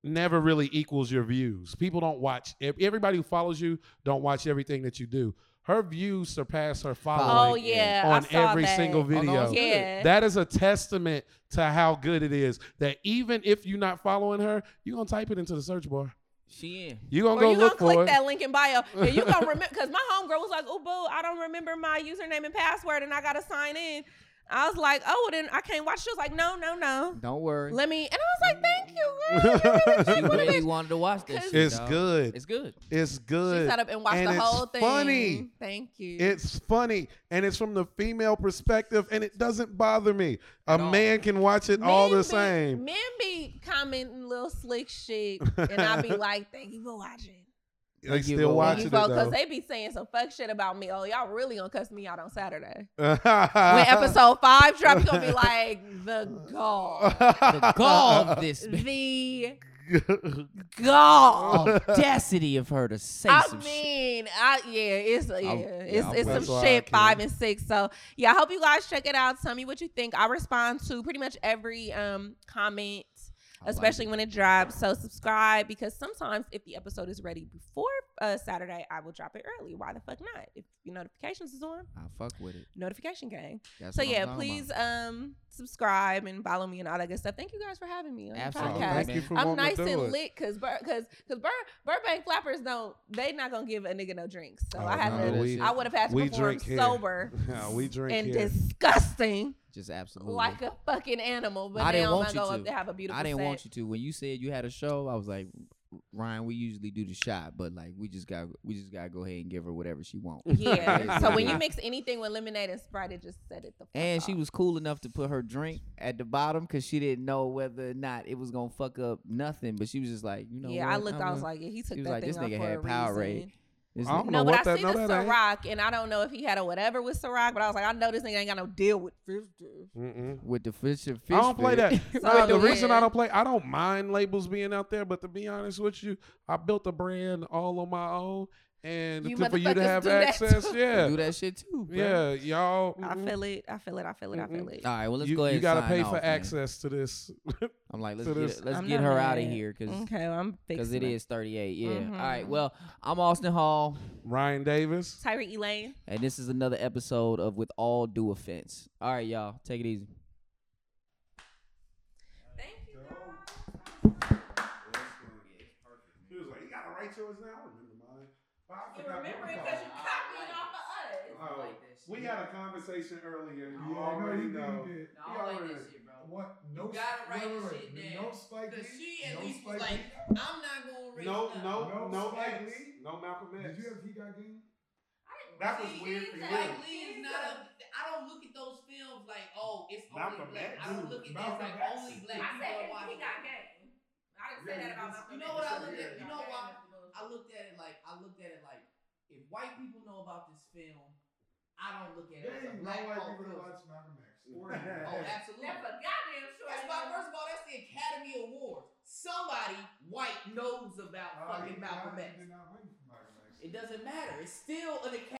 Speaker 3: never really equals your views. People don't watch ev- everybody who follows you don't watch everything that you do. Her views surpass her
Speaker 1: Oh
Speaker 3: following
Speaker 2: Like,
Speaker 1: yeah,
Speaker 3: on
Speaker 1: I saw
Speaker 3: every
Speaker 1: that.
Speaker 3: single video.
Speaker 2: that's good.
Speaker 1: Yeah.
Speaker 3: That is a testament to how good it is. That even if you're not following her, you're gonna type it into the search bar.
Speaker 2: She in.
Speaker 3: You're gonna
Speaker 1: or
Speaker 3: go
Speaker 1: you gonna
Speaker 3: look
Speaker 1: click
Speaker 3: for it.
Speaker 1: that link in bio, and you gonna remember? Because my homegirl was like, "Oh, boo, I don't remember my username and password, and I gotta sign in." I was like, "Oh, then I can't watch." She was like, "No, no, no,
Speaker 2: Don't worry.
Speaker 1: let me." And I was like, "Thank you, girl." You
Speaker 2: She
Speaker 1: really think what it
Speaker 2: really
Speaker 1: is.
Speaker 2: wanted to watch this. Shit,
Speaker 3: It's
Speaker 2: dog.
Speaker 3: good.
Speaker 2: It's good.
Speaker 3: It's
Speaker 1: She
Speaker 3: good.
Speaker 1: sat up and watched
Speaker 3: And
Speaker 1: the
Speaker 3: it's
Speaker 1: whole thing.
Speaker 3: funny.
Speaker 1: Thank you.
Speaker 3: It's funny and it's from the female perspective and it doesn't bother me. A
Speaker 2: At all.
Speaker 3: man can watch it all
Speaker 1: Men
Speaker 3: the
Speaker 1: be-
Speaker 3: same.
Speaker 1: Men be commenting little slick shit, and I be like, "Thank you for watching."
Speaker 3: They
Speaker 2: you
Speaker 3: still
Speaker 2: for
Speaker 3: watching
Speaker 1: you
Speaker 3: it
Speaker 1: vote because
Speaker 3: though.
Speaker 1: they be saying some fuck shit about me. Oh, y'all really gonna cuss me out on Saturday when
Speaker 3: episode
Speaker 1: episode five drop? You gonna be like the gall,
Speaker 2: The gall of this man.
Speaker 1: the gall.
Speaker 2: audacity of her to say
Speaker 1: I
Speaker 2: some shit.
Speaker 1: mean, I yeah, it's yeah,
Speaker 2: yeah,
Speaker 1: it's
Speaker 2: I'm
Speaker 1: it's
Speaker 3: with you.
Speaker 1: some shit
Speaker 3: Okay.
Speaker 1: five and six. So yeah, I hope you guys check it out. Tell me what you think. I respond to pretty much every um comment,
Speaker 2: I like
Speaker 1: especially
Speaker 2: it.
Speaker 1: when it drops. So subscribe because sometimes if the episode is ready before uh, Saturday, I will drop it early. Why the fuck not? If your notifications is on,
Speaker 2: I fuck with it.
Speaker 1: notification gang.
Speaker 2: That's
Speaker 1: So
Speaker 2: what I'm
Speaker 1: yeah,
Speaker 2: talking
Speaker 1: please
Speaker 2: about.
Speaker 1: um subscribe and follow me and all that good stuff. Thank you guys for having me on your podcast.
Speaker 2: Absolutely, man.
Speaker 3: Thank you for
Speaker 1: I'm
Speaker 3: wanting
Speaker 1: nice
Speaker 3: to do
Speaker 1: and
Speaker 3: it.
Speaker 1: lit because because because Bur- Burbank flappers don't they not gonna give a nigga no drinks. So
Speaker 3: Oh,
Speaker 1: I had
Speaker 2: no,
Speaker 1: to
Speaker 2: we-
Speaker 1: I would have had to
Speaker 3: we
Speaker 1: perform
Speaker 3: drink here.
Speaker 1: sober
Speaker 3: Yeah, we drink
Speaker 1: and
Speaker 3: here.
Speaker 1: disgusting
Speaker 2: Just absolutely.
Speaker 1: like a fucking animal. But
Speaker 2: I didn't
Speaker 1: now I'm
Speaker 2: want
Speaker 1: gonna
Speaker 2: you
Speaker 1: go
Speaker 2: to.
Speaker 1: up to have a beautiful.
Speaker 2: I didn't
Speaker 1: set.
Speaker 2: want you to. When you said you had a show, I was like, Ryan, we usually do the shot, but like we just got we just gotta go ahead and give her whatever she wants.
Speaker 1: Yeah. so when you
Speaker 2: Yeah.
Speaker 1: mix anything with lemonade and Sprite, it just set it the fuck
Speaker 2: And she
Speaker 1: off.
Speaker 2: was cool enough to put her drink at the bottom because she didn't know whether or not it was gonna fuck up nothing. But she was just like, you know,
Speaker 1: yeah,
Speaker 2: what?
Speaker 1: I looked. I was
Speaker 2: I'ma-
Speaker 1: like, yeah, he took
Speaker 2: was
Speaker 1: that
Speaker 2: like,
Speaker 1: thing
Speaker 2: this
Speaker 1: off
Speaker 2: nigga
Speaker 1: for
Speaker 2: had
Speaker 1: a
Speaker 2: Powerade.
Speaker 1: reason.
Speaker 2: this
Speaker 3: I don't
Speaker 2: nigga-
Speaker 3: know
Speaker 1: No, but
Speaker 3: what
Speaker 1: I
Speaker 3: that-
Speaker 1: see
Speaker 3: no,
Speaker 1: the
Speaker 3: that ain't.
Speaker 1: Ciroc, and I don't know if he had a whatever with Ciroc, but I was like, I know this nigga ain't got no deal with fifty.
Speaker 3: Mm-mm.
Speaker 2: with the fish and fish.
Speaker 3: I don't play that.
Speaker 2: fit.
Speaker 3: Nah, the
Speaker 1: yeah.
Speaker 3: reason I don't play, I don't mind labels being out there, but to be honest with you, I built a brand all on my own, and
Speaker 1: You
Speaker 3: to- for you
Speaker 1: motherfuckers
Speaker 3: to have
Speaker 1: do that
Speaker 3: access,
Speaker 1: too.
Speaker 3: yeah,
Speaker 2: do that shit too. Bro.
Speaker 3: yeah, y'all.
Speaker 1: I
Speaker 3: mm-mm.
Speaker 1: feel it. I feel it. I feel it. I feel it.
Speaker 2: All right. Well, let's
Speaker 3: you,
Speaker 2: go ahead.
Speaker 3: you gotta
Speaker 2: and sign
Speaker 3: pay
Speaker 2: off,
Speaker 3: for
Speaker 2: man.
Speaker 3: access to this.
Speaker 2: I'm like, let's
Speaker 3: to
Speaker 2: get
Speaker 3: this.
Speaker 2: it- let's
Speaker 1: I'm
Speaker 2: get
Speaker 1: not
Speaker 2: her
Speaker 1: mad.
Speaker 2: out of here because
Speaker 1: Okay, well, I'm
Speaker 2: because
Speaker 1: fixing
Speaker 2: it
Speaker 1: it.
Speaker 2: is 38. Yeah.
Speaker 1: Mhm.
Speaker 2: All right. Well, I'm Austin Hall,
Speaker 3: Ryan Davis.
Speaker 1: Tyreek Elaine.
Speaker 2: and this is another episode of With All Due Offense. All right, y'all, take it easy.
Speaker 1: Thank you.
Speaker 3: He was like, "You gotta write yours now." I remember mine. But I
Speaker 1: You
Speaker 3: forgot what
Speaker 1: remember
Speaker 3: we
Speaker 1: it
Speaker 3: called
Speaker 1: because
Speaker 3: it.
Speaker 1: you copied off of us.
Speaker 3: Oh, we had a conversation earlier. You
Speaker 6: Yeah, no,
Speaker 3: already
Speaker 6: you did,
Speaker 3: know.
Speaker 6: you did.
Speaker 3: No, I like this
Speaker 2: shit, bro.
Speaker 6: What? No,
Speaker 2: You gotta
Speaker 6: sp-
Speaker 2: write
Speaker 6: wait,
Speaker 2: this
Speaker 6: wait,
Speaker 2: shit
Speaker 6: wait.
Speaker 2: down.
Speaker 6: No Spike
Speaker 2: Because
Speaker 6: Lee?
Speaker 2: she at
Speaker 6: no
Speaker 2: least was
Speaker 6: Spike
Speaker 2: like,
Speaker 6: Lee?
Speaker 2: I'm not gonna raise
Speaker 3: No, no,
Speaker 6: No
Speaker 3: no, no
Speaker 6: Spike
Speaker 3: Spike Lee,
Speaker 6: Lee.
Speaker 3: no Malcolm X.
Speaker 6: Did you have He Got Game?
Speaker 3: That was weird for you.
Speaker 2: is not a. I don't look at those films like, oh, it's
Speaker 3: Malcolm
Speaker 2: only black. I
Speaker 3: X.
Speaker 2: don't look at this
Speaker 6: Malcolm
Speaker 2: like
Speaker 6: X.
Speaker 2: only
Speaker 1: I
Speaker 2: black.
Speaker 1: said he-
Speaker 2: people are
Speaker 1: he
Speaker 2: watching
Speaker 1: got
Speaker 2: it.
Speaker 1: game. I didn't say
Speaker 6: Yeah,
Speaker 1: that
Speaker 6: you
Speaker 1: about
Speaker 6: just-
Speaker 1: Malcolm
Speaker 2: you
Speaker 1: X.
Speaker 2: know what I looked
Speaker 6: Yeah.
Speaker 2: at? You know why? I looked at it like I looked at it like if white people know about this film, I don't look at it
Speaker 6: There
Speaker 2: as a
Speaker 6: ain't no
Speaker 2: black
Speaker 6: white
Speaker 2: folk
Speaker 6: people that
Speaker 2: film.
Speaker 6: watch Malcolm X.
Speaker 2: Oh,
Speaker 6: Or Malcolm X.
Speaker 1: That's
Speaker 2: absolutely.
Speaker 1: a goddamn sure.
Speaker 2: That's why, first of all, that's the Academy Awards. Somebody white knows about
Speaker 6: Uh,
Speaker 2: fucking
Speaker 6: he-
Speaker 2: Malcolm X.
Speaker 6: I did not wait for Malcolm X.
Speaker 2: It doesn't matter. It's still an Academy.